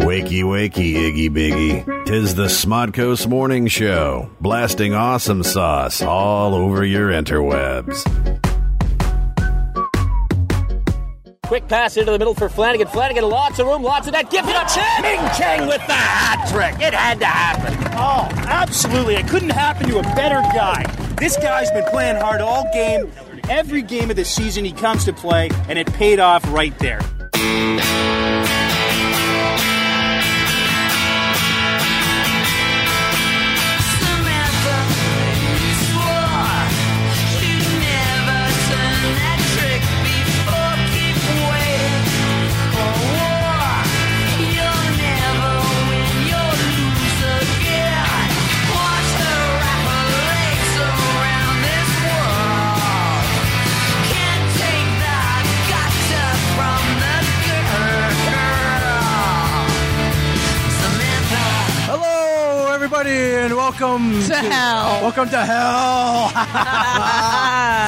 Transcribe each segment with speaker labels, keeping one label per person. Speaker 1: Wakey, wakey, Iggy Biggy. Tis the Smodcoast Morning Show, blasting awesome sauce all over your interwebs.
Speaker 2: Quick pass into the middle for Flanagan. Flanagan, lots of room, lots of net. Give it a chance.
Speaker 3: Ming Chang with the hat trick. It had to happen.
Speaker 4: Oh, absolutely. It couldn't happen to a better guy. This guy's been playing hard all game. Every game of the season he comes to play, and it paid off right there.
Speaker 5: Samantha swore she'd never done that trick before. Keep waiting for war. You'll never win. You'll lose again. Watch the rapper legs around this world. Can't take that gotcha from the girl. Samantha.
Speaker 6: Hello, everybody, and welcome to, hell. Welcome to hell.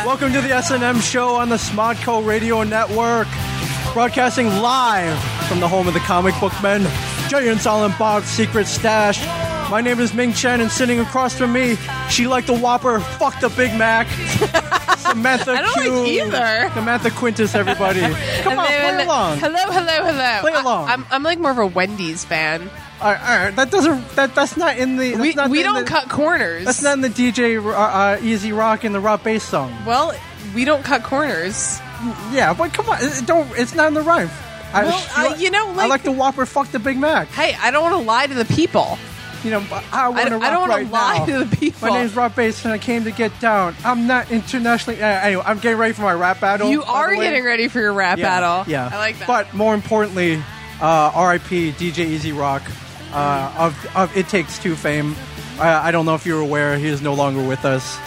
Speaker 6: welcome to the S and M show on the Smodco Radio Network, broadcasting live from the home of the comic book men, Jay and Silent Bob's secret stash. My name is Ming Chen, and sitting across from me, she liked the Whopper, fuck the Big Mac. Samantha
Speaker 7: I don't like
Speaker 6: Q,
Speaker 7: either.
Speaker 6: Samantha Quintus, everybody. Come on,
Speaker 7: And then-
Speaker 6: play along.
Speaker 7: Hello, hello, hello.
Speaker 6: Play along.
Speaker 7: I, am I'm like more of a Wendy's fan.
Speaker 6: All right, all right, that doesn't. That that's not in the. That's
Speaker 7: We,
Speaker 6: not
Speaker 7: we
Speaker 6: in
Speaker 7: don't
Speaker 6: the,
Speaker 7: cut corners.
Speaker 6: That's not in the DJ uh, uh, Easy Rock and the Rock Bass song.
Speaker 7: Well, we don't cut corners.
Speaker 6: Yeah, but come on, it don't. It's not in the rhyme. I,
Speaker 7: Well,
Speaker 6: sure-
Speaker 7: uh, you know,
Speaker 6: I
Speaker 7: like-
Speaker 6: like the Whopper. Fuck the Big Mac.
Speaker 7: Hey, I don't want to lie to the people.
Speaker 6: You know, but I want
Speaker 7: I,
Speaker 6: to
Speaker 7: don't-
Speaker 6: rock
Speaker 7: I don't
Speaker 6: right
Speaker 7: want to lie
Speaker 6: now.
Speaker 7: to the people.
Speaker 6: My name's Rob Bass, and I came to get down. I'm not internationally. Uh, anyway, I'm getting ready for my rap battle.
Speaker 7: You
Speaker 6: by the
Speaker 7: are
Speaker 6: way.
Speaker 7: getting ready for your rap
Speaker 6: yeah,
Speaker 7: battle.
Speaker 6: Yeah,
Speaker 7: I like that.
Speaker 6: But more importantly, uh, R.I.P. DJ Easy Rock uh, of of It Takes Two fame. I, I don't know if you're aware, he is no longer with us.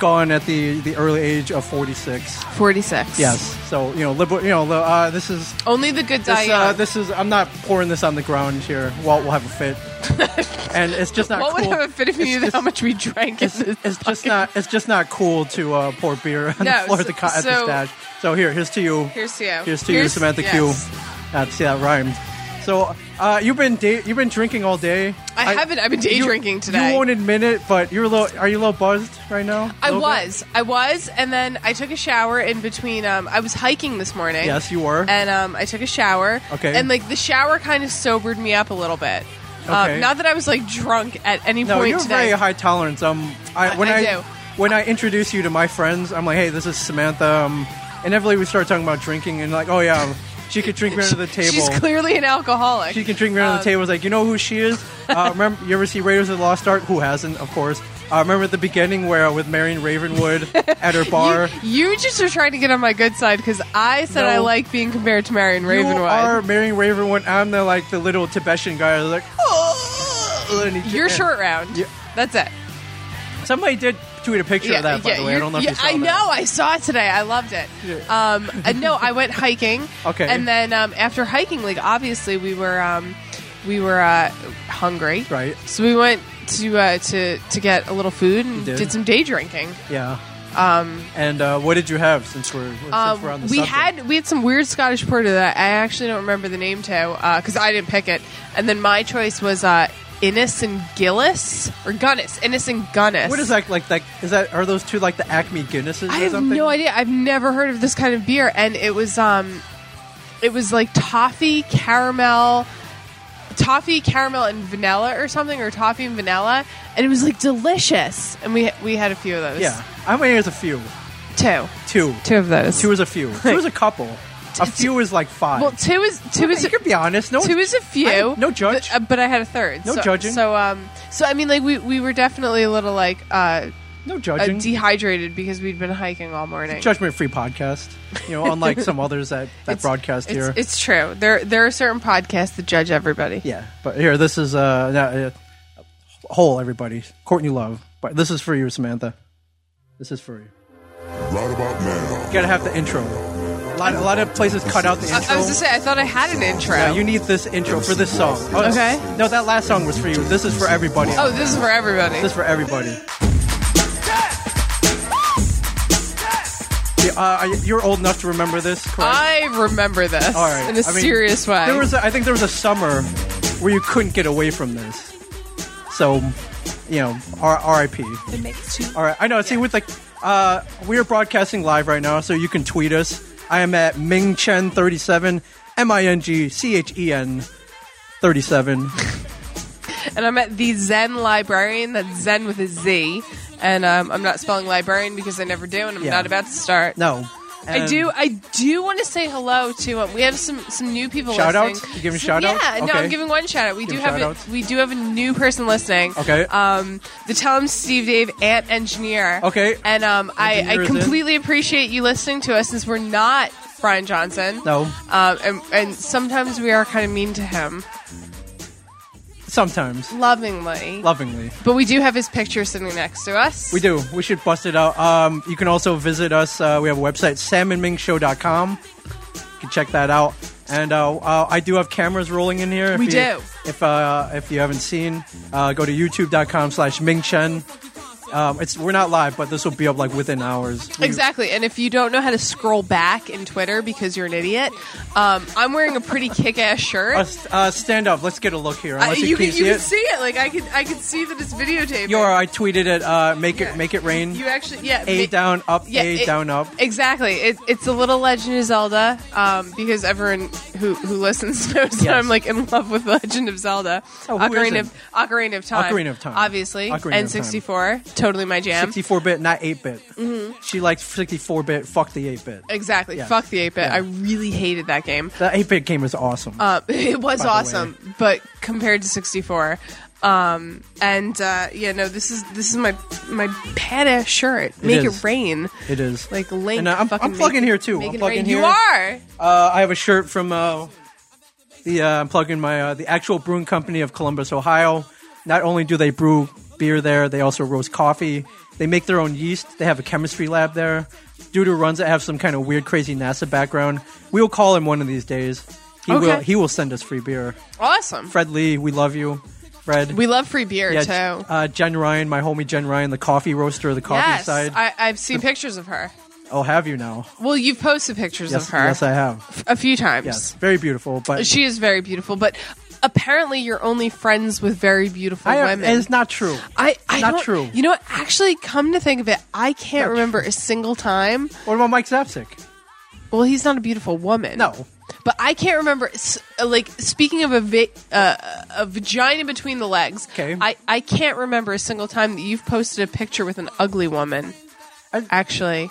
Speaker 6: Gone at the the early age of 46.
Speaker 7: 46.
Speaker 6: Yes. So you know, liber- you know, li- uh, this is
Speaker 7: Only the good die
Speaker 6: This, uh,
Speaker 7: young.
Speaker 6: this is. I'm not pouring this on the ground here. Walt will have a fit, and it's just not.
Speaker 7: what
Speaker 6: cool.
Speaker 7: would have a fit if you
Speaker 6: It's-
Speaker 7: knew
Speaker 6: it's-
Speaker 7: how much we drank?
Speaker 6: It's,
Speaker 7: in this
Speaker 6: it's just
Speaker 7: fucking-
Speaker 6: not. It's just not cool to uh, pour beer on the
Speaker 7: No,
Speaker 6: floor at
Speaker 7: so-
Speaker 6: the, co- at the
Speaker 7: so-
Speaker 6: stash. So here, here's to you.
Speaker 7: Here's to you.
Speaker 6: Here's to you,
Speaker 7: Here's-
Speaker 6: Samantha
Speaker 7: yes.
Speaker 6: Q. That's yeah, that rhymed. So uh, you've been da- you've been drinking all day.
Speaker 7: I haven't- I've been day
Speaker 6: you-
Speaker 7: drinking today.
Speaker 6: You won't admit it, but you're a little. Are you a little buzzed right now?
Speaker 7: I
Speaker 6: A little bit?
Speaker 7: was. I was, and then I took a shower in between. Um, I was hiking this morning.
Speaker 6: Yes, you were.
Speaker 7: And um, I took a shower.
Speaker 6: Okay.
Speaker 7: And like the shower kind of sobered me up a little bit. Um,
Speaker 6: Okay.
Speaker 7: not that I was like drunk at any
Speaker 6: No,
Speaker 7: point
Speaker 6: you're
Speaker 7: today.
Speaker 6: very high tolerance. Um, I, when I,
Speaker 7: I do.
Speaker 6: when I introduce you to my friends, I'm like, hey, this is Samantha. Um, inevitably we start talking about drinking, and like, oh yeah, she could drink me under the table.
Speaker 7: She's Um, clearly an alcoholic.
Speaker 6: she can drink me under the table. It's like, you know who she is? Uh, remember, you ever see Raiders of the Lost Ark? Who hasn't? Of course. I remember at the beginning where uh, with Marion Ravenwood at her bar.
Speaker 7: You, you just are trying to get on my good side because I said
Speaker 6: No.
Speaker 7: I like being compared to Marion Ravenwood.
Speaker 6: You are Marion Ravenwood. I'm the like the little Tibetan guy. who's Like, oh, and he-
Speaker 7: You're
Speaker 6: and-
Speaker 7: short round.
Speaker 6: Yeah.
Speaker 7: That's it.
Speaker 6: Somebody did tweet a picture of that, by the way. I
Speaker 7: you're-
Speaker 6: don't know if
Speaker 7: yeah,
Speaker 6: you saw
Speaker 7: I
Speaker 6: that.
Speaker 7: know. I saw it today. I loved it. Um, and no, I went hiking.
Speaker 6: Okay.
Speaker 7: And then um, after hiking, like obviously we were um, we were uh, hungry.
Speaker 6: Right.
Speaker 7: So we went to uh, to to get a little food and
Speaker 6: did.
Speaker 7: did. some day drinking.
Speaker 6: Yeah. Um, and uh, what did you have since we're, since
Speaker 7: Um,
Speaker 6: we're on the
Speaker 7: we
Speaker 6: subject?
Speaker 7: had we had some weird Scottish porter that I actually don't remember the name to because I didn't pick it. And then my choice was uh, Innis and Gillis or Gunnis. Innis and Gunnis.
Speaker 6: What is that like? That is that? Are those two like the Acme Guinnesses?
Speaker 7: I
Speaker 6: or
Speaker 7: have
Speaker 6: something?
Speaker 7: no idea. I've never heard of this kind of beer, and it was um, it was like toffee caramel, toffee caramel and vanilla or something, or toffee and vanilla, and it was like delicious. And we we had a few of those.
Speaker 6: Yeah, I mean, it's a few.
Speaker 7: two,
Speaker 6: Two.
Speaker 7: two of those.
Speaker 6: Two is a few. Two is a couple. A few is like five.
Speaker 7: well, two is two is
Speaker 6: you can be honest. No,
Speaker 7: two is a few.
Speaker 6: I- no judge.
Speaker 7: But, uh, but I had a third.
Speaker 6: No
Speaker 7: so,
Speaker 6: judging.
Speaker 7: So um, so I mean, like we we were definitely a little like uh,
Speaker 6: no
Speaker 7: uh
Speaker 6: judging.
Speaker 7: dehydrated because we'd been hiking all morning.
Speaker 6: Judgment-free podcast. You know, unlike some others that that
Speaker 7: It's-
Speaker 6: broadcast
Speaker 7: it's-
Speaker 6: here.
Speaker 7: It's, true. There there are certain podcasts that judge everybody.
Speaker 6: yeah, but here this is uh, no, uh, whole everybody. Courtney Love, but this is for you, Samantha. This is for you.
Speaker 8: Right about now.
Speaker 6: Gotta have the intro. A lot, a lot of places cut out the
Speaker 7: I,
Speaker 6: intro.
Speaker 7: I was gonna say I thought I had an intro.
Speaker 6: Yeah, you need this intro for this song. Oh,
Speaker 7: Okay.
Speaker 6: No, that last song was for you. This is for everybody.
Speaker 7: oh, this is for everybody.
Speaker 6: This is for everybody. The Uh, are you- you're old enough to remember this, correct?
Speaker 7: I remember this
Speaker 6: All right.
Speaker 7: in a
Speaker 6: I mean,
Speaker 7: serious way.
Speaker 6: There was, a, I think, there was a summer where you couldn't get away from this. So, you know, R- RIP.
Speaker 9: It makes you.
Speaker 6: All right. I know. See, with like, uh, we are broadcasting live right now, so you can tweet us. I am at Ming Chen thirty seven, M I N G C H E N thirty seven.
Speaker 7: and I'm at the Zen Librarian. That's Zen with a Z. And um, I'm not spelling librarian because I never do, and I'm
Speaker 6: Yeah.
Speaker 7: not about to start.
Speaker 6: No,
Speaker 7: I do. I do want to say hello to. Um, we have some some new people.
Speaker 6: Shout-outs?
Speaker 7: listening.
Speaker 6: You giving
Speaker 7: So-
Speaker 6: shout-outs?
Speaker 7: Yeah, no,
Speaker 6: Okay.
Speaker 7: I'm giving one shout out. We
Speaker 6: Give
Speaker 7: do have
Speaker 6: shout-outs.
Speaker 7: a, we do have a new person listening.
Speaker 6: Okay.
Speaker 7: Um, the Tell 'em Steve Dave Ant Engineer.
Speaker 6: Okay.
Speaker 7: And um, I,
Speaker 6: Engineer
Speaker 7: I
Speaker 6: is in.
Speaker 7: completely appreciate you listening to us since we're not Brian Johnson.
Speaker 6: No.
Speaker 7: Um, and, and sometimes we are kind of mean to him,
Speaker 6: Sometimes,
Speaker 7: lovingly.
Speaker 6: lovingly.
Speaker 7: but we do have his picture sitting next to us.
Speaker 6: We do. We should bust it out. Um, you can also visit us. Uh, we have a website, salmonmingshow.com. You can check that out. And uh, uh, I do have cameras rolling in here. If
Speaker 7: We
Speaker 6: you,
Speaker 7: do.
Speaker 6: If uh, if you haven't seen, uh, go to youtube.com slash mingchen. Um, it's we're not live, but this will be up like within hours. We-
Speaker 7: Exactly. And if you don't know how to scroll back in Twitter because you're an idiot, um, I'm wearing a pretty kick ass shirt.
Speaker 6: Uh, st- uh, stand up. Let's get a look here.
Speaker 7: I,
Speaker 6: Unless
Speaker 7: Uh,
Speaker 6: can,
Speaker 7: you can, you
Speaker 6: see
Speaker 7: can
Speaker 6: it.
Speaker 7: see it. Like I can I can see that it's videotaped.
Speaker 6: Yo, I tweeted it. Uh, make
Speaker 7: Yeah.
Speaker 6: it make it rain.
Speaker 7: You actually yeah.
Speaker 6: a
Speaker 7: ma-
Speaker 6: down up.
Speaker 7: yeah,
Speaker 6: a
Speaker 7: it-
Speaker 6: down up.
Speaker 7: Exactly. It, it's a little Legend of Zelda um, because everyone who who listens knows that
Speaker 6: Yes.
Speaker 7: I'm like in love with Legend of Zelda.
Speaker 6: Oh, who
Speaker 7: Ocarina
Speaker 6: isn't?
Speaker 7: of Ocarina of Time.
Speaker 6: Ocarina of Time.
Speaker 7: Obviously.
Speaker 6: Ocarina of Time.
Speaker 7: N64. Totally my jam.
Speaker 6: 64 bit, not 8 bit.
Speaker 7: Mm-hmm.
Speaker 6: She likes 64 bit. Fuck the 8 bit.
Speaker 7: Exactly.
Speaker 6: Yes.
Speaker 7: Fuck the 8-bit.
Speaker 6: Yeah.
Speaker 7: I really hated that game.
Speaker 6: The 8 bit game is awesome.
Speaker 7: Um, it was
Speaker 6: By the
Speaker 7: awesome, but compared to 64, um, and uh, yeah, no, this is this is my my panda shirt. Make
Speaker 6: is.
Speaker 7: it rain,
Speaker 6: it is.
Speaker 7: like Link.
Speaker 6: And, uh, I'm,
Speaker 7: fucking
Speaker 6: I'm plugging
Speaker 7: make-
Speaker 6: here too.
Speaker 7: make
Speaker 6: I'm
Speaker 7: it
Speaker 6: plugging
Speaker 7: rain.
Speaker 6: here.
Speaker 7: You are.
Speaker 6: Uh, I have a shirt from uh, the. Uh, I'm plugging my uh, the actual brewing company of Columbus, Ohio. Not only do they brew beer there, they also roast coffee. They make their own yeast. They have a chemistry lab there. Dude who runs it have some kind of weird, crazy NASA background. We will call him one of these days. He
Speaker 7: Okay.
Speaker 6: will. He will send us free beer.
Speaker 7: Awesome.
Speaker 6: Fred Lee, we love you. Fred.
Speaker 7: we love free beer too.
Speaker 6: Uh, Jen Ryan, my homie Jen Ryan, the coffee roaster, the coffee
Speaker 7: yes,
Speaker 6: side.
Speaker 7: I, I've seen pictures of her.
Speaker 6: oh, have you now?
Speaker 7: Well, you've posted pictures
Speaker 6: Yes,
Speaker 7: of her
Speaker 6: yes, I have.
Speaker 7: a few times.
Speaker 6: Yes, very beautiful. But
Speaker 7: She is very beautiful, but apparently you're only friends with very beautiful
Speaker 6: I am-
Speaker 7: women.
Speaker 6: and it's not true.
Speaker 7: I, I
Speaker 6: Not
Speaker 7: don't-
Speaker 6: true.
Speaker 7: You know, what? actually, come to think of it, I can't
Speaker 6: Not
Speaker 7: remember a single time.
Speaker 6: What about Mike Zapsik?
Speaker 7: Well, he's not a beautiful woman.
Speaker 6: No.
Speaker 7: but I can't remember. s- uh, Like speaking of a va- uh, a vagina between the legs,
Speaker 6: Okay.
Speaker 7: I I can't remember a single time that you've posted a picture with an ugly woman.
Speaker 6: I-
Speaker 7: Actually,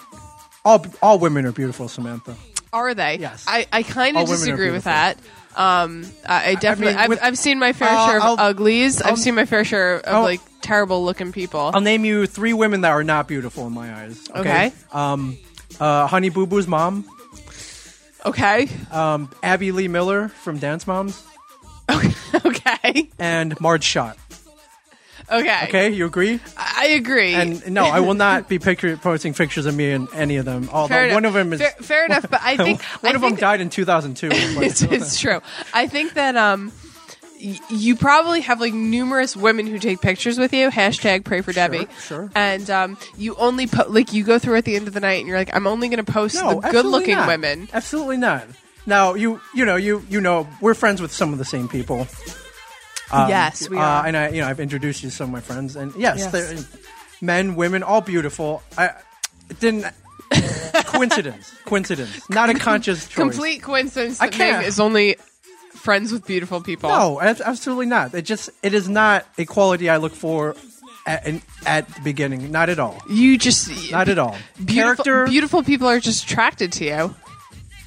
Speaker 6: All all women are beautiful, Samantha.
Speaker 7: are they?
Speaker 6: Yes.
Speaker 7: I I kind
Speaker 6: All
Speaker 7: of
Speaker 6: women are
Speaker 7: disagree with
Speaker 6: beautiful.
Speaker 7: that. Um, I, I definitely. I
Speaker 6: with-
Speaker 7: have I've seen my fair
Speaker 6: Uh,
Speaker 7: share of
Speaker 6: I'll-
Speaker 7: uglies. i
Speaker 6: I'll-
Speaker 7: have seen my fair share of
Speaker 6: I'll-
Speaker 7: like terrible looking people.
Speaker 6: I'll name you three women that are not beautiful in my eyes.
Speaker 7: Okay.
Speaker 6: Um, uh, Honey Boo Boo's mom,
Speaker 7: okay.
Speaker 6: um, Abby Lee Miller from Dance Moms,
Speaker 7: okay.
Speaker 6: and Marge Schott.
Speaker 7: Okay.
Speaker 6: Okay, you agree?
Speaker 7: I I agree.
Speaker 6: And no, I will not be picture- posting pictures of me in any of them. Although
Speaker 7: Fair enough.
Speaker 6: one of them is
Speaker 7: fair, fair enough, but I think
Speaker 6: one
Speaker 7: I
Speaker 6: of them
Speaker 7: think
Speaker 6: died in 2002. but-
Speaker 7: it's, it's true. I think that um, y- you probably have like numerous women who take pictures with you. Hashtag pray for Debbie.
Speaker 6: sure.
Speaker 7: And um, you only po- like you go through at the end of the night, and you're like, I'm only going to post the
Speaker 6: absolutely
Speaker 7: good-looking
Speaker 6: not.
Speaker 7: women.
Speaker 6: Absolutely not. Now you you know you you know we're friends with some of the same people. Um,
Speaker 7: yes, we
Speaker 6: uh,
Speaker 7: are.
Speaker 6: and I you know I've introduced you to some of my friends, and yes,
Speaker 7: Yes.
Speaker 6: they're men, women, all beautiful. I it didn't coincidence, coincidence, not a conscious choice.
Speaker 7: Complete coincidence.
Speaker 6: I
Speaker 7: That
Speaker 6: can't.
Speaker 7: Meg is only friends with beautiful people.
Speaker 6: No, ab- absolutely not. It just it is not a quality I look for at in, at the beginning. Not at all.
Speaker 7: You just
Speaker 6: Not at all.
Speaker 7: Beautiful,
Speaker 6: Character
Speaker 7: beautiful people are just attracted to you.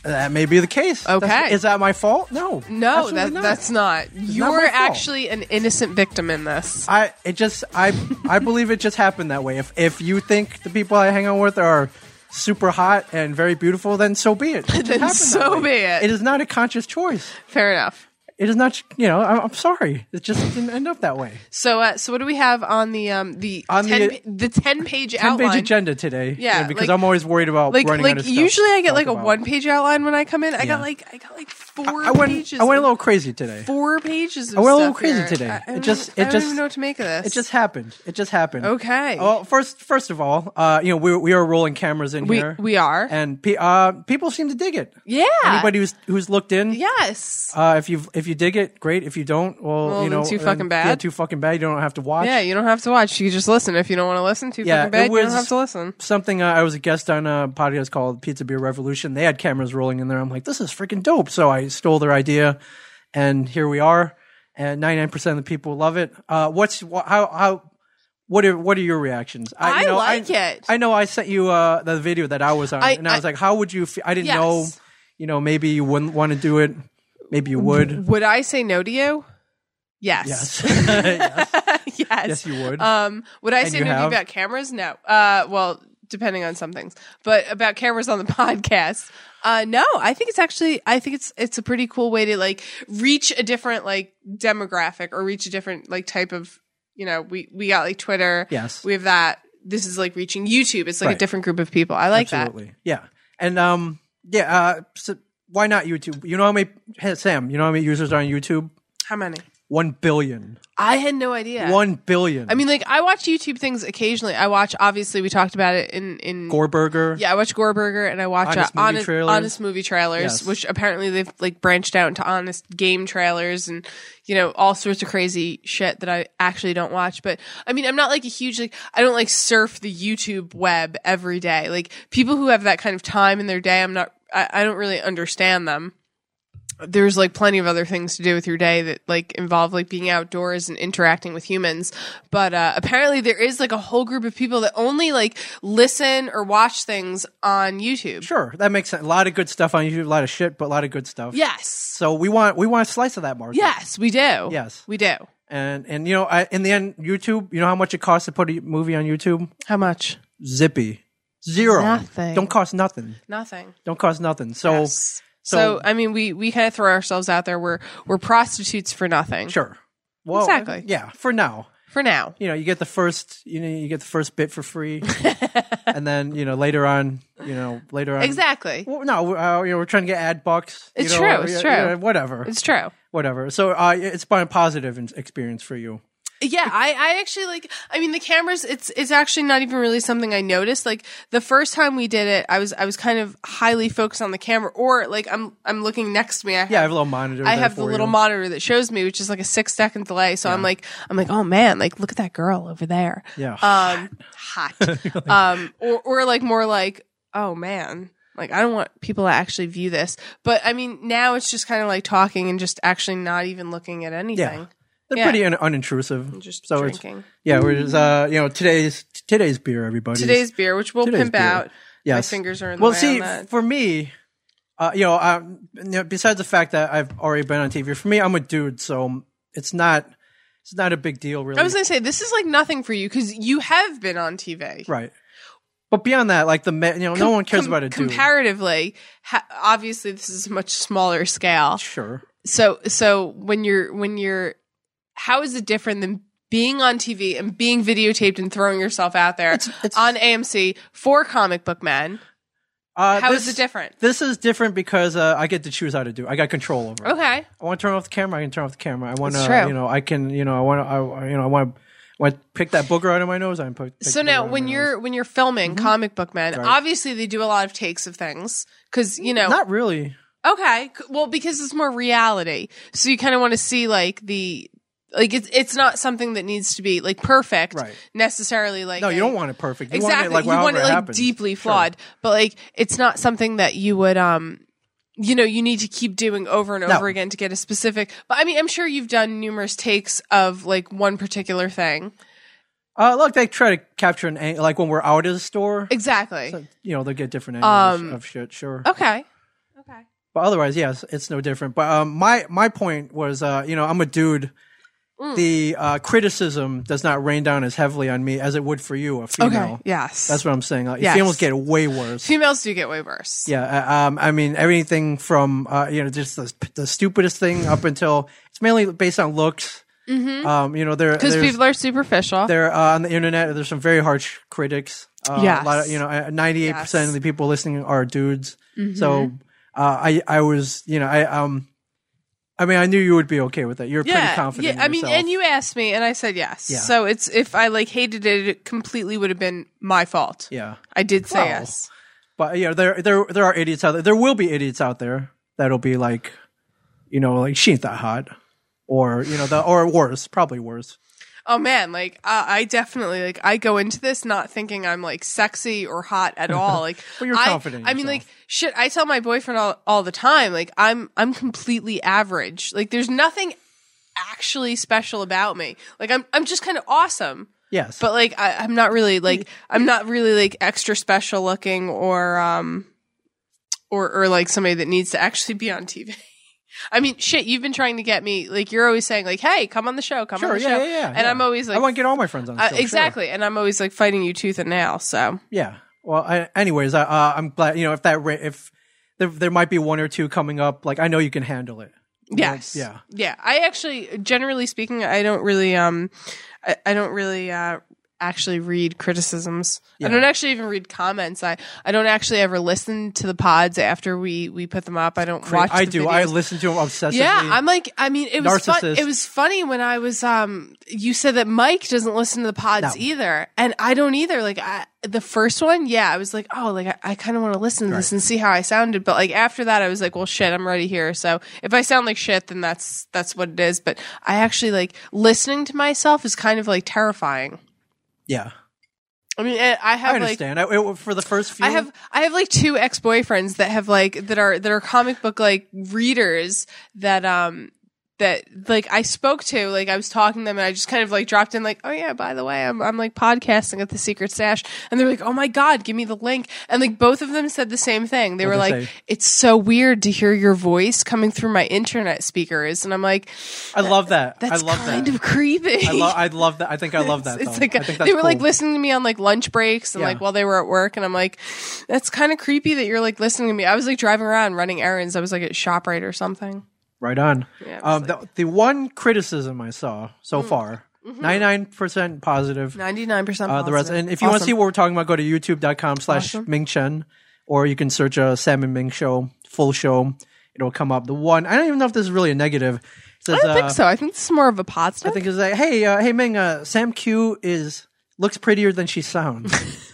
Speaker 6: that may be the case. That's-
Speaker 7: Okay.
Speaker 6: is that my fault? No,
Speaker 7: No,
Speaker 6: absolutely
Speaker 7: that,
Speaker 6: not.
Speaker 7: that's not. You're
Speaker 6: my fault.
Speaker 7: actually an innocent victim in this.
Speaker 6: I it just I I believe it just happened that way. If if you think the people I hang out with are super hot and very beautiful, then so be it. it
Speaker 7: Then so be it.
Speaker 6: It is not a conscious choice.
Speaker 7: Fair enough.
Speaker 6: It is not. You know, I'm, I'm sorry. It just didn't end up that way.
Speaker 7: So, uh, so what do we have on the um the
Speaker 6: On
Speaker 7: ten,
Speaker 6: the-
Speaker 7: the, the ten page
Speaker 6: Ten
Speaker 7: outline?
Speaker 6: page agenda today.
Speaker 7: Yeah,
Speaker 6: you know, because
Speaker 7: like-
Speaker 6: I'm always worried about
Speaker 7: Like,
Speaker 6: running out
Speaker 7: like
Speaker 6: of stuff
Speaker 7: usually I
Speaker 6: to
Speaker 7: get
Speaker 6: talk
Speaker 7: like a
Speaker 6: about.
Speaker 7: one page outline when I come in. I
Speaker 6: Yeah.
Speaker 7: got like I got like four
Speaker 6: I went.
Speaker 7: pages.
Speaker 6: I went a
Speaker 7: of-
Speaker 6: little crazy today.
Speaker 7: four pages. Of
Speaker 6: I went a little
Speaker 7: stuff
Speaker 6: crazy
Speaker 7: here.
Speaker 6: today.
Speaker 7: I- I
Speaker 6: It
Speaker 7: don't-
Speaker 6: just- it
Speaker 7: I don't
Speaker 6: just-
Speaker 7: even know what to make of this.
Speaker 6: It just happened. It just happened.
Speaker 7: Okay.
Speaker 6: Well, first, first of all, uh, you know, we we are rolling cameras in
Speaker 7: We-
Speaker 6: here.
Speaker 7: we are.
Speaker 6: and pe- uh, people seem to dig it.
Speaker 7: yeah.
Speaker 6: Anybody who's who's looked in,
Speaker 7: Yes.
Speaker 6: Uh, if you if you dig it, great. If you don't, well,
Speaker 7: Well,
Speaker 6: you
Speaker 7: then
Speaker 6: know,
Speaker 7: too
Speaker 6: then,
Speaker 7: fucking bad.
Speaker 6: Yeah, too fucking bad. You don't have to watch.
Speaker 7: yeah, you don't have to watch. You just listen if you don't want to listen. Too
Speaker 6: Yeah,
Speaker 7: fucking bad.
Speaker 6: it
Speaker 7: you
Speaker 6: was-
Speaker 7: don't have to listen.
Speaker 6: Something uh, I was a guest on a podcast called Pizza Beer Revolution. They had cameras rolling in there. I'm like, this is freaking dope. So I stole their idea, and here we are. And 99 percent of the people love it. Uh, what's wh- how how what are what are your reactions?
Speaker 7: I
Speaker 6: you know,
Speaker 7: like it.
Speaker 6: I know I sent you uh, the video that I was on,
Speaker 7: I-
Speaker 6: and I, was
Speaker 7: I-
Speaker 6: like, how would you? Fe- I didn't
Speaker 7: Yes.
Speaker 6: know. You know, maybe you wouldn't want to do it. Maybe you would.
Speaker 7: Would I say no to you? Yes.
Speaker 6: Yes. yes.
Speaker 7: yes.
Speaker 6: Yes, you would.
Speaker 7: Um, would I
Speaker 6: And
Speaker 7: say
Speaker 6: you
Speaker 7: no to you
Speaker 6: have?
Speaker 7: about cameras? No. Uh, well, depending on some things, but about cameras on the podcast, uh, no. I think it's actually, I think it's it's a pretty cool way to like reach a different like demographic or reach a different like type of, you know, we we got like Twitter,
Speaker 6: Yes.
Speaker 7: we have that. This is like reaching YouTube. It's like a
Speaker 6: Right.
Speaker 7: different group of people. I like
Speaker 6: Absolutely. Yeah. And um yeah, uh so why not YouTube? You know how many hey, Sam, you know how many users are on YouTube?
Speaker 7: that. How many?
Speaker 6: 1 billion.
Speaker 7: I had no idea.
Speaker 6: 1 billion.
Speaker 7: I mean, like I watch YouTube things occasionally. I watch, obviously, we talked about it in in
Speaker 6: Gorberger.
Speaker 7: Yeah, I watch Goreburger and I watch
Speaker 6: Honest
Speaker 7: honest, uh,
Speaker 6: movie
Speaker 7: honest,
Speaker 6: trailers.
Speaker 7: honest movie trailers,
Speaker 6: Yes.
Speaker 7: which apparently they've like branched out into honest game trailers and you know all sorts of crazy shit that I actually don't watch. But I mean, I'm not like a huge like I don't like surf the YouTube web every day. Like people who have that kind of time in their day, I'm not. I, I don't really understand them. There's like plenty of other things to do with your day that like involve like being outdoors and interacting with humans. But uh, apparently, there is like a whole group of people that only like listen or watch things on YouTube.
Speaker 6: Sure, that makes sense. A lot of good stuff on YouTube, a lot of shit, but a lot of good stuff.
Speaker 7: Yes.
Speaker 6: So we want we want a slice of that market.
Speaker 7: Yes, we do.
Speaker 6: Yes.
Speaker 7: We do.
Speaker 6: And and you know, I, in the end YouTube, you know how much it costs to put a movie on YouTube?
Speaker 7: How much?
Speaker 6: Zippy. Zero.
Speaker 7: Nothing.
Speaker 6: Don't cost nothing.
Speaker 7: Nothing.
Speaker 6: Don't cost nothing. So
Speaker 7: Yes. So,
Speaker 6: so-
Speaker 7: I mean we we kind of throw ourselves out there. We're we're prostitutes for nothing.
Speaker 6: sure. Well,
Speaker 7: Exactly.
Speaker 6: Yeah, for now.
Speaker 7: For now.
Speaker 6: you know, you get the first, you know, you get the first bit for free, and then you know later on, you know later on.
Speaker 7: Exactly.
Speaker 6: Well, no, we're, uh, you know, we're trying to get ad bucks. you
Speaker 7: It's
Speaker 6: know, uh,
Speaker 7: true, it's
Speaker 6: yeah,
Speaker 7: true.
Speaker 6: yeah, whatever.
Speaker 7: It's true.
Speaker 6: whatever. So uh, it's been a positive in- experience for you.
Speaker 7: Yeah, I, I actually like. I mean, the cameras. It's it's actually not even really something I noticed. Like the first time we did it, I was I was kind of highly focused on the camera, or like I'm I'm looking next to me. I have,
Speaker 6: Yeah, I have a little monitor.
Speaker 7: I
Speaker 6: there
Speaker 7: have the
Speaker 6: for
Speaker 7: little
Speaker 6: you.
Speaker 7: monitor that shows me, which is like a six second delay. So I'm like I'm like oh man, like look at that girl over there.
Speaker 6: Yeah.
Speaker 7: Um, hot. um, or or like more like oh man. Like I don't want people to actually view this, but I mean now it's just kind of like talking and just actually not even looking at anything.
Speaker 6: They're
Speaker 7: yeah.
Speaker 6: pretty un- unintrusive.
Speaker 7: Just
Speaker 6: so it's-
Speaker 7: drinking.
Speaker 6: yeah, we're just uh, you know today's today's beer, everybody.
Speaker 7: today's beer, which we'll
Speaker 6: Today's
Speaker 7: pimp
Speaker 6: beer.
Speaker 7: out.
Speaker 6: yes.
Speaker 7: My fingers are in the
Speaker 6: well,
Speaker 7: way
Speaker 6: see,
Speaker 7: on that.
Speaker 6: for me, uh, you know, um, you know, besides the fact that I've already been on TV, for me, I'm a dude, so it's not it's not a big deal, really.
Speaker 7: I was gonna say this is like nothing for you because you have been on TV,
Speaker 6: right. But beyond that, like the ma- you know, no one cares
Speaker 7: Com-
Speaker 6: about a dude.
Speaker 7: Comparatively, ha- obviously, this is a much smaller scale.
Speaker 6: sure.
Speaker 7: So, so when you're when you're, how is it different than being on TV and being videotaped and throwing yourself out there
Speaker 6: it's-
Speaker 7: on AMC for comic book men?
Speaker 6: Uh,
Speaker 7: How is
Speaker 6: this-
Speaker 7: it different?
Speaker 6: This is different because uh, I get to choose how to do. it. I got control over. it.
Speaker 7: Okay,
Speaker 6: I want to turn off the camera. I can turn off the camera. I want
Speaker 7: It's
Speaker 6: to,
Speaker 7: true.
Speaker 6: you know, I can, you know, I want to, I, you know, I want to, want to pick that booger out of my nose. I can pick. pick
Speaker 7: so
Speaker 6: the booger out
Speaker 7: now
Speaker 6: of
Speaker 7: when
Speaker 6: my
Speaker 7: you're
Speaker 6: nose.
Speaker 7: when you're filming
Speaker 6: Mm-hmm.
Speaker 7: comic book men,
Speaker 6: Right.
Speaker 7: obviously they do a lot of takes of things because you know
Speaker 6: not really.
Speaker 7: Okay. c- Well, because it's more reality. So you kind of want to see like the like it's it's not something that needs to be like perfect
Speaker 6: Right.
Speaker 7: necessarily like
Speaker 6: No, you
Speaker 7: a-
Speaker 6: don't want it perfect. You
Speaker 7: exactly.
Speaker 6: want it like
Speaker 7: you want
Speaker 6: however
Speaker 7: it like
Speaker 6: happens.
Speaker 7: deeply
Speaker 6: Sure.
Speaker 7: flawed, but like it's not something that you would um you know, you need to keep doing over and
Speaker 6: No.
Speaker 7: over again to get a specific. But I mean, I'm sure you've done numerous takes of like one particular thing.
Speaker 6: Uh, look, they try to capture an ang- like when we're out at a store. uh,
Speaker 7: Exactly.
Speaker 6: You know, they'll get different angles
Speaker 7: Um,
Speaker 6: of shit. Sure,
Speaker 7: okay.
Speaker 6: but otherwise, yes, it's no different. But um, my my point was, uh, you know, I'm a dude.
Speaker 7: Mm.
Speaker 6: The uh, criticism does not rain down as heavily on me as it would for you, a
Speaker 7: Okay.
Speaker 6: female.
Speaker 7: Yes.
Speaker 6: That's what I'm saying. Like,
Speaker 7: Yes.
Speaker 6: Females get way worse.
Speaker 7: Females do get way worse.
Speaker 6: Yeah, uh, um, I mean everything from uh, you know just the, the stupidest thing up until it's mainly based on looks. Mm-hmm. Um, you know, there
Speaker 7: Because
Speaker 6: there's-
Speaker 7: people are superficial.
Speaker 6: there uh, on the internet. There's some very harsh critics. Uh, a lot of,
Speaker 7: Yes.
Speaker 6: you know, ninety eight percent
Speaker 7: Yes. Mm-hmm.
Speaker 6: of the people listening are dudes. So uh, I I was you know I um I mean I knew you would be okay with that. You're pretty confident.
Speaker 7: Yeah, I mean, and you asked me, and I said yes.
Speaker 6: Yeah.
Speaker 7: So it's if I like hated it, it completely would have been my fault.
Speaker 6: yeah,
Speaker 7: I did say
Speaker 6: Well,
Speaker 7: yes.
Speaker 6: but yeah, there there there are idiots out there. There will be idiots out there that'll be like, you know, like she ain't that hot, or you know, the, or worse, probably worse.
Speaker 7: Oh man, like I I definitely like I go into this not thinking I'm like sexy or hot at all. Like,
Speaker 6: But you're
Speaker 7: I,
Speaker 6: confident in
Speaker 7: I mean,
Speaker 6: yourself.
Speaker 7: like shit. I tell my boyfriend all, all the time, like I'm I'm completely average. Like there's nothing actually special about me. Like I'm I'm just kind of awesome.
Speaker 6: Yes,
Speaker 7: But like I, I'm not really
Speaker 6: Mm.
Speaker 7: like I'm not really like extra special looking or um or or like somebody that needs to actually be on TV. I mean, shit, you've been trying to get me like you're always saying like, "Hey, come on the show, come
Speaker 6: sure,
Speaker 7: on the
Speaker 6: yeah,
Speaker 7: show."
Speaker 6: yeah, yeah,
Speaker 7: and
Speaker 6: yeah.
Speaker 7: I'm always like
Speaker 6: I want to get all my friends on the
Speaker 7: uh,
Speaker 6: show, sure.
Speaker 7: exactly. And I'm always like fighting you tooth and nail. So
Speaker 6: Yeah. Well, I, anyways, I, uh, I'm glad you know if that ra- if there, there might be one or two coming up. Like I know you can handle it.
Speaker 7: yes,
Speaker 6: yeah.
Speaker 7: yeah. I actually, generally speaking, I don't really, um, I, I don't really, uh, actually read criticisms. I don't actually even read comments. I, I don't actually ever listen to the pods after we we put them up. I don't watch.
Speaker 6: I
Speaker 7: the
Speaker 6: do. I
Speaker 7: videos.
Speaker 6: listen to him obsessively.
Speaker 7: Yeah, I'm like, I mean, it was fun.
Speaker 6: Narcissist.
Speaker 7: It was funny when I was, um, you said that Mike doesn't listen to the pods
Speaker 6: No.
Speaker 7: either, and I don't either. Like I, the first one, yeah, I was like, oh, like I, I kind of want to listen to this and see how I sounded, but like after that, I was like, well, shit, I'm already here. So if I sound like shit, then that's that's what it is. But I actually like listening to myself is kind of like terrifying.
Speaker 6: yeah.
Speaker 7: I mean, I I
Speaker 6: I
Speaker 7: have like
Speaker 6: understand. I, it, for the first few,
Speaker 7: I have I have like two ex boyfriends that have like that are that are comic book like readers that um that like I spoke to like I was talking to them and I just kind of like dropped in like oh yeah by the way I'm I'm like podcasting at the Secret Stash and they were like oh my god give me the link and like both of them said the same thing they were
Speaker 6: What'd they
Speaker 7: like
Speaker 6: say?
Speaker 7: it's so weird to hear your voice coming through my internet speakers and I'm like
Speaker 6: I love that.
Speaker 7: that's
Speaker 6: I love
Speaker 7: kind
Speaker 6: that.
Speaker 7: of creepy
Speaker 6: I, lo- I love that. I think I love that.
Speaker 7: it's
Speaker 6: though.
Speaker 7: like
Speaker 6: I think that's
Speaker 7: they were like
Speaker 6: cool.
Speaker 7: listening to me on like lunch breaks and
Speaker 6: Yeah.
Speaker 7: like while they were at work, and I'm like, that's kind of creepy that you're like listening to me. I was like driving around running errands. I was like at Shoprite or something.
Speaker 6: Right on.
Speaker 7: Yeah, it was Mm.
Speaker 6: um, the, the one criticism I saw so far,
Speaker 7: Mm-hmm.
Speaker 6: 99 percent positive.
Speaker 7: Ninety nine percent.
Speaker 6: Uh, the rest, and if you want to see what we're talking about, go to youtube.com slash Ming Chen, or you can search a Sam and Ming show, full show. It'll come up. The one, I don't even know if this is really a negative. It says,
Speaker 7: I don't
Speaker 6: uh,
Speaker 7: think so. I think this is more of a
Speaker 6: I
Speaker 7: positive.
Speaker 6: think it's like, hey, uh, hey, Ming, uh, Sam Q is looks prettier than she sounds.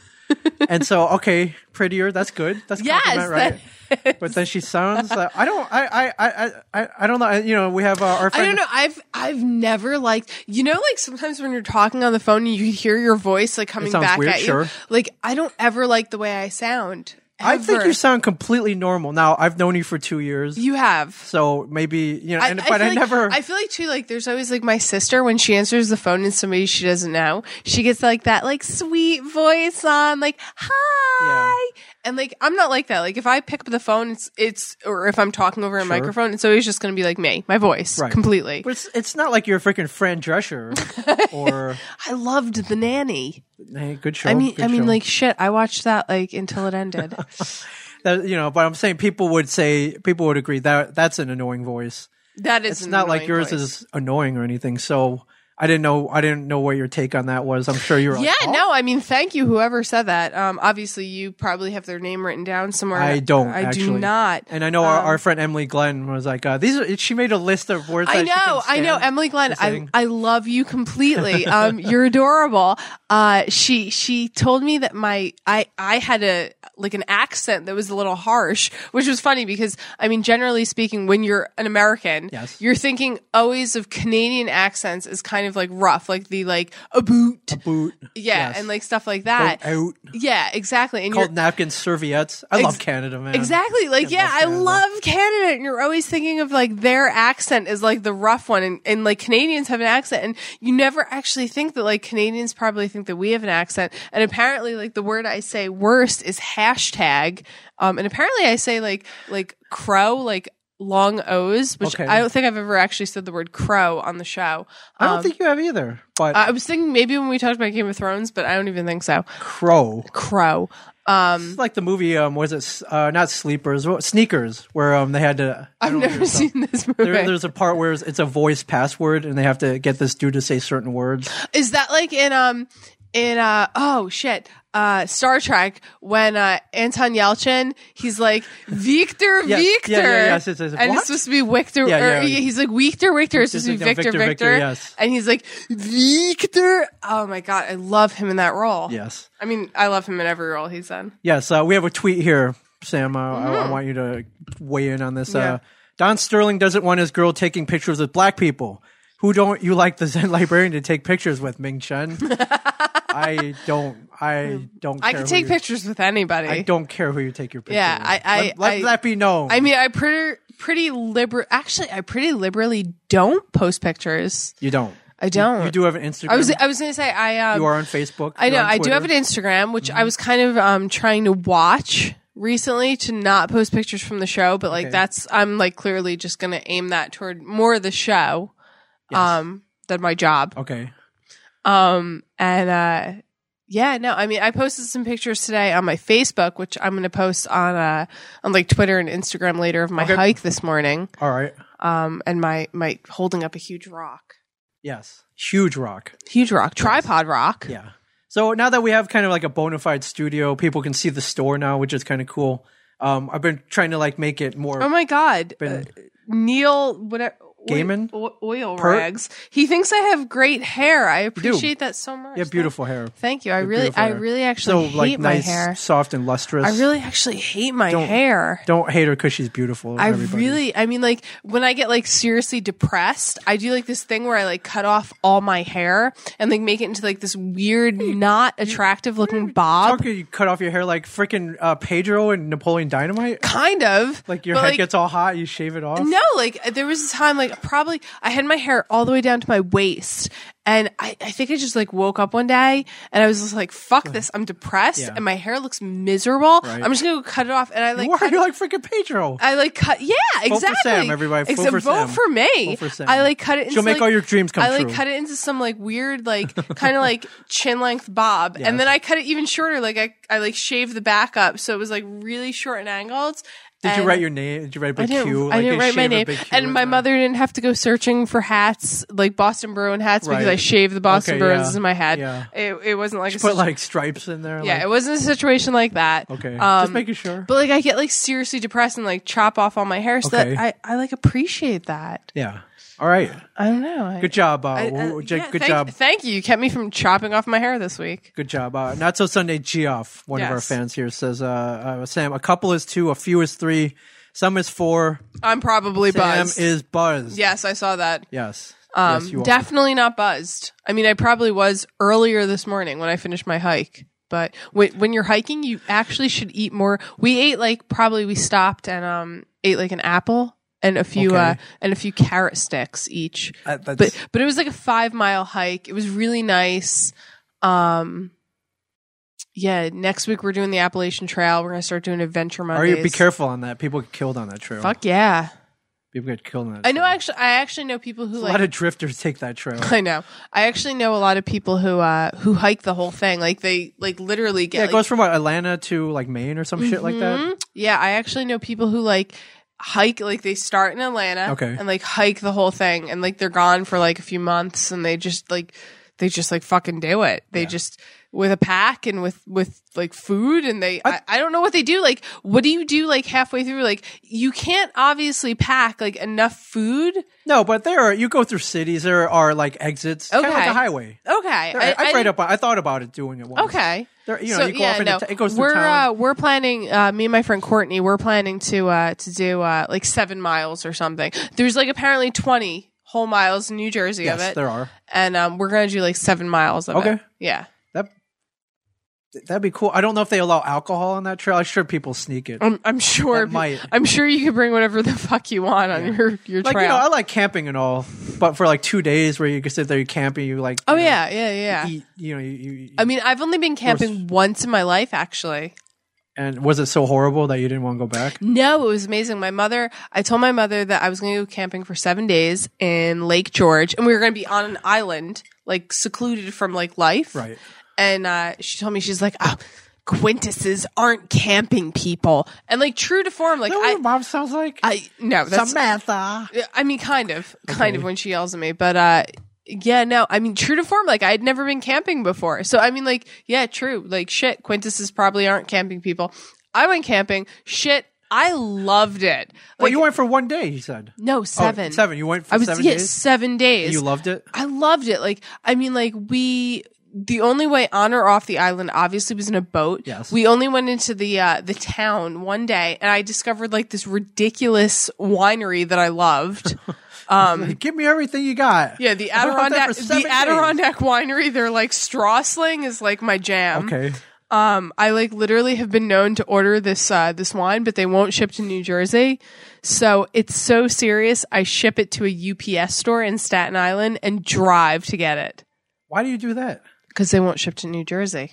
Speaker 6: and so, okay, prettier, that's good. That's
Speaker 7: Yes,
Speaker 6: compliment, right? But then she sounds. Uh, I don't. I. I. I. I. I don't know. You know, we have uh, our
Speaker 7: I
Speaker 6: friend.
Speaker 7: don't know. I've I've never liked you know like sometimes when you're talking on the phone and you hear your voice like coming
Speaker 6: sounds
Speaker 7: back
Speaker 6: weird,
Speaker 7: at you.
Speaker 6: sure.
Speaker 7: Like I don't ever like the way I sound.
Speaker 6: I think
Speaker 7: ever.
Speaker 6: you sound completely normal. Now I've known you for two years.
Speaker 7: you have.
Speaker 6: So maybe you know, and,
Speaker 7: I
Speaker 6: but
Speaker 7: feel
Speaker 6: I
Speaker 7: like-
Speaker 6: never.
Speaker 7: I feel like too, like there's always like my sister when she answers the phone and somebody she doesn't know, she gets like that like sweet voice on, like hi, and like I'm not like that. Like if I pick up the phone, it's it's or if I'm talking over a microphone, it's always just gonna be like me, my voice,
Speaker 6: Right.
Speaker 7: completely.
Speaker 6: but it's, it's not like you're freaking Fran Drescher or
Speaker 7: I loved the nanny.
Speaker 6: hey, good show.
Speaker 7: I mean,
Speaker 6: Oh, good
Speaker 7: I mean,
Speaker 6: show.
Speaker 7: like shit. I watched that like until it ended.
Speaker 6: That- you know. But I'm saying people would say people would agree that that's an annoying voice.
Speaker 7: that is
Speaker 6: It's not like yours
Speaker 7: is.
Speaker 6: is annoying or anything. So I didn't know. I didn't know what your take on that was. I'm sure you're.
Speaker 7: Yeah,
Speaker 6: like, oh,
Speaker 7: no, I mean, thank you, whoever said that. Um, obviously, you probably have their name written down somewhere.
Speaker 6: "Oh, I don't.
Speaker 7: I
Speaker 6: actually.
Speaker 7: do not. Um,
Speaker 6: And I know our, our friend Emily Glenn was like, uh, "These." Are, she made a list of words.
Speaker 7: I
Speaker 6: that she can
Speaker 7: know, I know,
Speaker 6: stand.
Speaker 7: Emily Glenn.
Speaker 6: Just
Speaker 7: I,
Speaker 6: saying.
Speaker 7: I love you completely. Um, you're adorable. Uh, she she told me that my I I had a like an accent that was a little harsh, which was funny because I mean, generally speaking, when you're an American,
Speaker 6: Yes.
Speaker 7: you're thinking always of Canadian accents as kind of like rough, like the like a boot,
Speaker 6: boot.
Speaker 7: yeah,
Speaker 6: yes.
Speaker 7: and like stuff like that.
Speaker 6: Out.
Speaker 7: Yeah, exactly. And
Speaker 6: Called
Speaker 7: you're,
Speaker 6: napkins, serviettes. I love
Speaker 7: Ex-
Speaker 6: Canada, man.
Speaker 7: Exactly. Like, yeah, I love Canada. And you're always thinking of like their accent is like the rough one. And, and like Canadians have an accent. And you never actually think that like Canadians probably think that we have an accent. And apparently, like the word I say worst is hashtag. Um, and apparently I say like, like crow, like long O's, which
Speaker 6: Okay.
Speaker 7: I don't think I've ever actually said the word crow on the show. Uh,
Speaker 6: I
Speaker 7: um,
Speaker 6: don't think you have either. But
Speaker 7: I was thinking maybe when we talked about Game of Thrones, but I don't even think so.
Speaker 6: Crow.
Speaker 7: Crow. Um,
Speaker 6: It's like the movie. Um, was it uh, not Sleepers? what- Sneakers, where um they had to.
Speaker 7: I've never seen this movie.
Speaker 6: There, there's a part where it's a voice password, and they have to get this dude to say certain words.
Speaker 7: Is that like in um in uh oh shit uh Star Trek when uh Anton Yelchin he's like Victor
Speaker 6: Yeah, yeah, yeah,
Speaker 7: Victor
Speaker 6: yes, yes, yes.
Speaker 7: and
Speaker 6: What?
Speaker 7: it's supposed to be Victor
Speaker 6: Yeah,
Speaker 7: or,
Speaker 6: yeah.
Speaker 7: he's like Victor Victor it's
Speaker 6: Just
Speaker 7: supposed to be
Speaker 6: no,
Speaker 7: Victor
Speaker 6: Victor,
Speaker 7: Victor,
Speaker 6: Victor, yes.
Speaker 7: and he's like Victor oh my god I love him in that role
Speaker 6: Yes.
Speaker 7: I mean I love him in every role he's in
Speaker 6: Yes, uh, we have a tweet here, Sam. Uh, I, I want you to weigh in on this. Uh,
Speaker 7: Mm-hmm. Yeah.
Speaker 6: Don Sterling doesn't want his girl taking pictures with black people. Who don't you like the Zen librarian to take pictures with, Ming Chen? I don't. I don't.
Speaker 7: I
Speaker 6: care
Speaker 7: can
Speaker 6: who
Speaker 7: take
Speaker 6: you-
Speaker 7: pictures with anybody
Speaker 6: I don't care who you take your picture.
Speaker 7: Yeah,
Speaker 6: with.
Speaker 7: I- I-
Speaker 6: let, let
Speaker 7: I-
Speaker 6: that be known.
Speaker 7: I mean I pretty pretty liberal actually I pretty liberally don't post pictures
Speaker 6: you don't.
Speaker 7: I don't
Speaker 6: You do have an Instagram.
Speaker 7: I was I was gonna say I um
Speaker 6: you are on Facebook.
Speaker 7: I know.
Speaker 6: You're on
Speaker 7: I do have an
Speaker 6: Twitter. Mm-hmm.
Speaker 7: Instagram, which I was kind of um, trying to watch recently to not post pictures from the show, but like
Speaker 6: Okay.
Speaker 7: that's I'm like clearly just going to aim that toward more of the show um, than my job.
Speaker 6: Okay.
Speaker 7: Um, and uh, yeah, no, I mean, I posted some pictures today on my Facebook, which I'm going to post on uh, on like Twitter and Instagram later of my
Speaker 6: Okay.
Speaker 7: hike this morning.
Speaker 6: All right.
Speaker 7: Um, and my my holding up a huge rock,
Speaker 6: Yes. Huge rock.
Speaker 7: huge rock, tripod rock.
Speaker 6: Yeah. So now that we have kind of like a bona fide studio, people can see the store now, which is kind of cool. Um, I've been trying to like make it more.
Speaker 7: Oh my god,
Speaker 6: been-
Speaker 7: Uh, Neil whatever
Speaker 6: Gaiman?
Speaker 7: oil, oil
Speaker 6: Per-
Speaker 7: rags. He thinks I have great hair. I
Speaker 6: do.
Speaker 7: appreciate that so much.
Speaker 6: yeah, beautiful hair.
Speaker 7: Thank you. I really,
Speaker 6: beautiful
Speaker 7: I
Speaker 6: hair.
Speaker 7: really
Speaker 6: So
Speaker 7: actually hate
Speaker 6: like
Speaker 7: my
Speaker 6: nice,
Speaker 7: hair.
Speaker 6: soft and lustrous.
Speaker 7: I really actually hate my
Speaker 6: Don't-
Speaker 7: hair.
Speaker 6: don't hate her because she's beautiful.
Speaker 7: I
Speaker 6: everybody.
Speaker 7: really, I mean, like when I get like seriously depressed, I do like this thing where I like cut off all my hair and like make it into like this weird, not attractive looking bob.
Speaker 6: How could you cut off your hair like freaking uh, Pedro and Napoleon Dynamite?
Speaker 7: Kind of
Speaker 6: Like your
Speaker 7: but,
Speaker 6: head
Speaker 7: like,
Speaker 6: gets all hot, you shave it off.
Speaker 7: No, like there was a time, like probably I had my hair all the way down to my waist, and I, I think I just like woke up one day and I was just like, "Fuck this! I'm depressed,
Speaker 6: Yeah.
Speaker 7: and my hair looks miserable.
Speaker 6: Right.
Speaker 7: I'm just gonna go cut it off." And I like,
Speaker 6: Why are
Speaker 7: cut-
Speaker 6: you like freaking Pedro?
Speaker 7: I like cut, yeah,
Speaker 6: for
Speaker 7: exactly.
Speaker 6: Sam, everybody. Vote
Speaker 7: Except
Speaker 6: for Sam.
Speaker 7: vote for me.
Speaker 6: Vote for Sam.
Speaker 7: I like cut it. Into,
Speaker 6: She'll make
Speaker 7: like-
Speaker 6: all your dreams come
Speaker 7: I like
Speaker 6: true.
Speaker 7: cut it into some like weird, like kind of like chin length bob, and then I cut it even shorter. Like I, I like shaved the back up, so it was like really short and angled.
Speaker 6: Did you
Speaker 7: And-
Speaker 6: write your name? Did you write a big
Speaker 7: I didn't,
Speaker 6: Q?
Speaker 7: I
Speaker 6: Like,
Speaker 7: didn't
Speaker 6: they
Speaker 7: write my
Speaker 6: shave a
Speaker 7: name.
Speaker 6: big Q in
Speaker 7: And my
Speaker 6: there?
Speaker 7: mother didn't have to go searching for hats, like Boston Bruin hats, because
Speaker 6: Right.
Speaker 7: I shaved the Boston
Speaker 6: Okay,
Speaker 7: Bruins
Speaker 6: yeah.
Speaker 7: in my head.
Speaker 6: Yeah.
Speaker 7: It, it wasn't like, a
Speaker 6: put
Speaker 7: situ-
Speaker 6: like stripes in there.
Speaker 7: yeah,
Speaker 6: like-
Speaker 7: it wasn't a situation like that.
Speaker 6: Okay,
Speaker 7: Um,
Speaker 6: just making sure.
Speaker 7: But like I get like seriously depressed and like chop off all my hair so
Speaker 6: Okay.
Speaker 7: that I, I like appreciate that.
Speaker 6: yeah. All right.
Speaker 7: I don't know. I-
Speaker 6: Good job, uh,
Speaker 7: I- I-
Speaker 6: Jake.
Speaker 7: yeah,
Speaker 6: good
Speaker 7: thank-
Speaker 6: job.
Speaker 7: Thank you. You kept me from chopping off my hair this week.
Speaker 6: Good job. Uh, Not so Sunday Geoff, one of our
Speaker 7: Yes.
Speaker 6: fans here says, uh, uh, Sam, a couple is two, a few is three, some is four,
Speaker 7: I'm probably
Speaker 6: Sam
Speaker 7: buzzed.
Speaker 6: is buzzed.
Speaker 7: yes, I saw that.
Speaker 6: Yes.
Speaker 7: Um,
Speaker 6: yes, you are.
Speaker 7: definitely not buzzed. I mean, I probably was earlier this morning when I finished my hike. But when, when you're hiking, you actually should eat more. We ate like probably we stopped and um ate like an apple and a few
Speaker 6: Okay.
Speaker 7: uh and a few carrot sticks each.
Speaker 6: Uh, that's-
Speaker 7: but but it was like a five mile hike. It was really nice. Um, yeah. Next week we're doing the Appalachian Trail. We're gonna start doing Adventure
Speaker 6: Are
Speaker 7: Mondays.
Speaker 6: you be careful on that? People get killed on that trail.
Speaker 7: Fuck yeah!
Speaker 6: People get killed on that.
Speaker 7: I know.
Speaker 6: trail.
Speaker 7: Actually, I actually know people who
Speaker 6: a
Speaker 7: like
Speaker 6: lot of drifters take that trail.
Speaker 7: I know. I actually know a lot of people who uh who hike the whole thing. Like they like literally get
Speaker 6: yeah, it
Speaker 7: like-
Speaker 6: goes from what, Atlanta to like Maine or some shit like that.
Speaker 7: Mhm. Yeah, I actually know people who like hike like they start in Atlanta
Speaker 6: Okay.
Speaker 7: and like hike the whole thing and like they're gone for like a few months and they just like they just like fucking do it. They just with a pack and with with like food and they I, I don't know what they do. Like what do you do like halfway through? Like you can't obviously pack like enough food.
Speaker 6: No, but there are you go through cities. There are like exits, kind of like
Speaker 7: Okay.
Speaker 6: a highway.
Speaker 7: Okay.
Speaker 6: There- I, have read up.
Speaker 7: didn't-
Speaker 6: I thought about it doing it. Once.
Speaker 7: Okay.
Speaker 6: There- you know, you go off into t- it goes through
Speaker 7: we're
Speaker 6: town.
Speaker 7: Uh, we're planning. Uh, me and my friend Courtney, we're planning to uh, to do uh, like seven miles or something. There's like apparently twenty whole miles in New Jersey
Speaker 6: Yes,
Speaker 7: of it,
Speaker 6: there are.
Speaker 7: and um, we're gonna do like seven miles of it.
Speaker 6: Okay.
Speaker 7: Yeah.
Speaker 6: That that'd be cool. I don't know if they allow alcohol on that trail. I'm sure people sneak it.
Speaker 7: I'm, I'm sure.
Speaker 6: That might.
Speaker 7: I'm sure you can bring whatever the fuck you want on your your
Speaker 6: like
Speaker 7: trail.
Speaker 6: you know, I like camping and all, but for like two days where you can sit there, you camping, you like.
Speaker 7: oh
Speaker 6: you know,
Speaker 7: yeah, yeah, yeah.
Speaker 6: eat. You know, you, you,
Speaker 7: I mean, I've only been camping once in my life, actually.
Speaker 6: and was it so horrible that you didn't want to go back?
Speaker 7: No, it was amazing. My mother, I told my mother that I was going to go camping for seven days in Lake George, and we were going to be on an island, like secluded from like life.
Speaker 6: Right.
Speaker 7: And uh, she told me she's like, oh, Quintuses aren't camping people, and like true to form, like
Speaker 6: Is that what your
Speaker 7: I,
Speaker 6: mom sounds like?
Speaker 7: I no, that's
Speaker 6: Samantha.
Speaker 7: I mean, kind of, kind of when she yells at me, but uh, yeah, no, I mean, true to form, like I'd never been camping before. So, I mean, like, yeah, true. Like, shit, Quintuses probably aren't camping people. I went camping. Shit, I loved it. Like,
Speaker 6: Well, you went for one day, he said. Oh,
Speaker 7: no, seven.
Speaker 6: seven. You went for
Speaker 7: I was,
Speaker 6: seven
Speaker 7: yeah,
Speaker 6: days?
Speaker 7: seven days.
Speaker 6: You loved it?
Speaker 7: I loved it. Like, I mean, like we. The only way on or off the island obviously was in a boat.
Speaker 6: Yes.
Speaker 7: We only went into the uh, the town one day, and I discovered like this ridiculous winery that I loved.
Speaker 6: Give me everything you got.
Speaker 7: Um, Yeah, the
Speaker 6: I went out there
Speaker 7: Adirondack
Speaker 6: for seven
Speaker 7: the
Speaker 6: days.
Speaker 7: Adirondack winery. They're like straw sling is like my jam.
Speaker 6: Okay.
Speaker 7: Um, I like literally have been known to order this uh, this wine, but they won't ship to New Jersey. So it's so serious. I ship it to a UPS store in Staten Island and drive to get it
Speaker 6: Why do you do that?
Speaker 7: because they won't ship to New Jersey.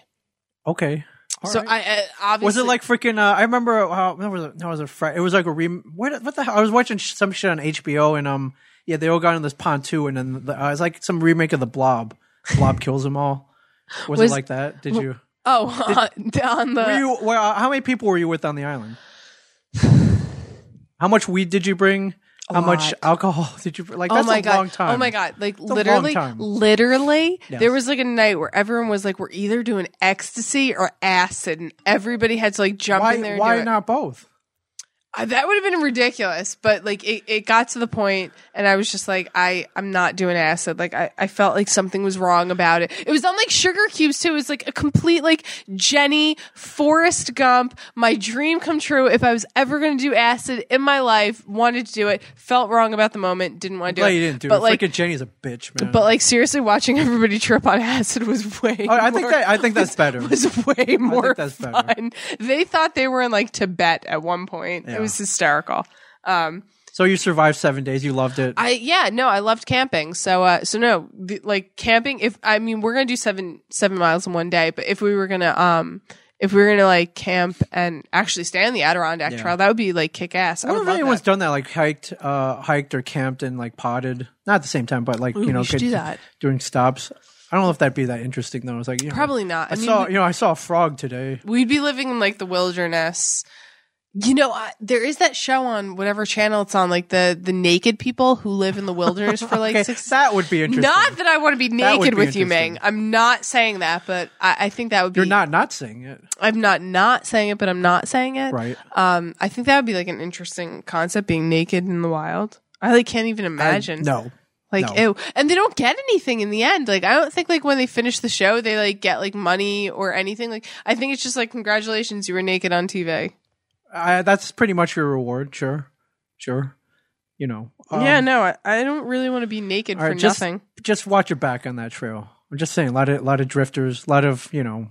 Speaker 6: Okay. All
Speaker 7: so
Speaker 6: right.
Speaker 7: I, I obviously
Speaker 6: Was it like freaking? Uh, I remember how no, was it? No, it was a Friday. It was like a re. What, what the hell? I was watching sh- some shit on HBO, and um, yeah, they all got on this pond too, and then the, uh, it's like some remake of the Blob. Blob kills them all. Was,
Speaker 7: Was-
Speaker 6: it like that? Did you?
Speaker 7: oh on, on the
Speaker 6: Were you? Well, uh, how many people were you with on the island? how much weed did you bring? how much
Speaker 7: lot.
Speaker 6: alcohol did you? br- Like
Speaker 7: Oh
Speaker 6: that's
Speaker 7: my
Speaker 6: a
Speaker 7: god!
Speaker 6: long time.
Speaker 7: Oh my god! Like
Speaker 6: a long
Speaker 7: literally,
Speaker 6: time.
Speaker 7: literally,
Speaker 6: Yes.
Speaker 7: there was like a night where everyone was like, "We're either doing ecstasy or acid," and everybody had to like jump in there.
Speaker 6: Why?
Speaker 7: And do
Speaker 6: Why
Speaker 7: it.
Speaker 6: not both?
Speaker 7: Uh, That would have been ridiculous, but like it, it got to the point, and I was just like, I I'm not doing acid. Like I, I felt like something was wrong about it. It was on like sugar cubes too. It was like a complete like Jenny Forrest Gump, my dream come true. If I was ever going to do acid in my life, wanted to do it, felt wrong about the moment, didn't want to do
Speaker 6: No,
Speaker 7: it.
Speaker 6: you didn't do.
Speaker 7: but
Speaker 6: it.
Speaker 7: like
Speaker 6: freaking Jenny's a bitch, man.
Speaker 7: but like seriously, watching everybody trip on acid was way.
Speaker 6: Oh, I, I think
Speaker 7: more-
Speaker 6: that I think that's better.
Speaker 7: was way more
Speaker 6: that's better.
Speaker 7: fun. They thought they were in like Tibet at one point.
Speaker 6: Yeah.
Speaker 7: It was hysterical.
Speaker 6: So you survived seven days. You loved it.
Speaker 7: I yeah no, I loved camping. So uh, so no, the, like camping. If I mean, we're gonna do seven seven miles in one day, but if we were gonna um. If we were gonna like camp and actually stay on the Adirondack
Speaker 6: Yeah.
Speaker 7: Trail, that would be like kick ass. I
Speaker 6: I
Speaker 7: would
Speaker 6: wonder if
Speaker 7: love
Speaker 6: anyone's
Speaker 7: that.
Speaker 6: done that, like hiked, uh, hiked or camped and like potted. Not at the same time, but like you know,
Speaker 7: we should
Speaker 6: could-
Speaker 7: do that.
Speaker 6: during stops. I don't know if that'd be that interesting though. It's like you know,
Speaker 7: Probably not.
Speaker 6: I,
Speaker 7: I mean,
Speaker 6: saw
Speaker 7: we-
Speaker 6: you know I saw a frog today.
Speaker 7: We'd be living in like the wilderness. You know, I, there is that show on whatever channel it's on, like the the naked people who live in the wilderness for like
Speaker 6: Okay,
Speaker 7: six.
Speaker 6: that would be interesting.
Speaker 7: Not that I want to be
Speaker 6: That would
Speaker 7: naked
Speaker 6: be
Speaker 7: with you,
Speaker 6: interesting.
Speaker 7: Ming. I'm not saying that, but I, I think that would be.
Speaker 6: You're not not seeing it,
Speaker 7: I'm not not saying it, but I'm not saying it.
Speaker 6: right?
Speaker 7: Um, I think that would be like an interesting concept, being naked in the wild. I like can't even imagine.
Speaker 6: No,
Speaker 7: Like
Speaker 6: No.
Speaker 7: ew. And they don't get anything in the end. Like I don't think like when they finish the show they like get like money or anything. Like I think it's just like congratulations, you were naked on TV.
Speaker 6: I, that's pretty much your reward. Sure, sure. You know. um,
Speaker 7: yeah, no, I, I don't really want to be naked
Speaker 6: all
Speaker 7: for
Speaker 6: right, just
Speaker 7: nothing.
Speaker 6: just watch your back on that trail. I'm just saying, a lot of lot of drifters, a lot of you know,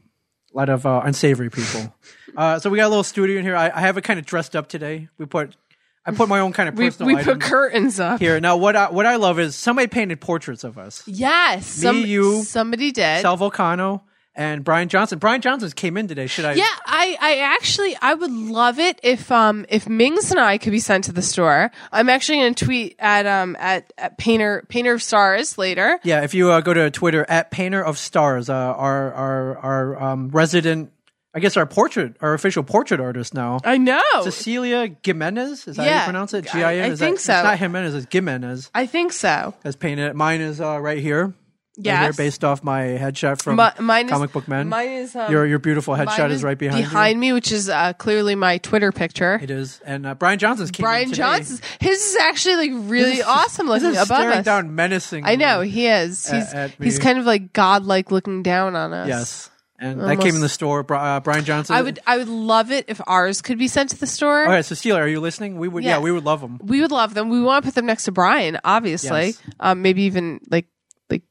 Speaker 6: a lot of uh, unsavory people. uh, so we got a little studio in here. I, I have it kind of dressed up today. We put I put my own kind of
Speaker 7: We
Speaker 6: personal
Speaker 7: we
Speaker 6: item
Speaker 7: put curtains up.
Speaker 6: here. Now what I, what I love is somebody painted portraits of us.
Speaker 7: Yes. Some,
Speaker 6: you,
Speaker 7: somebody did.
Speaker 6: Sal Volcano and Brian Johnson. Brian Johnson came in today. Should I?
Speaker 7: yeah, I, I actually I would love it if um if Mings and I could be sent to the store. I'm actually gonna tweet at um at, at Painter Painter of Stars later.
Speaker 6: Yeah, if you uh, go to Twitter at Painter of Stars, uh, our our our um, resident, I guess our portrait, our official portrait artist now.
Speaker 7: I know.
Speaker 6: Cecilia Jimenez. Is that how you
Speaker 7: Yeah.
Speaker 6: pronounce it?
Speaker 7: I-
Speaker 6: G I N.
Speaker 7: I
Speaker 6: Is that-
Speaker 7: think so.
Speaker 6: It's not Jimenez. It's Jimenez.
Speaker 7: I think so.
Speaker 6: That's painted. it. Mine is uh, right here. Right here,
Speaker 7: Yes.
Speaker 6: based off my headshot from
Speaker 7: Mi- mine is-
Speaker 6: Comic Book Men.
Speaker 7: mine is, um,
Speaker 6: your your beautiful
Speaker 7: Mine
Speaker 6: headshot is, right behind. you.
Speaker 7: behind me, which is uh, clearly my Twitter picture.
Speaker 6: It is, and uh, Brian Johnson's came in
Speaker 7: Brian
Speaker 6: today.
Speaker 7: Johnson's his is actually like really awesome
Speaker 6: This
Speaker 7: looking
Speaker 6: is
Speaker 7: above
Speaker 6: staring
Speaker 7: us.
Speaker 6: down menacingly.
Speaker 7: I know he is. He's
Speaker 6: at me.
Speaker 7: he's kind of like godlike looking down on us.
Speaker 6: Yes, and that came in the
Speaker 7: Almost-
Speaker 6: store. Bri- Uh, Brian Johnson.
Speaker 7: I would I would love it if ours could be sent to the store.
Speaker 6: All right, Cecilia, are you listening? We would. Yeah,
Speaker 7: Yeah.
Speaker 6: we would love them.
Speaker 7: We would love them. We want to put them next to Brian, obviously.
Speaker 6: Yes.
Speaker 7: Um, maybe even like like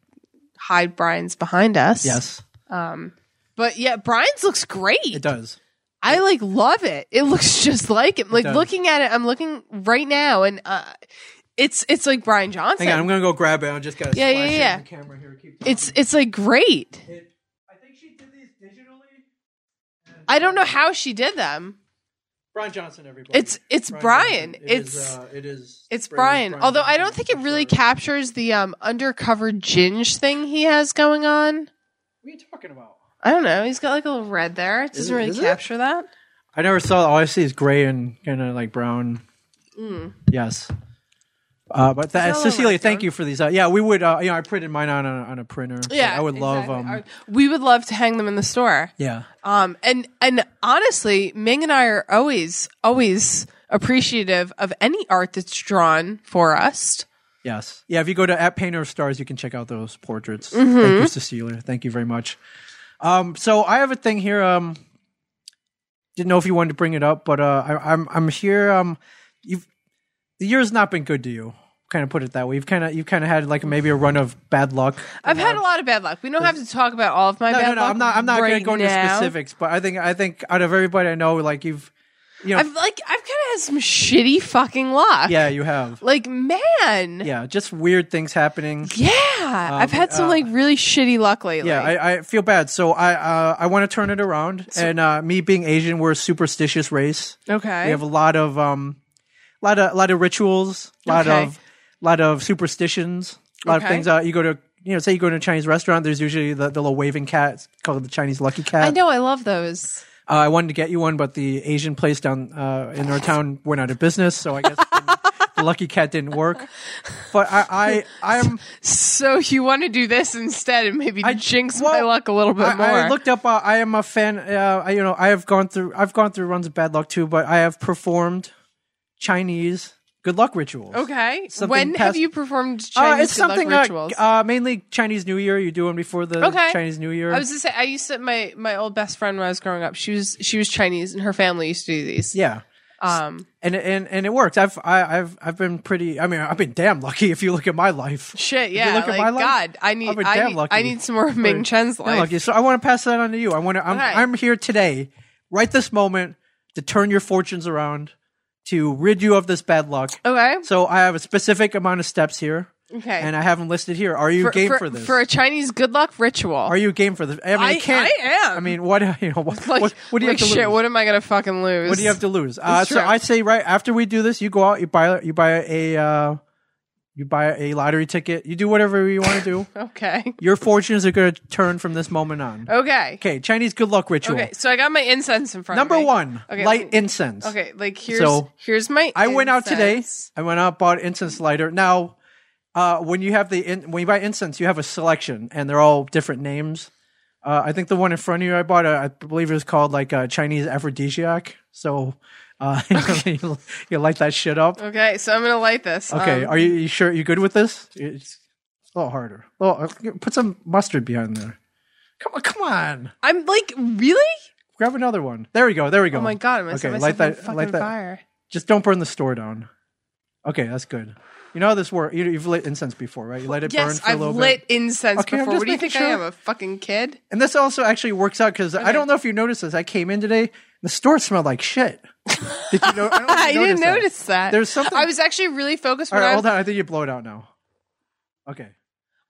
Speaker 7: hide Brian's behind us.
Speaker 6: Yes,
Speaker 7: But yeah, Brian's looks great.
Speaker 6: it does.
Speaker 7: I like love it. It looks just like him. Like
Speaker 6: does.
Speaker 7: looking at it, I'm looking right now, and uh, it's it's like Brian Johnson.
Speaker 6: Hang on, I'm gonna go grab it. I just gotta
Speaker 7: Yeah,
Speaker 6: splash
Speaker 7: yeah,
Speaker 6: it
Speaker 7: yeah.
Speaker 6: in the camera here. Keep talking.
Speaker 7: it's it's like great.
Speaker 6: It, I think she did these digitally.
Speaker 7: I don't know how she did them.
Speaker 6: Brian Johnson, everybody.
Speaker 7: It's it's Brian.
Speaker 6: Johnson. It
Speaker 7: It's
Speaker 6: is, uh, it is.
Speaker 7: it's
Speaker 6: Brave
Speaker 7: Brian. Although I don't
Speaker 6: Johnson,
Speaker 7: think it
Speaker 6: for
Speaker 7: really
Speaker 6: sure.
Speaker 7: captures the um undercover ginge thing he has going on.
Speaker 6: What are you talking about?
Speaker 7: I don't know. He's got like a little red there. It
Speaker 6: Is
Speaker 7: doesn't
Speaker 6: it- is
Speaker 7: really
Speaker 6: it?
Speaker 7: capture that.
Speaker 6: I never saw. All I see is gray and kind of like brown. Yes. Uh, but that,
Speaker 7: Is that Mm. a
Speaker 6: Cecilia,
Speaker 7: little
Speaker 6: thank
Speaker 7: raccoon?
Speaker 6: you for these. Uh, yeah, we would. Uh, you know, I printed mine on a, on a printer. but
Speaker 7: Yeah,
Speaker 6: I would love.
Speaker 7: exactly.
Speaker 6: Um,
Speaker 7: Our- we would love to hang them in the store.
Speaker 6: yeah,
Speaker 7: Um, and and honestly, Ming and I are always always appreciative of any art that's drawn for us.
Speaker 6: yes, yeah. If you go to at Painter of Stars, you can check out those portraits.
Speaker 7: Mm-hmm.
Speaker 6: Thank you, Cecilia. Thank you very much. Um, so I have a thing here. Um, didn't know if you wanted to bring it up, but uh, I, I'm I'm here. Um, you've the year's not been good to you. Kind of put it that way. You've kind of you've kind of had like maybe a run of bad luck.
Speaker 7: I've had a lot of bad luck. We don't have to talk about all of my
Speaker 6: no,
Speaker 7: bad
Speaker 6: no, no.
Speaker 7: luck.
Speaker 6: I'm not. I'm not
Speaker 7: right
Speaker 6: going to go into
Speaker 7: now.
Speaker 6: specifics, but I think I think out of everybody I know, like you've, you know,
Speaker 7: I've like I've kind of had some shitty fucking luck.
Speaker 6: yeah, you have,
Speaker 7: Like man.
Speaker 6: yeah, just weird things happening.
Speaker 7: Yeah, I've had some like really shitty luck lately.
Speaker 6: Yeah, I, uh, I feel bad. So I uh, I want to turn it around. and uh, me being Asian, we're a superstitious race.
Speaker 7: okay.
Speaker 6: We have a lot of um, lot of lot of rituals, lot
Speaker 7: Okay.
Speaker 6: of lot of superstitions, a lot
Speaker 7: Okay.
Speaker 6: of things. Uh, you go to you know, say you go to a Chinese restaurant. There's usually the, the little waving cat it's called the Chinese lucky cat.
Speaker 7: I know I love those.
Speaker 6: Uh, I wanted to get you one, but the Asian place down uh, in our town went out of business, so I guess the, the lucky cat didn't work. But I, I I'm
Speaker 7: So you want to do this instead and maybe
Speaker 6: I
Speaker 7: jinx
Speaker 6: well,
Speaker 7: my luck a little bit
Speaker 6: I,
Speaker 7: more?
Speaker 6: I looked up. Uh, I am a fan. Uh, I, you know, I have gone through. I've gone through runs of bad luck too, but I have performed Chinese good luck rituals.
Speaker 7: okay.
Speaker 6: Something
Speaker 7: When have
Speaker 6: past-
Speaker 7: you performed
Speaker 6: Uh,
Speaker 7: Chinese
Speaker 6: it's
Speaker 7: good luck
Speaker 6: something uh,
Speaker 7: rituals?
Speaker 6: uh, mainly Chinese New Year. You do them before the
Speaker 7: Okay.
Speaker 6: Chinese New Year.
Speaker 7: I was to say I used to my my old best friend when I was growing up. She was she was Chinese and her family used to do these.
Speaker 6: yeah.
Speaker 7: Um.
Speaker 6: And, and and it worked. I've I, I've I've been pretty. I mean, I've been damn lucky. If you look at my life,
Speaker 7: Shit.
Speaker 6: you
Speaker 7: Yeah.
Speaker 6: look at
Speaker 7: like
Speaker 6: my life,
Speaker 7: God, I
Speaker 6: I've
Speaker 7: need
Speaker 6: been
Speaker 7: I
Speaker 6: damn
Speaker 7: need,
Speaker 6: lucky.
Speaker 7: I need some more of Ming
Speaker 6: Right.
Speaker 7: Chen's
Speaker 6: Yeah,
Speaker 7: life.
Speaker 6: lucky. So I want to pass that on to you. I want to. I'm,
Speaker 7: Alright.
Speaker 6: I'm here today, right this moment, to turn your fortunes around, to rid you of this bad luck.
Speaker 7: Okay.
Speaker 6: So I have a specific amount of steps here,
Speaker 7: Okay.
Speaker 6: and I have them listed here. Are you
Speaker 7: for,
Speaker 6: game
Speaker 7: for,
Speaker 6: for, this?
Speaker 7: for a Chinese good luck ritual.
Speaker 6: Are you game for this? I mean,
Speaker 7: I-
Speaker 6: I can't.
Speaker 7: I am.
Speaker 6: I mean, what? You know, what?
Speaker 7: like,
Speaker 6: what, what do you
Speaker 7: like
Speaker 6: have to
Speaker 7: shit,
Speaker 6: lose?
Speaker 7: what am I gonna fucking lose?
Speaker 6: What do you have to lose? Uh, so
Speaker 7: true.
Speaker 6: I say right after we do this, you go out, you buy, you buy a, uh, you buy a lottery ticket. You do whatever you want to do.
Speaker 7: Okay.
Speaker 6: Your fortunes are going to turn from this moment on.
Speaker 7: Okay.
Speaker 6: Okay, Chinese good luck ritual.
Speaker 7: Okay. So I got my incense in front.
Speaker 6: Number
Speaker 7: of me.
Speaker 6: one, light
Speaker 7: let me-
Speaker 6: incense.
Speaker 7: Okay. Like here's
Speaker 6: So,
Speaker 7: here's my.
Speaker 6: I went out today.
Speaker 7: incense.
Speaker 6: I went out bought incense lighter. Now, uh, when you have the in, when you buy incense, you have a selection, and they're all different names. Uh, I think the one in front of you I bought, uh, I believe it was called like uh, Chinese aphrodisiac. So uh, you, you light that shit up.
Speaker 7: Okay. So I'm gonna light this.
Speaker 6: Okay,
Speaker 7: Um,
Speaker 6: are you, you sure you good with this? It's a little harder. Oh, put some mustard behind there. Come on, come on.
Speaker 7: I'm like really.
Speaker 6: Grab another one. There we go. There we go.
Speaker 7: Oh my god! I'm gonna
Speaker 6: okay,
Speaker 7: set myself
Speaker 6: light that.
Speaker 7: on fucking
Speaker 6: light that.
Speaker 7: fire.
Speaker 6: Just don't burn the store down. Okay, that's good. You know how this works. You, you've lit incense before, right? You let it burn
Speaker 7: Yes,
Speaker 6: for a
Speaker 7: I've
Speaker 6: little
Speaker 7: lit
Speaker 6: bit.
Speaker 7: incense
Speaker 6: Okay, I'm
Speaker 7: before.
Speaker 6: just
Speaker 7: What do you
Speaker 6: making
Speaker 7: think I am?
Speaker 6: sure.
Speaker 7: A fucking kid?
Speaker 6: And this also actually works out because I don't know if you noticed this. I came in today, the store smelled like shit. Did you know? I, don't know if you
Speaker 7: I didn't
Speaker 6: noticed that.
Speaker 7: notice that.
Speaker 6: There's something.
Speaker 7: I was actually really focused
Speaker 6: All
Speaker 7: when
Speaker 6: right,
Speaker 7: I
Speaker 6: hold
Speaker 7: was
Speaker 6: on. I think you blow it out now. Okay.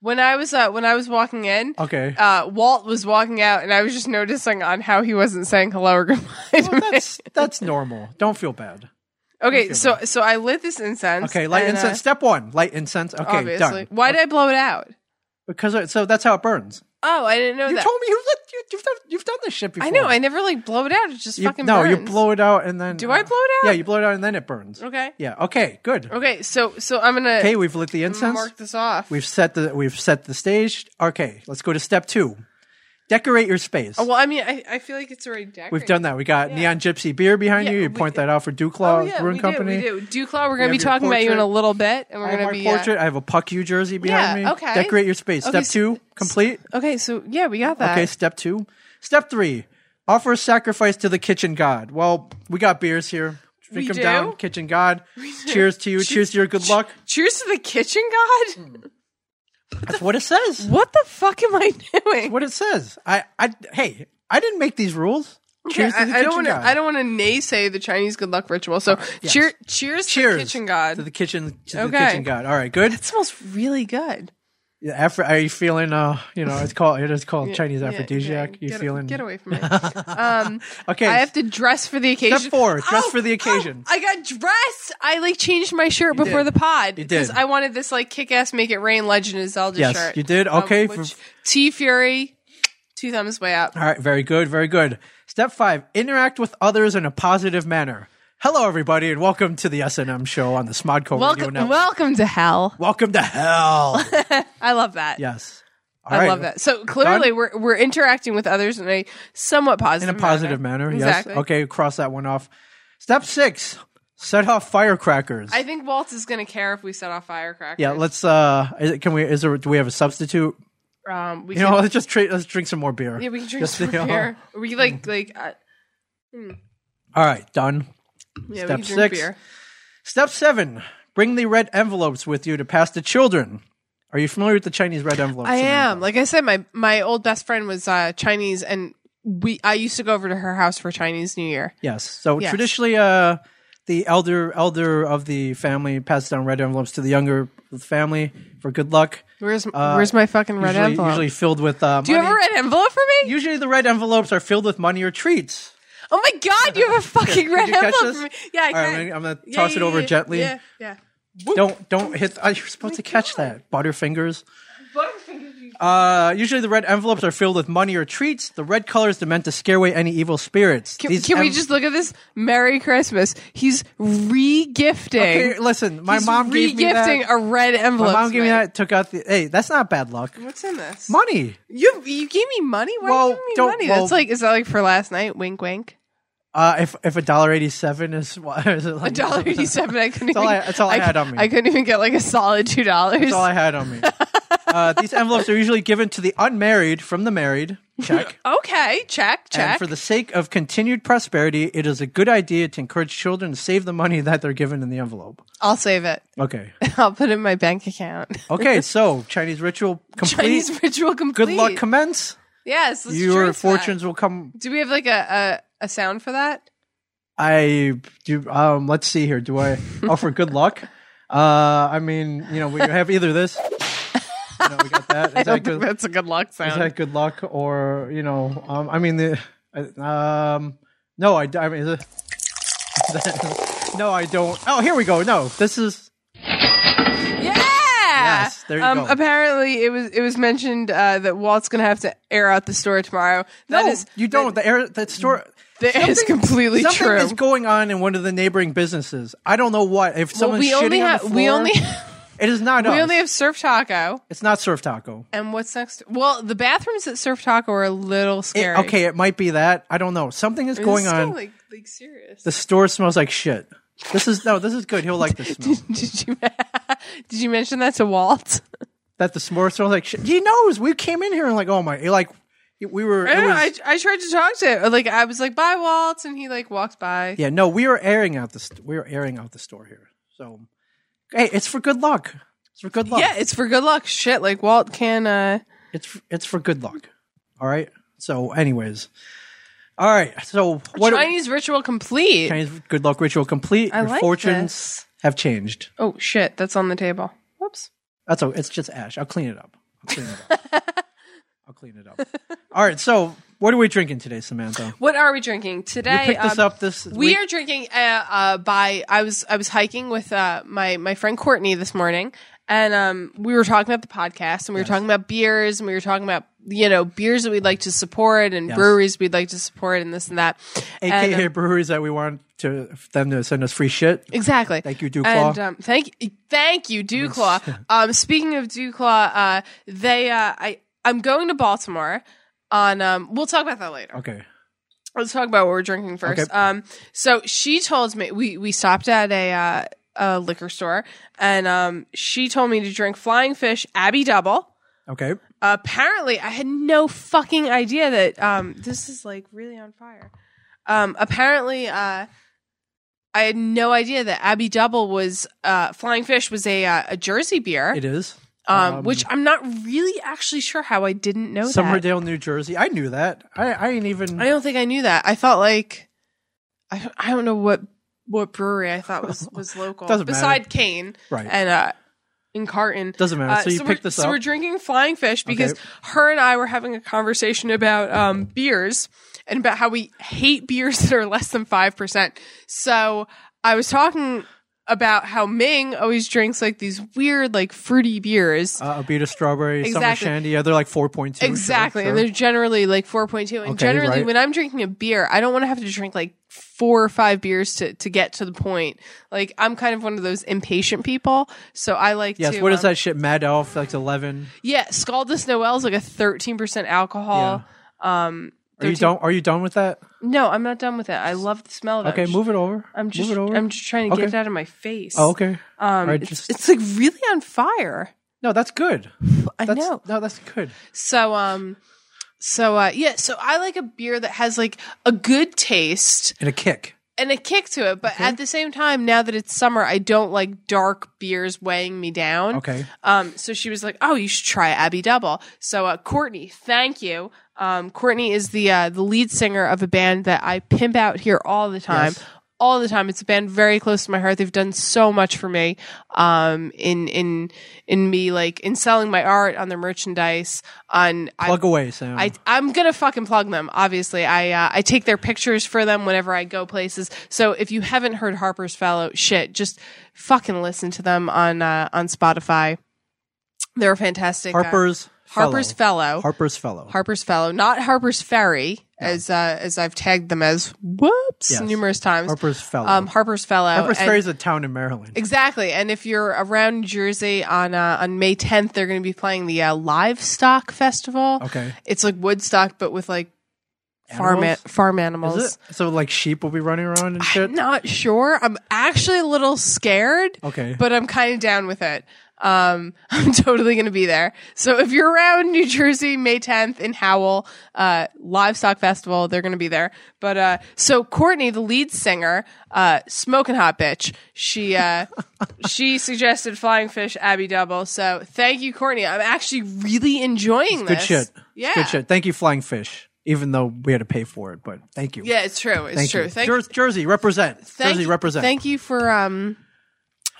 Speaker 7: when I was uh, when I was walking in.
Speaker 6: Okay.
Speaker 7: Uh, Walt was walking out, and I was just noticing on how he wasn't saying hello or goodbye. to
Speaker 6: Well,
Speaker 7: me.
Speaker 6: that's that's normal. Don't feel bad.
Speaker 7: Okay, so so I lit this incense.
Speaker 6: Okay, light
Speaker 7: and, uh,
Speaker 6: incense. Step one, light incense. Okay,
Speaker 7: obviously,
Speaker 6: done.
Speaker 7: why did I blow it out?
Speaker 6: Because it- so that's how it burns.
Speaker 7: Oh, I didn't know
Speaker 6: You
Speaker 7: that.
Speaker 6: told me you lit, you, you've done you've done this shit before.
Speaker 7: I know. I never like blow it out. It just
Speaker 6: You-
Speaker 7: fucking
Speaker 6: no, you
Speaker 7: burns.
Speaker 6: blow it out and then.
Speaker 7: Do I blow it out?
Speaker 6: Yeah, you blow it out and then it burns.
Speaker 7: Okay.
Speaker 6: Yeah. Okay. Good. Okay.
Speaker 7: Okay, so so I'm gonna
Speaker 6: we've lit the incense.
Speaker 7: mark this off.
Speaker 6: We've set the we've set the stage. Okay. Let's go to step two. Decorate your space.
Speaker 7: Oh, well, I mean, I, I feel like it's already decorated.
Speaker 6: we've done that. We got Neon Gypsy beer behind
Speaker 7: Yeah,
Speaker 6: you. You
Speaker 7: we
Speaker 6: point
Speaker 7: did.
Speaker 6: that out for Duclaw
Speaker 7: Oh yeah,
Speaker 6: Brewing
Speaker 7: we
Speaker 6: Company.
Speaker 7: do. We do. Duclaw, we're gonna
Speaker 6: have
Speaker 7: be
Speaker 6: your
Speaker 7: talking about you in a
Speaker 6: portrait.
Speaker 7: little bit, and we're
Speaker 6: I have
Speaker 7: gonna
Speaker 6: my
Speaker 7: be uh,
Speaker 6: portrait. I have a Puck you jersey behind
Speaker 7: Yeah,
Speaker 6: me.
Speaker 7: okay.
Speaker 6: Decorate your space.
Speaker 7: Okay,
Speaker 6: Step
Speaker 7: so-
Speaker 6: two, complete.
Speaker 7: okay, so yeah, we got that.
Speaker 6: Okay, step two. Step three, offer a sacrifice to the kitchen god. Well, we got beers here. Drink
Speaker 7: We
Speaker 6: them
Speaker 7: do?
Speaker 6: down, kitchen god. Cheers to you. Cheers to your good luck.
Speaker 7: Cheers to the kitchen god.
Speaker 6: That's what it says.
Speaker 7: What the fuck am I doing?
Speaker 6: What it says. I, I, hey, I didn't make these rules. Cheers
Speaker 7: I,
Speaker 6: to the
Speaker 7: I
Speaker 6: kitchen
Speaker 7: don't want to.
Speaker 6: god.
Speaker 7: I don't want to naysay the Chinese good luck ritual. So cheer, cheers, to
Speaker 6: Cheers
Speaker 7: the kitchen god.
Speaker 6: to the kitchen to the
Speaker 7: Okay.
Speaker 6: kitchen god. All right, good.
Speaker 7: It smells really good.
Speaker 6: Yeah, Aphro- are you feeling? Uh, you know, it's called it is called Chinese
Speaker 7: Yeah,
Speaker 6: aphrodisiac.
Speaker 7: yeah,
Speaker 6: you
Speaker 7: get,
Speaker 6: feeling?
Speaker 7: Get away from me. um,
Speaker 6: Okay.
Speaker 7: I have to dress for the occasion.
Speaker 6: four, dress for the
Speaker 7: oh,
Speaker 6: occasion.
Speaker 7: I got dressed. I like changed my shirt before
Speaker 6: did.
Speaker 7: the pod
Speaker 6: You
Speaker 7: because
Speaker 6: did.
Speaker 7: I wanted this like kick-ass "Make It Rain" Legend of Zelda
Speaker 6: Yes,
Speaker 7: shirt.
Speaker 6: you did.
Speaker 7: Um,
Speaker 6: Okay,
Speaker 7: which-
Speaker 6: for-
Speaker 7: T Fury, two thumbs way up.
Speaker 6: All right, very good, very good. Step five: interact with others in a positive manner. Hello, everybody, and welcome to the SNM show on the Smodco Radio
Speaker 7: Welcome,
Speaker 6: Network.
Speaker 7: welcome to hell.
Speaker 6: welcome to hell.
Speaker 7: I love that.
Speaker 6: yes. All
Speaker 7: I
Speaker 6: right.
Speaker 7: love that. So clearly,
Speaker 6: Done?
Speaker 7: we're we're interacting with others in a somewhat
Speaker 6: In
Speaker 7: positive
Speaker 6: a positive manner,
Speaker 7: Exactly.
Speaker 6: yes. Okay, cross that one off. Step six set off firecrackers.
Speaker 7: I think Walt is going to care if we set off firecrackers.
Speaker 6: yeah, let's. uh is it- Can we? Is there? Do we have a substitute?
Speaker 7: Um, we
Speaker 6: You
Speaker 7: can,
Speaker 6: know, let's just tra- let's drink some more beer.
Speaker 7: yeah, we can drink
Speaker 6: Just,
Speaker 7: some
Speaker 6: you know.
Speaker 7: beer. We like like uh,
Speaker 6: All right, done. Step
Speaker 7: yeah, we can drink
Speaker 6: six.
Speaker 7: beer.
Speaker 6: Step seven: bring the red envelopes with you to pass to children. Are you familiar with the Chinese red envelopes?
Speaker 7: I
Speaker 6: Samantha?
Speaker 7: am. Like I said, my my old best friend was uh, Chinese, and we I used to go over to her house for Chinese New Year.
Speaker 6: Yes. So
Speaker 7: Yes.
Speaker 6: traditionally, uh, the elder elder of the family passes down red envelopes to the younger family for good luck.
Speaker 7: Where's where's my fucking red
Speaker 6: Uh, usually,
Speaker 7: envelope?
Speaker 6: usually filled with uh,
Speaker 7: Do you have a
Speaker 6: money.
Speaker 7: red envelope for me?
Speaker 6: Usually, the red envelopes are filled with money or treats.
Speaker 7: oh my god, you have a fucking red
Speaker 6: you catch
Speaker 7: envelope
Speaker 6: this?
Speaker 7: for me. Yeah, I
Speaker 6: All right,
Speaker 7: can.
Speaker 6: I'm gonna
Speaker 7: Yeah,
Speaker 6: toss it
Speaker 7: yeah,
Speaker 6: over
Speaker 7: yeah,
Speaker 6: gently.
Speaker 7: Yeah, yeah.
Speaker 6: Don't don't hit. Uh, you're supposed to catch that. Butterfingers.
Speaker 7: Butterfingers, you-
Speaker 6: Uh, usually, the red envelopes are filled with money or treats. The red colors are meant to scare away any evil spirits.
Speaker 7: Can,
Speaker 6: These
Speaker 7: can we
Speaker 6: en-
Speaker 7: just look at this? Merry Christmas. He's re-gifting.
Speaker 6: Okay, listen, my
Speaker 7: He's
Speaker 6: mom gave me that.
Speaker 7: re-gifting a red
Speaker 6: my
Speaker 7: envelope.
Speaker 6: mom gave me
Speaker 7: tonight.
Speaker 6: that. Took out the. Hey, that's not bad luck.
Speaker 7: What's in this?
Speaker 6: Money.
Speaker 7: You you gave me money. Why
Speaker 6: Well,
Speaker 7: are you giving
Speaker 6: don't-
Speaker 7: me money?
Speaker 6: well-
Speaker 7: That's like is that like for last night? Wink, wink.
Speaker 6: Uh, if if a dollar eighty seven is what is it
Speaker 7: A
Speaker 6: like,
Speaker 7: dollar eighty-seven. I couldn't.
Speaker 6: That's all
Speaker 7: even,
Speaker 6: I- that's all I had on me.
Speaker 7: I couldn't even get like a solid two dollars.
Speaker 6: That's all I had on me. uh, these envelopes are usually given to the unmarried from the married. Check.
Speaker 7: Okay, check,
Speaker 6: And
Speaker 7: check.
Speaker 6: for the sake of continued prosperity, it is a good idea to encourage children to save the money that they're given in the envelope.
Speaker 7: I'll save it.
Speaker 6: Okay.
Speaker 7: I'll put it in my bank account.
Speaker 6: Okay. So Chinese ritual complete.
Speaker 7: Chinese ritual complete.
Speaker 6: good luck commence.
Speaker 7: Yes, let's
Speaker 6: Your
Speaker 7: drink to that.
Speaker 6: fortunes will come.
Speaker 7: Do we have like a, a a sound for that?
Speaker 6: I do. Um. Let's see here. Do I offer good luck? Uh. I mean, you know, we have either this. You know, we got that. Is
Speaker 7: I don't
Speaker 6: that good?
Speaker 7: think that's a good luck
Speaker 6: is
Speaker 7: sound.
Speaker 6: that good luck or you know um, i mean the um no i, I mean is it- no i don't oh here we go no this is
Speaker 7: Yeah.
Speaker 6: Yes, there you
Speaker 7: um,
Speaker 6: go.
Speaker 7: Apparently, it was it was mentioned uh, that Walt's going to have to air out the store tomorrow. That
Speaker 6: no
Speaker 7: is-
Speaker 6: you don't the air that store
Speaker 7: That is completely
Speaker 6: something
Speaker 7: true.
Speaker 6: is going on in one of the neighboring businesses i don't know what if
Speaker 7: well,
Speaker 6: someone's
Speaker 7: we
Speaker 6: shitting
Speaker 7: only
Speaker 6: on the
Speaker 7: have
Speaker 6: floor,
Speaker 7: we only
Speaker 6: it is not
Speaker 7: we
Speaker 6: us.
Speaker 7: only have Surf Taco,
Speaker 6: it's not surf taco
Speaker 7: and what's next? Well, the bathrooms at Surf Taco are a little
Speaker 6: It-
Speaker 7: scary.
Speaker 6: okay it might be that i don't know something is going on
Speaker 7: Like, like serious.
Speaker 6: the store smells like shit this is no this is good he'll like this smell
Speaker 7: did you did you mention that to Walt?
Speaker 6: that the s'more smells like shit. He knows. We came in here and like, oh my, like we were.
Speaker 7: I,
Speaker 6: It
Speaker 7: don't
Speaker 6: was,
Speaker 7: know, I, I tried to talk to like I was like bye Walt, and he like walked by.
Speaker 6: yeah, no, we were airing out the st- we were airing out the store here. So, hey, it's for good luck. It's for good luck.
Speaker 7: Yeah, it's for good luck. Shit, like Walt can. uh
Speaker 6: it's it's for good luck. All right. So, anyways, all right. So what?
Speaker 7: Chinese ritual complete.
Speaker 6: Chinese good luck ritual complete.
Speaker 7: I
Speaker 6: Your
Speaker 7: like
Speaker 6: fortunes
Speaker 7: this.
Speaker 6: have changed.
Speaker 7: Oh shit, that's on the table. Whoops.
Speaker 6: That's all. It's just ash. I'll clean it up. I'll clean it up. I'll clean it up. All right. So, what are we drinking today, Samantha?
Speaker 7: What are we drinking today?
Speaker 6: you picked this
Speaker 7: um,
Speaker 6: up this.
Speaker 7: We
Speaker 6: week.
Speaker 7: are drinking uh, uh, by I was I was hiking with uh, my my friend Courtney this morning, and um, we were talking about the podcast, and we were talking about beers, and we were talking about you know beers that we'd like to support and breweries we'd like to support, and this and that. And,
Speaker 6: AKA
Speaker 7: um,
Speaker 6: breweries that we want to them to send us free shit.
Speaker 7: Exactly.
Speaker 6: Thank you, Dewclaw.
Speaker 7: And um, thank thank you, Dewclaw. um, speaking of Dewclaw, uh, they uh, I I'm going to Baltimore on. Um, we'll talk about that later.
Speaker 6: Okay.
Speaker 7: Let's talk about what we're drinking first.
Speaker 6: Okay.
Speaker 7: Um, so she told me we we stopped at a uh, a liquor store, and um, she told me to drink Flying Fish Abbey Double.
Speaker 6: Okay.
Speaker 7: Apparently, I had no fucking idea that um, this is like really on fire. Um, apparently, uh, I had no idea that Abbey Double was uh, Flying Fish was a uh, a Jersey beer,
Speaker 6: It is.
Speaker 7: um, which I'm not really actually sure how I didn't know Oh, that.
Speaker 6: Somerdale, New Jersey. I knew that. I, I ain't even.
Speaker 7: I don't think I knew that. I felt like I, I don't know what what brewery I thought was was local
Speaker 6: Doesn't matter.
Speaker 7: beside Kane
Speaker 6: Right.
Speaker 7: and uh in Carton.
Speaker 6: Doesn't matter.
Speaker 7: Uh,
Speaker 6: So you
Speaker 7: we're-
Speaker 6: picked this
Speaker 7: So
Speaker 6: up.
Speaker 7: we're drinking Flying Fish because
Speaker 6: Okay.
Speaker 7: her and I were having a conversation about um, beers and about how we hate beers that are less than five percent. So I was talking about how Ming always drinks like these weird, like fruity beers.
Speaker 6: Uh, Abita strawberry, summer
Speaker 7: Exactly.
Speaker 6: shandy. Yeah, they're like four point two.
Speaker 7: exactly. And they're generally like 4.2. And
Speaker 6: Okay,
Speaker 7: generally,
Speaker 6: right.
Speaker 7: when I'm drinking a beer, I don't want to have to drink like four or five beers to, to get to the point. Like, I'm kind of one of those impatient people. So I like
Speaker 6: Yes.
Speaker 7: to.
Speaker 6: What is
Speaker 7: um,
Speaker 6: that shit? Mad Elf, like eleven.
Speaker 7: Yeah, Scaldus Noel is like a 13% alcohol. Um,
Speaker 6: Are you
Speaker 7: 13
Speaker 6: done? Are you done with that?
Speaker 7: No, I'm not done with it. I love the smell of it.
Speaker 6: Okay,
Speaker 7: I'm
Speaker 6: move it over.
Speaker 7: I'm just,
Speaker 6: move it over.
Speaker 7: I'm just trying to get
Speaker 6: Okay.
Speaker 7: it out of my face.
Speaker 6: Oh, okay.
Speaker 7: Um,
Speaker 6: Alright,
Speaker 7: it's,
Speaker 6: just-
Speaker 7: it's, like really on fire.
Speaker 6: No, that's good.
Speaker 7: I
Speaker 6: That's,
Speaker 7: know.
Speaker 6: No, that's good.
Speaker 7: So, um, so uh, yeah. So I like a beer that has like a good taste
Speaker 6: And a kick.
Speaker 7: and a kick to it, but at the same time, now that it's summer, I don't like dark beers weighing me down.
Speaker 6: Okay.
Speaker 7: Um, so she was like, "Oh, you should try Abby Double." So uh, Courtney, thank you. Um, Courtney is the uh, the lead singer of a band that I pimp out here all the time.
Speaker 6: Yes.
Speaker 7: All the time. It's a band very close to my heart. They've done so much for me, um, in in in me like in selling my art on their merchandise. On I,
Speaker 6: Plug away, Sam.
Speaker 7: I I'm gonna fucking plug them. Obviously, I uh, I take their pictures for them whenever I go places. So if you haven't heard Harper's Fellow, shit, just fucking listen to them on uh, on Spotify. They're fantastic. uh,
Speaker 6: Harper's
Speaker 7: Harper's Fellow.
Speaker 6: Harper's Fellow.
Speaker 7: Harper's Fellow, not Harper's Ferry, as uh, as I've tagged them as whoops
Speaker 6: Yes.
Speaker 7: numerous times.
Speaker 6: Harper's Fellow.
Speaker 7: um, Harper's Fellow.
Speaker 6: Harper's
Speaker 7: and-
Speaker 6: Ferry is a town in Maryland.
Speaker 7: Exactly, and if you're around New Jersey on uh, on May 10th, they're going to be playing the uh, Livestock Festival.
Speaker 6: Okay.
Speaker 7: it's like Woodstock, but with like farm
Speaker 6: Animals?
Speaker 7: a- farm
Speaker 6: Is
Speaker 7: animals.
Speaker 6: it? So like sheep will be running around and shit.
Speaker 7: I'm not sure. I'm actually a little scared.
Speaker 6: Okay.
Speaker 7: but I'm kind of down with it. Um, I'm totally going to be there. So if you're around New Jersey, May 10th in Howell, uh, Livestock Festival, they're going to be there. But, uh, so Courtney, the lead singer, uh, smoking hot bitch, she, uh, she suggested Flying Fish, Abby Double. So thank you, Courtney. I'm actually really enjoying
Speaker 6: Good
Speaker 7: this.
Speaker 6: shit.
Speaker 7: Yeah.
Speaker 6: Good shit. Thank you, Flying Fish. Even though we had to pay for it, but thank you.
Speaker 7: Yeah, it's true. It's
Speaker 6: Thank
Speaker 7: true.
Speaker 6: you.
Speaker 7: Thank,
Speaker 6: Jer- Jersey represent.
Speaker 7: thank,
Speaker 6: Jersey represent.
Speaker 7: thank you for, um,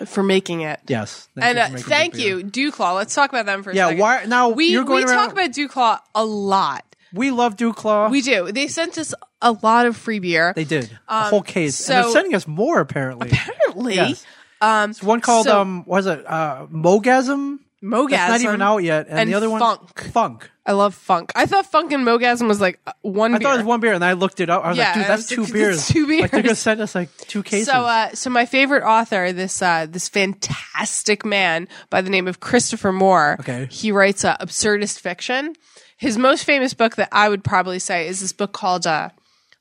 Speaker 7: for making it.
Speaker 6: Yes. Thank
Speaker 7: And
Speaker 6: you
Speaker 7: uh,
Speaker 6: for making the
Speaker 7: thank
Speaker 6: beer.
Speaker 7: you, Dewclaw. Let's talk about them for a
Speaker 6: Yeah,
Speaker 7: second.
Speaker 6: why- now
Speaker 7: we
Speaker 6: you're going
Speaker 7: we
Speaker 6: around-
Speaker 7: talk about Dewclaw a lot.
Speaker 6: We love Dew Claw.
Speaker 7: We do. They sent us a lot of free beer.
Speaker 6: They did a whole case, and
Speaker 7: Um, so-
Speaker 6: they're sending us more apparently.
Speaker 7: apparently
Speaker 6: Yes. It's one called
Speaker 7: so-
Speaker 6: um, was it uh, Mogasm?
Speaker 7: Mogasm.
Speaker 6: That's not even out yet, and,
Speaker 7: and
Speaker 6: the other one
Speaker 7: Funk.
Speaker 6: Funk.
Speaker 7: I love funk. I thought funk and mogasm was like uh, one
Speaker 6: I
Speaker 7: beer.
Speaker 6: thought it was one beer, and I looked it up. I was
Speaker 7: Yeah,
Speaker 6: like, dude,
Speaker 7: I
Speaker 6: that's
Speaker 7: was
Speaker 6: two
Speaker 7: like,
Speaker 6: beers.
Speaker 7: that's two
Speaker 6: Like they're gonna
Speaker 7: beers.
Speaker 6: send us like two cases.
Speaker 7: so, uh, so my favorite author, this uh, this fantastic man by the name of Christopher Moore.
Speaker 6: Okay.
Speaker 7: he writes uh, absurdist fiction. His most famous book that I would probably say is this book called uh,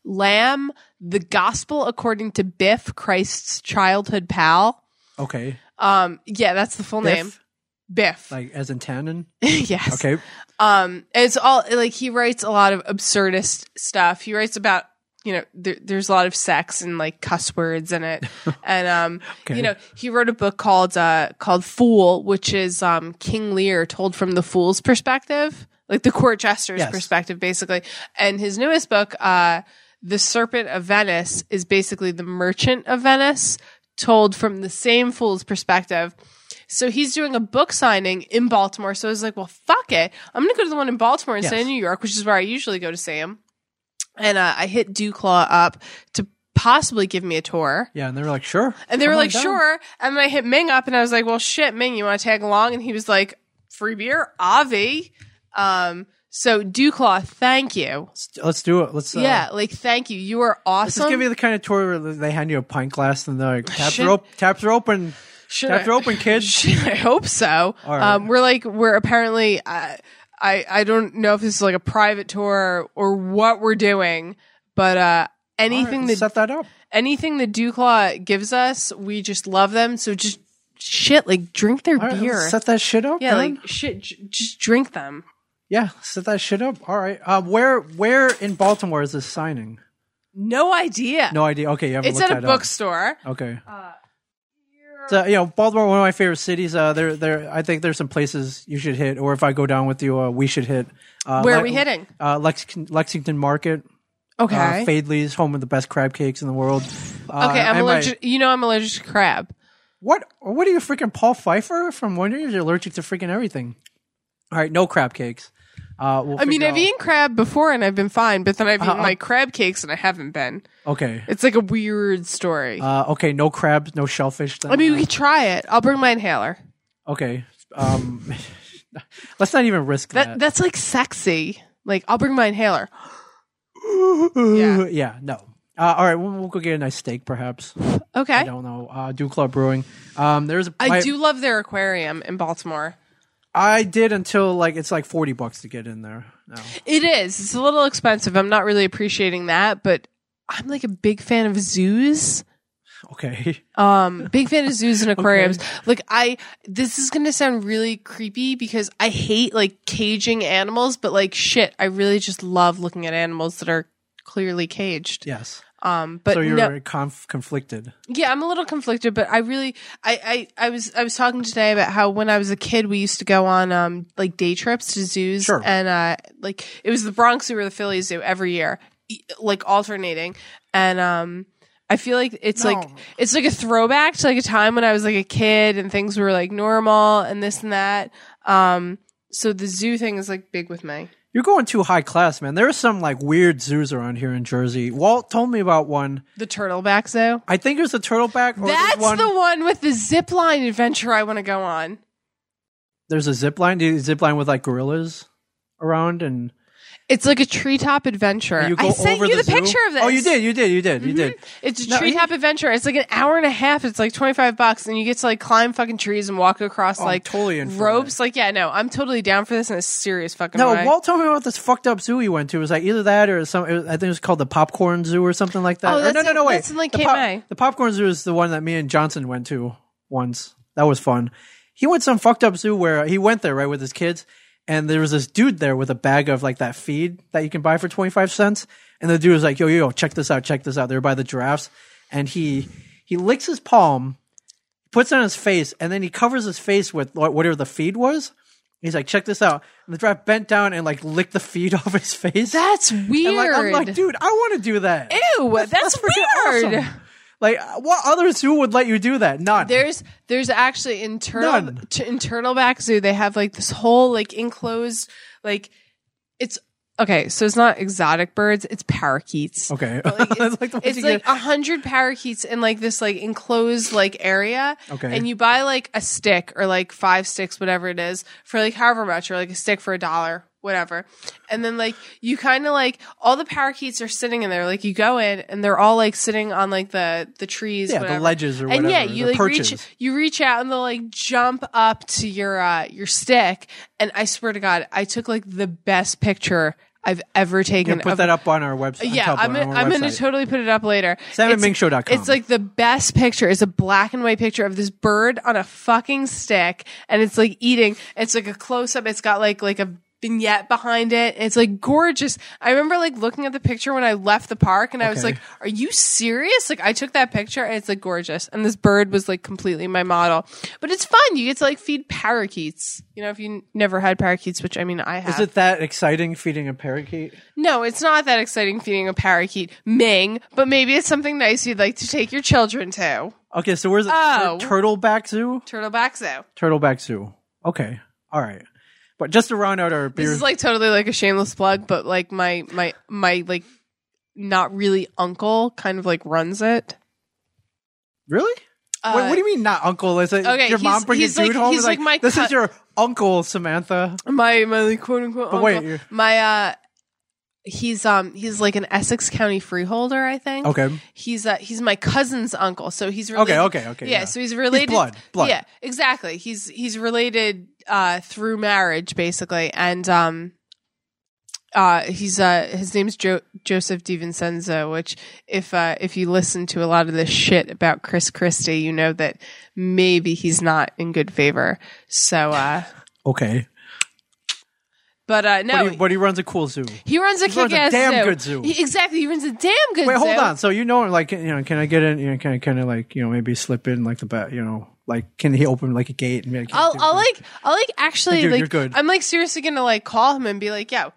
Speaker 7: "Lamb: The Gospel According to Biff, Christ's Childhood Pal."
Speaker 6: okay,
Speaker 7: Um, yeah, that's the full
Speaker 6: Biff?
Speaker 7: name, Biff.
Speaker 6: like as in tannin.
Speaker 7: yes.
Speaker 6: Okay,
Speaker 7: Um, and it's all like he writes a lot of absurdist stuff. He writes about you know there, there's a lot of sex and like cuss words in it, and um,
Speaker 6: Okay.
Speaker 7: you know he wrote a book called uh called Fool, which is um King Lear told from the fool's perspective, like the court jester's
Speaker 6: Yes.
Speaker 7: perspective, basically. And his newest book, uh, The Serpent of Venice, is basically the Merchant of Venice told from the same fool's perspective. So he's doing a book signing in Baltimore. So I was like, well, fuck it. I'm going to go to the one in Baltimore instead
Speaker 6: Yes.
Speaker 7: of New York, which is where I usually go to see him. And uh, I hit Dewclaw up to possibly give me a tour.
Speaker 6: yeah, and they were like, sure,
Speaker 7: And they were
Speaker 6: Come on
Speaker 7: like,
Speaker 6: down.
Speaker 7: sure. And then I hit Ming up and I was like, well, shit, Ming, you want to tag along? And he was like, free beer, Avi. Um, so Dewclaw, thank you.
Speaker 6: Let's do it. Let's uh,
Speaker 7: yeah, like, thank you. You are
Speaker 6: Let's
Speaker 7: awesome.
Speaker 6: just give you the kind of tour where they hand you a pint glass and they're like, taps
Speaker 7: Shit.
Speaker 6: are, op- taps are open.
Speaker 7: Should
Speaker 6: Taps
Speaker 7: I-
Speaker 6: are open, kids.
Speaker 7: Shit, I hope so.
Speaker 6: All right.
Speaker 7: Um, we're like we're apparently. Uh, I I don't know if this is like a private tour or what we're doing, but uh, anything that
Speaker 6: set that up.
Speaker 7: anything that Dewclaw gives us, we just love them. So just shit, like drink their
Speaker 6: All right,
Speaker 7: beer.
Speaker 6: let's set that shit up.
Speaker 7: yeah,
Speaker 6: man.
Speaker 7: like shit, j- just drink them.
Speaker 6: yeah, set that shit up. All right. Um, where where in Baltimore is this signing?
Speaker 7: No idea.
Speaker 6: No idea. Okay, you haven't
Speaker 7: it's
Speaker 6: looked
Speaker 7: at a
Speaker 6: that up.
Speaker 7: bookstore.
Speaker 6: Okay. so, you know, Baltimore, one of my favorite cities. Uh, there, there. I think there's some places you should hit, or if I go down with you, uh, we should hit. Uh,
Speaker 7: Where are we hitting?
Speaker 6: Uh, Lexington, Lexington Market.
Speaker 7: Okay.
Speaker 6: Uh, Fadley's, home of the best crab cakes in the world. Uh,
Speaker 7: okay, I'm
Speaker 6: and my-
Speaker 7: allergic. you know, I'm allergic to crab.
Speaker 6: What? What are you freaking Paul Pfeiffer from Wonder Years? You're allergic to freaking everything. All right, no crab cakes. Uh, we'll
Speaker 7: I mean,
Speaker 6: figure
Speaker 7: I've
Speaker 6: out-
Speaker 7: eaten crab before and I've been fine, but then I've eaten
Speaker 6: Uh, uh,
Speaker 7: like crab cakes and I haven't been.
Speaker 6: Okay.
Speaker 7: It's like a weird story.
Speaker 6: Uh, okay. No crabs. No shellfish. Then.
Speaker 7: I mean, we could try it. I'll bring my inhaler.
Speaker 6: okay. Um, let's not even risk
Speaker 7: That
Speaker 6: that.
Speaker 7: that's like sexy. Like I'll bring my inhaler. yeah.
Speaker 6: yeah. No. Uh, all right. We'll, we'll go get a nice steak, perhaps. I
Speaker 7: Okay.
Speaker 6: don't know. Uh, Dew Club Brewing. Um, there's. a-
Speaker 7: I,
Speaker 6: my-
Speaker 7: do love their aquarium in Baltimore.
Speaker 6: I did until like it's like forty bucks to get in there. No.
Speaker 7: It is. It's a little expensive. I'm not really appreciating that, but I'm like a big fan of zoos.
Speaker 6: Okay.
Speaker 7: Um, big fan of zoos and aquariums. Like I, this is gonna sound really creepy because I hate like caging animals, but like shit, I really just love looking at animals that are clearly caged.
Speaker 6: Yes.
Speaker 7: Um, but
Speaker 6: so you're
Speaker 7: no,
Speaker 6: conf- conflicted.
Speaker 7: Yeah, I'm a little conflicted, but I really, I, I, I was, I was talking today about how when I was a kid, we used to go on, um, like day trips to zoos,
Speaker 6: Sure.
Speaker 7: and uh, like it was the Bronx Zoo or the Philly Zoo every year, e- like alternating, and um, I feel like it's like it's like a throwback to like a time when I was like a kid and things were like normal and this and that. Um, so the zoo thing is like big with me.
Speaker 6: You're going too high class, man. There are some like weird zoos around here in Jersey. Walt told me about one.
Speaker 7: The turtleback zoo.
Speaker 6: I think it was a turtleback. Or there's
Speaker 7: That's
Speaker 6: one,
Speaker 7: the one with the zip line adventure I want to go on.
Speaker 6: There's a zip line. Do you zip line with like gorillas around and
Speaker 7: It's like a treetop adventure.
Speaker 6: you go
Speaker 7: I sent
Speaker 6: over
Speaker 7: you the,
Speaker 6: zoo?
Speaker 7: picture of this. Mm-hmm.
Speaker 6: Oh, you did. You did. You did. You did.
Speaker 7: It's a
Speaker 6: No,
Speaker 7: treetop adventure. It's like an hour and a half. It's like twenty five bucks, and you get to like climb fucking trees and walk across
Speaker 6: Oh, I'm
Speaker 7: like
Speaker 6: totally in for
Speaker 7: ropes. Like, yeah, no, I'm totally down for this in a serious fucking
Speaker 6: No,
Speaker 7: way.
Speaker 6: Walt told me about this fucked up zoo he went to. It was like either that or some. It was, I think it was called the Popcorn Zoo or something like that.
Speaker 7: Oh,
Speaker 6: Or
Speaker 7: that's
Speaker 6: no, no,
Speaker 7: in-
Speaker 6: no, wait.
Speaker 7: that's in, like,
Speaker 6: the,
Speaker 7: KMA.
Speaker 6: the Popcorn Zoo is the one that me and Johnson went to once. That was fun. He went to some fucked up zoo where he went there right with his kids, and there was this dude there with a bag of like that feed that you can buy for twenty five cents, and the dude was like, "Yo, yo, yo, check this out, check this out." They're by the giraffes, and he he licks his palm, puts it on his face, and then he covers his face with like, whatever the feed was. He's like, check this out. And the giraffe bent down and like licked the feed off his face.
Speaker 7: that's weird.
Speaker 6: And, like, I'm like, dude, I want to do that.
Speaker 7: Ew, that's
Speaker 6: freaking
Speaker 7: weird.
Speaker 6: awesome. Like, what other zoo would let you do that? None.
Speaker 7: There's there's actually in Turtle
Speaker 6: None.
Speaker 7: t- in Turtleback Zoo they have like this whole like enclosed like it's okay so it's not exotic birds it's parakeets
Speaker 6: okay.
Speaker 7: But, like, it's,
Speaker 6: It's like the ones
Speaker 7: it's
Speaker 6: you
Speaker 7: like
Speaker 6: get-
Speaker 7: a hundred parakeets in like this like enclosed like area.
Speaker 6: Okay.
Speaker 7: And you buy like a stick or like five sticks, whatever it is, for like however much, or like a stick for a dollar, whatever. And then like you kind of like all the parakeets are sitting in there. Like you go in and they're all like sitting on like the the trees,
Speaker 6: Yeah, the
Speaker 7: whatever.
Speaker 6: ledges or
Speaker 7: And yeah,
Speaker 6: whatever,
Speaker 7: you
Speaker 6: the
Speaker 7: like
Speaker 6: perches.
Speaker 7: reach you reach out and they'll like jump up to your uh your stick. And I swear to God, I took like the best picture. I've ever
Speaker 6: You
Speaker 7: taken
Speaker 6: can put
Speaker 7: of
Speaker 6: that up on our website.
Speaker 7: yeah, I'm,
Speaker 6: on
Speaker 7: gonna,
Speaker 6: our
Speaker 7: I'm gonna
Speaker 6: website.
Speaker 7: totally put it up later.
Speaker 6: SamonMingshow.com.
Speaker 7: It's, it's like the best picture. It's a black and white picture of this bird on a fucking stick, and it's like eating. It's like a close up. It's got like like a vignette behind it. It's like gorgeous. I remember like looking at the picture when I left the park, and I was
Speaker 6: Okay.
Speaker 7: like, "Are you serious?" Like I took that picture, and it's like gorgeous. And this bird was like completely my model. But it's fun. You get to like feed parakeets. You know, if you n- never had parakeets, which I mean, I have.
Speaker 6: Is it that exciting feeding a parakeet?
Speaker 7: No, it's not that exciting feeding a parakeet, Ming, but maybe it's something nice you'd like to take your children to.
Speaker 6: Okay, so where's it?
Speaker 7: Oh.
Speaker 6: Turtleback Zoo?
Speaker 7: Turtleback Zoo.
Speaker 6: Turtleback Zoo. Okay. All right. But just to round out our
Speaker 7: This
Speaker 6: beer.
Speaker 7: is like totally like a shameless plug, but like my my my like not really uncle kind of like runs it.
Speaker 6: really?
Speaker 7: Uh,
Speaker 6: what, what do you mean, not uncle? Is it
Speaker 7: okay,
Speaker 6: your mom
Speaker 7: he's-
Speaker 6: bringing
Speaker 7: he's
Speaker 6: dude
Speaker 7: like-
Speaker 6: home?
Speaker 7: he's
Speaker 6: It's
Speaker 7: like my
Speaker 6: this
Speaker 7: cou-
Speaker 6: is your uncle, Samantha.
Speaker 7: My my like, quote unquote
Speaker 6: But
Speaker 7: uncle.
Speaker 6: wait, you're-
Speaker 7: my uh he's um he's like an Essex County freeholder, I think.
Speaker 6: Okay.
Speaker 7: He's uh he's my cousin's uncle, so he's
Speaker 6: Okay,
Speaker 7: related.
Speaker 6: okay, okay,
Speaker 7: Yeah,
Speaker 6: yeah.
Speaker 7: so he's related.
Speaker 6: blood, blood.
Speaker 7: Yeah, exactly. He's he's related uh through marriage basically, and um uh he's uh his name's jo- Joseph DiVincenzo, which if uh if you listen to a lot of this shit about Chris Christie, you know that maybe he's not in good favor. So uh
Speaker 6: Okay.
Speaker 7: but uh no
Speaker 6: But, he, but he runs a cool zoo.
Speaker 7: he runs a
Speaker 6: He runs a
Speaker 7: kick-ass
Speaker 6: damn
Speaker 7: zoo.
Speaker 6: good zoo.
Speaker 7: He- exactly, he runs a damn good.
Speaker 6: Wait, hold
Speaker 7: zoo.
Speaker 6: on. So you know, like, you know, can I get in? You know, can I kind of like, you know, maybe slip in like the bat? You know, like, can he open like a gate? And be like,
Speaker 7: I'll,
Speaker 6: dude,
Speaker 7: I'll like, I'll like actually
Speaker 6: Dude,
Speaker 7: like.
Speaker 6: you're good.
Speaker 7: I'm like seriously gonna like call him and be like, "Yo,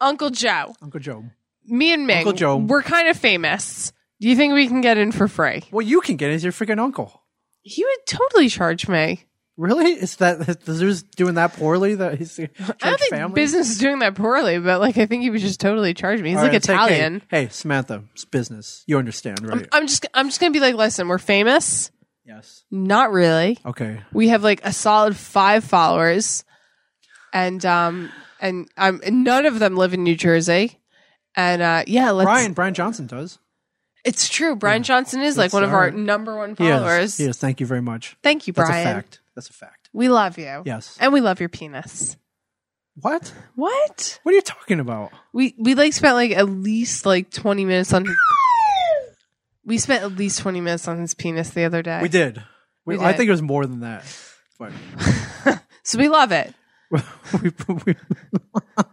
Speaker 7: Uncle Joe,
Speaker 6: Uncle Joe.
Speaker 7: me and Ming,
Speaker 6: Uncle Joe.
Speaker 7: we're kind of famous. Do you think we can get in for free?"
Speaker 6: Well, you can get is your freaking uncle.
Speaker 7: He would totally charge me.
Speaker 6: Really? Is that the zoo's doing that poorly? That he's the
Speaker 7: I don't
Speaker 6: church
Speaker 7: think
Speaker 6: family.
Speaker 7: business is doing that poorly, but like I think he was just totally charging me. He's
Speaker 6: All
Speaker 7: like
Speaker 6: right, it's
Speaker 7: Italian.
Speaker 6: hey, hey, Samantha, it's business. You understand, right?
Speaker 7: I'm just I'm just gonna be like, listen, we're famous.
Speaker 6: yes.
Speaker 7: Not really.
Speaker 6: Okay.
Speaker 7: We have like a solid five followers, and um and um and none of them live in New Jersey. And uh yeah, let's.
Speaker 6: Brian Brian Johnson does.
Speaker 7: It's true. Brian Johnson is like
Speaker 6: It's
Speaker 7: one of
Speaker 6: all
Speaker 7: our
Speaker 6: right.
Speaker 7: number one
Speaker 6: He is.
Speaker 7: followers.
Speaker 6: He is. Thank you very much.
Speaker 7: Thank you,
Speaker 6: That's
Speaker 7: Brian.
Speaker 6: a fact. That's a fact.
Speaker 7: We love you.
Speaker 6: Yes.
Speaker 7: And we love your penis.
Speaker 6: What?
Speaker 7: What?
Speaker 6: What are you talking about?
Speaker 7: We we like spent like at least like twenty minutes on. His, we spent at least twenty minutes on his penis the other day.
Speaker 6: We did. We,
Speaker 7: We
Speaker 6: I
Speaker 7: did.
Speaker 6: think it was more than that. But
Speaker 7: so we love it.
Speaker 6: we, we,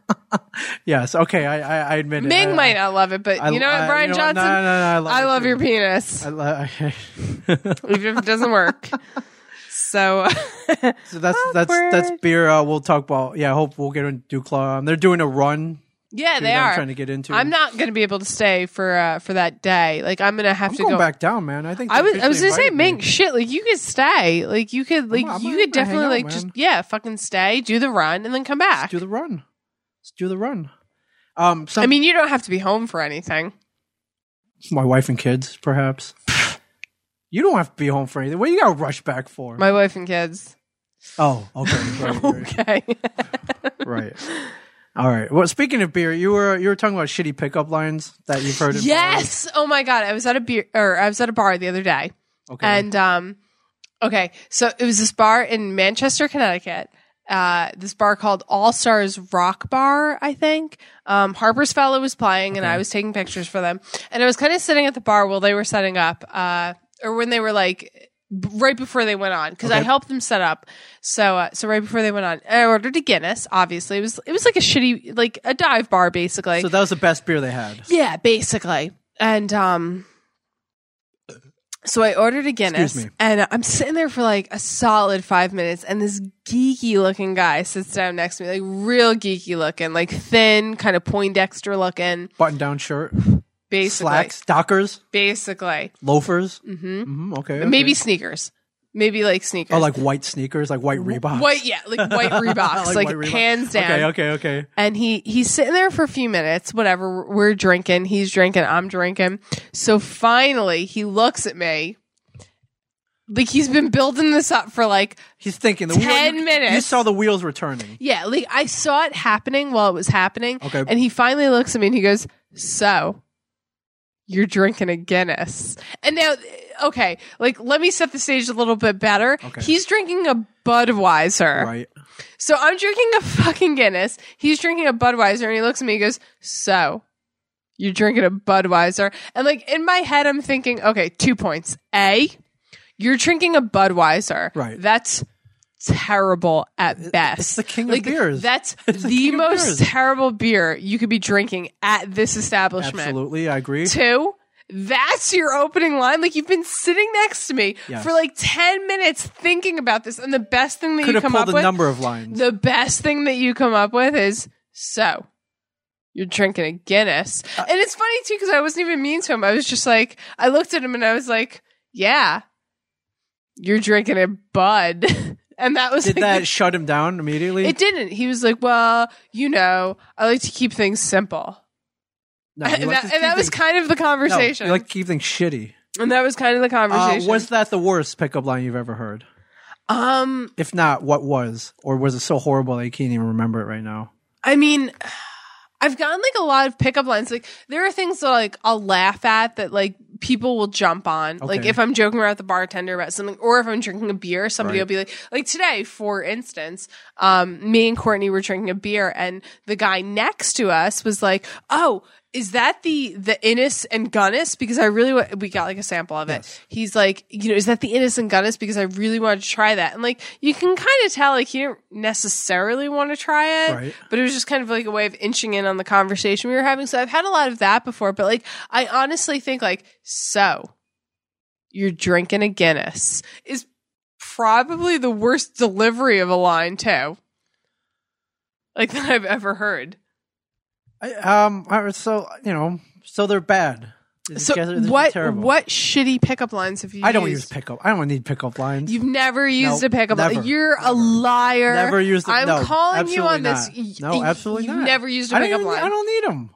Speaker 6: yes. Okay. I, I, I admit it.
Speaker 7: Ming
Speaker 6: I,
Speaker 7: might not love it, but
Speaker 6: I-
Speaker 7: you know
Speaker 6: I-
Speaker 7: what, Brian
Speaker 6: you know what?
Speaker 7: Johnson?
Speaker 6: No, no, no, I love
Speaker 7: I
Speaker 6: it
Speaker 7: love
Speaker 6: too.
Speaker 7: your penis,
Speaker 6: I, li-
Speaker 7: even if it doesn't work. So
Speaker 6: so that's that's that's
Speaker 7: Awkward.
Speaker 6: beer. Uh, we'll talk about. Yeah. I hope we'll get in Duclaw. Um, they're doing a run.
Speaker 7: yeah,
Speaker 6: Dude,
Speaker 7: they
Speaker 6: I'm
Speaker 7: are
Speaker 6: trying to get into.
Speaker 7: I'm not going to be able to stay for uh, for that day. Like I'm going to have
Speaker 6: I'm
Speaker 7: to
Speaker 6: going
Speaker 7: go.
Speaker 6: back down, man. I think
Speaker 7: I
Speaker 6: they
Speaker 7: was I was
Speaker 6: officially
Speaker 7: gonna say,
Speaker 6: invited me.
Speaker 7: Ming, shit, like you could stay, like you could, like
Speaker 6: I'm
Speaker 7: you
Speaker 6: gonna
Speaker 7: could definitely,
Speaker 6: hang out,
Speaker 7: like just
Speaker 6: man.
Speaker 7: yeah, fucking stay, do the run, and then come back.
Speaker 6: Let's do the run. Let's do the run. Um, some,
Speaker 7: I mean, you don't have to be home for anything.
Speaker 6: my wife and kids, perhaps. You don't have to be home for anything. What you got to rush back for?
Speaker 7: My wife and kids.
Speaker 6: oh, okay, right, right,
Speaker 7: Okay.
Speaker 6: right. All right. Well, speaking of beer, you were you were talking about shitty pickup lines that you've heard. In bars.
Speaker 7: yes. Oh my god, I was at a beer or I was at a bar the other day,
Speaker 6: Okay.
Speaker 7: and um, okay, so it was this bar in Manchester, Connecticut. Uh, this bar called All Stars Rock Bar, I think. Um, Harper's Fellow was playing, and I was taking pictures for them. And I was kind of sitting at the bar while they were setting up, uh, or when they were like b- right before they went on, because I
Speaker 6: Okay.
Speaker 7: helped them set up. So, uh, so right before they went on, I ordered a Guinness. Obviously, it was it was like a shitty, like a dive bar, basically.
Speaker 6: so that was the best beer they had.
Speaker 7: Yeah, basically. And um so I ordered a Guinness
Speaker 6: me.
Speaker 7: and I'm sitting there for like a solid 5 minutes and this geeky looking guy sits down next to me like real geeky looking, like thin, kind of Poindexter looking,
Speaker 6: Button down shirt,
Speaker 7: basically.
Speaker 6: slacks, dockers,
Speaker 7: Basically.
Speaker 6: loafers.
Speaker 7: Mhm.
Speaker 6: Mm-hmm, okay, okay.
Speaker 7: Maybe sneakers. Maybe like sneakers.
Speaker 6: Oh, like white sneakers, like white Reeboks. Oh,
Speaker 7: white yeah, like white Reeboks, like,
Speaker 6: white Reeboks.
Speaker 7: hands down.
Speaker 6: Okay, okay, okay.
Speaker 7: and he he's sitting there for a few minutes whatever we're drinking he's drinking i'm drinking so finally he looks at me like he's been building this up for like
Speaker 6: He's thinking. The
Speaker 7: 10
Speaker 6: you- You
Speaker 7: minutes.
Speaker 6: saw the wheels returning.
Speaker 7: yeah like i saw it happening while it was happening
Speaker 6: Okay.
Speaker 7: and he finally looks at me and he goes so you're drinking a guinness and now okay like let me set the stage a little bit better
Speaker 6: Okay.
Speaker 7: he's drinking a budweiser
Speaker 6: Right.
Speaker 7: So I'm drinking a fucking Guinness. He's drinking a Budweiser and he looks at me and goes, So you're drinking a Budweiser? And like in my head, I'm thinking, okay, two points. A, you're drinking a Budweiser.
Speaker 6: Right.
Speaker 7: That's terrible at best.
Speaker 6: the king of beers.
Speaker 7: That's
Speaker 6: It's the
Speaker 7: the,
Speaker 6: king of beers.
Speaker 7: most terrible beer you could be drinking at this establishment.
Speaker 6: Absolutely, I agree.
Speaker 7: Two, that's your opening line. Like you've been sitting next to me
Speaker 6: Yes.
Speaker 7: for like 10 minutes thinking about this. And the best thing that
Speaker 6: Could
Speaker 7: you
Speaker 6: have
Speaker 7: come
Speaker 6: pulled
Speaker 7: up
Speaker 6: a
Speaker 7: with
Speaker 6: number of lines.
Speaker 7: the best thing that you come up with is so you're drinking a Guinness.
Speaker 6: Uh,
Speaker 7: and it's funny too because I wasn't even mean to him. I was just like, I looked at him and I was like, yeah, you're drinking a Bud. and that was
Speaker 6: Did
Speaker 7: like,
Speaker 6: that shut him down immediately?
Speaker 7: it didn't. He was like, well, you know, I like to keep things simple.
Speaker 6: No, he
Speaker 7: and
Speaker 6: likes
Speaker 7: that,
Speaker 6: to
Speaker 7: and that
Speaker 6: keep
Speaker 7: was
Speaker 6: things-
Speaker 7: kind of the
Speaker 6: No, he
Speaker 7: conversation.
Speaker 6: like to keep things shitty.
Speaker 7: and that was kind of the
Speaker 6: Uh,
Speaker 7: conversation.
Speaker 6: was that the worst pickup line you've ever heard?
Speaker 7: um,
Speaker 6: If not, what was? Or was it so horrible that you can't even remember it right now?
Speaker 7: I mean, I've gotten like a lot of pickup lines. Like there are things that like I'll laugh at that like people will jump on. Like
Speaker 6: Okay.
Speaker 7: if I'm joking around with the bartender about something, or if I'm drinking a beer, somebody
Speaker 6: Right.
Speaker 7: will be like, like today, for instance, um, me and Courtney were drinking a beer, and the guy next to us was like, "Oh." Is that the the Innis and Gunnis? Because I really wa- we got like a sample of it. He's like, you know, is that the Innis and Gunnis? Because I really wanted to try that, and like you can kind of tell like he didn't necessarily want to try it,
Speaker 6: Right.
Speaker 7: but it was just kind of like a way of inching in on the conversation we were having. So I've had a lot of that before, but like I honestly think like so you're drinking a Guinness is probably the worst delivery of a line too. Like that I've ever heard.
Speaker 6: I, um, I- so you know, so they're bad.
Speaker 9: Is it
Speaker 7: So
Speaker 9: guess- this is
Speaker 7: what
Speaker 9: terrible.
Speaker 7: what shitty pickup lines have you?
Speaker 6: I don't use
Speaker 7: used?
Speaker 6: pickup. I don't need pickup lines.
Speaker 7: You've never used a pickup
Speaker 6: never.
Speaker 7: line. You're a liar.
Speaker 6: never used. A,
Speaker 7: I'm
Speaker 6: no,
Speaker 7: calling you
Speaker 6: absolutely
Speaker 7: on this.
Speaker 6: not.
Speaker 7: Y-
Speaker 6: No, absolutely
Speaker 7: you've
Speaker 6: not.
Speaker 7: never used a
Speaker 6: I don't
Speaker 7: pickup
Speaker 6: even-
Speaker 7: line.
Speaker 6: I don't need them.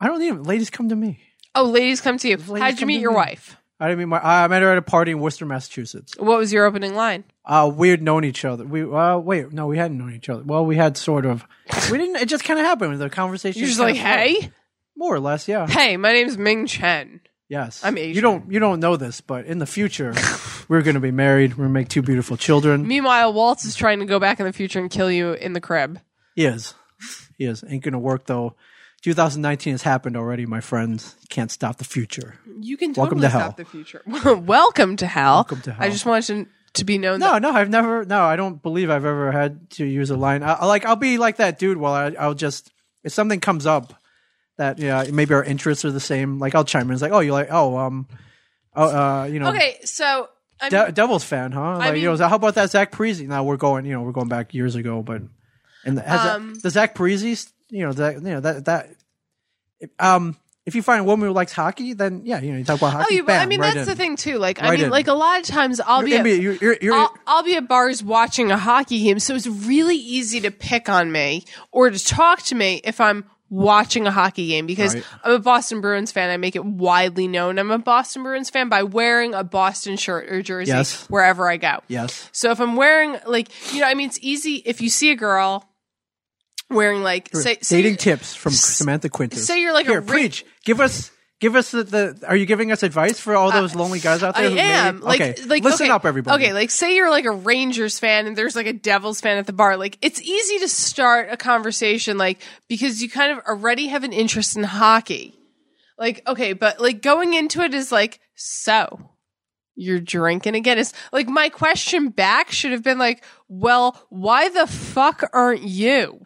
Speaker 6: I don't need them. Ladies come to me.
Speaker 7: Oh, ladies come to you.
Speaker 6: Ladies
Speaker 7: How'd you
Speaker 6: come
Speaker 7: meet
Speaker 6: to
Speaker 7: your
Speaker 6: me.
Speaker 7: wife?
Speaker 6: I didn't mean my. I met her at a party in Worcester, Massachusetts.
Speaker 7: What was your opening line?
Speaker 6: Uh, we had known each other. We uh, wait, no, we hadn't known each other. Well, we had sort of. We didn't. It just kind of happened. The conversation.
Speaker 7: You're just
Speaker 6: kinda
Speaker 7: like,
Speaker 6: flowed.
Speaker 7: hey,
Speaker 6: more or less, yeah,
Speaker 7: hey, my name's Ming Chen.
Speaker 6: yes.
Speaker 7: I'm
Speaker 6: You
Speaker 7: Asian.
Speaker 6: don't. You don't know this, but in the future, we're going to be married. We're going to make two beautiful children.
Speaker 7: Meanwhile, Waltz is trying to go back in the future and kill you in the crib.
Speaker 6: He is. He is. Ain't going to work though. 2019 has happened already, my friends. Can't stop the future.
Speaker 7: You can
Speaker 6: Welcome
Speaker 7: totally
Speaker 6: to
Speaker 7: stop
Speaker 6: hell.
Speaker 7: the future. Welcome to hell.
Speaker 6: Welcome to
Speaker 7: I
Speaker 6: hell.
Speaker 7: just wanted to, to be known.
Speaker 6: No,
Speaker 7: that
Speaker 6: no, I've never. No, I don't believe I've ever had to use a line. I, I like, I'll be like that dude. While I, I'll just if something comes up that yeah, maybe our interests are the same. Like I'll chime in. It's like, oh, you're like, oh, um, oh, uh, you know,
Speaker 7: Okay, so I
Speaker 6: De-
Speaker 7: mean,
Speaker 6: Devils fan, huh? Like, you
Speaker 7: mean-
Speaker 6: know, so how about that Zach Parisi? Now we're going. You know, we're going back years ago, but and has that-
Speaker 7: Um,
Speaker 6: the Zach Parisi. You know that. You know that that. if, Um, if you find a woman who likes hockey, then yeah, you know, you talk about hockey.
Speaker 7: oh, you,
Speaker 6: bam,
Speaker 7: I mean
Speaker 6: right
Speaker 7: that's
Speaker 6: in.
Speaker 7: the thing too. Like I
Speaker 6: Right
Speaker 7: mean,
Speaker 6: in.
Speaker 7: like a lot of times I'll
Speaker 6: You're,
Speaker 7: be at,
Speaker 6: NBA, you're, you're, you're,
Speaker 7: I'll, I'll be at bars watching a hockey game, so it's really easy to pick on me or to talk to me if I'm watching a hockey game because
Speaker 6: Right.
Speaker 7: I'm a Boston Bruins fan. I make it widely known I'm a Boston Bruins fan by wearing a Boston shirt or jersey
Speaker 6: Yes.
Speaker 7: wherever I go.
Speaker 6: yes,
Speaker 7: So if I'm wearing like you know, I mean, it's easy if you see a girl wearing like say, say
Speaker 6: dating tips from Samantha Quinter.
Speaker 7: say you're like a
Speaker 6: Here,
Speaker 7: rich-
Speaker 6: preach. Give us, give us the, the. Are you giving us advice for all those lonely guys out there?
Speaker 7: I
Speaker 6: who
Speaker 7: am
Speaker 6: May,
Speaker 7: like,
Speaker 6: okay,
Speaker 7: like
Speaker 6: listen
Speaker 7: okay,
Speaker 6: up, everybody.
Speaker 7: Okay, like say you're like a Rangers fan and there's like a Devils fan at the bar. Like it's easy to start a conversation, like because you kind of already have an interest in hockey. Like okay, but like going into it is like so. You're drinking again. It's like my question back should have been like, well, why the fuck aren't you?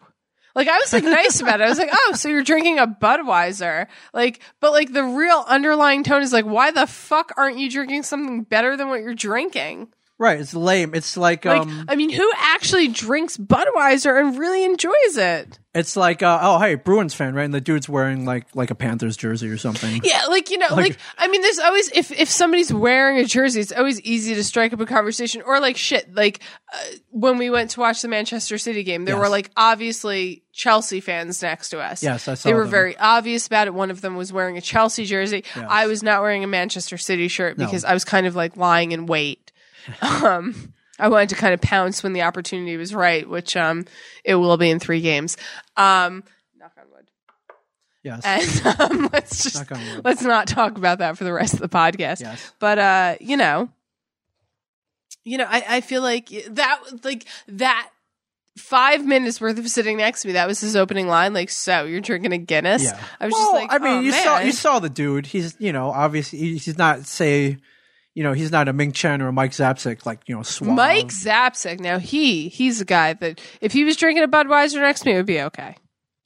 Speaker 7: Like I was like nice about it. I was like, oh, so you're drinking a Budweiser. Like, but like the real underlying tone is like, why the fuck aren't you drinking something better than what you're drinking?
Speaker 6: right? It's lame. It's like,
Speaker 7: Like,
Speaker 6: um,
Speaker 7: I mean, who actually drinks Budweiser and really enjoys it?
Speaker 6: It's like, uh, oh, hey, Bruins fan, right? And the dude's wearing like like a Panthers jersey or something.
Speaker 7: Yeah, like you know, like, I mean, there's always if if somebody's wearing a jersey, it's always easy to strike up a conversation. Or like shit, like uh, when we went to watch the Manchester City game, there
Speaker 6: Yes.
Speaker 7: were like obviously Chelsea fans next to us.
Speaker 6: Yes, I saw
Speaker 7: They were
Speaker 6: them.
Speaker 7: very obvious about it. One of them was wearing a Chelsea jersey. I was not wearing a Manchester City shirt because I was kind of like lying in wait. um, I wanted to kind of pounce when the opportunity was right, which um, it will be in three games. Um, knock on wood.
Speaker 6: Yes.
Speaker 7: And um, let's just
Speaker 6: Knock on wood.
Speaker 7: let's not talk about that for the rest of the podcast.
Speaker 6: Yes.
Speaker 7: But uh, you know, you know, I, I feel like that like that five minutes worth of sitting next to me, that was his opening line, like, so you're drinking a Guinness.
Speaker 6: Yeah.
Speaker 7: I was
Speaker 6: well,
Speaker 7: just like,
Speaker 6: I mean,
Speaker 7: "Oh,
Speaker 6: you saw
Speaker 7: man."
Speaker 6: you saw the dude. He's you know obviously he- he's not say, you know, he's not a Ming Chen or a Mike Zapsik like you know suave.
Speaker 7: Mike Zapsik. Now he he's a guy that if he was drinking a Budweiser next to me, it would be okay.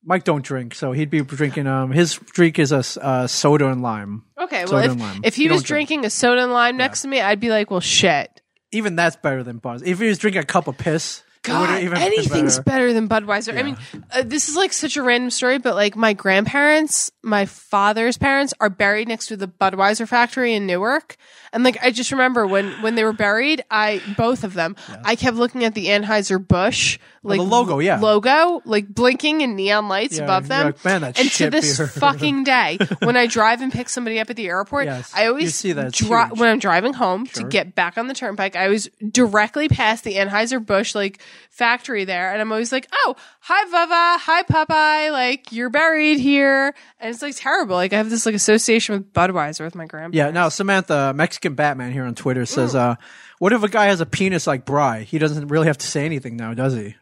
Speaker 6: Mike don't drink, so he'd be drinking. Um, his drink is a s- uh, soda and lime.
Speaker 7: Okay,
Speaker 6: Soda
Speaker 7: well
Speaker 6: and
Speaker 7: if,
Speaker 6: lime.
Speaker 7: if he
Speaker 6: You
Speaker 7: was
Speaker 6: don't drink.
Speaker 7: drinking a soda and lime next to me, I'd be like, well, shit.
Speaker 6: Even that's better than Buzz. If he was drinking a cup of piss, it would've
Speaker 7: God,
Speaker 6: even been
Speaker 7: anything's
Speaker 6: better.
Speaker 7: better. than Budweiser. I mean, uh, this is like such a random story, but like my grandparents, my father's parents are buried next to the Budweiser factory in Newark, and like I just remember when when they were buried, I both of them, I kept looking at the Anheuser Busch like
Speaker 6: the logo, yeah.
Speaker 7: logo, like blinking in neon lights
Speaker 6: Yeah,
Speaker 7: above
Speaker 6: you're
Speaker 7: them.
Speaker 6: like, "Man, that
Speaker 7: and to
Speaker 6: shit
Speaker 7: this
Speaker 6: beer."
Speaker 7: fucking day, when I drive and pick somebody up at the airport,
Speaker 6: Yes,
Speaker 7: I
Speaker 6: you
Speaker 7: always
Speaker 6: see that, it's
Speaker 7: dri-
Speaker 6: huge.
Speaker 7: when I'm driving home to get back on the turnpike, I was directly past the Anheuser Busch like factory there, and I'm always like, "Oh, hi Vava, hi Popeye, like you're buried here," and it's like terrible. Like I have this like association with Budweiser with my grandpa.
Speaker 6: Yeah, now Samantha, Mexican Batman here on Twitter
Speaker 7: Mm.
Speaker 6: says, uh, "What if a guy has a penis like Bry? He doesn't really have to say anything now, does he?"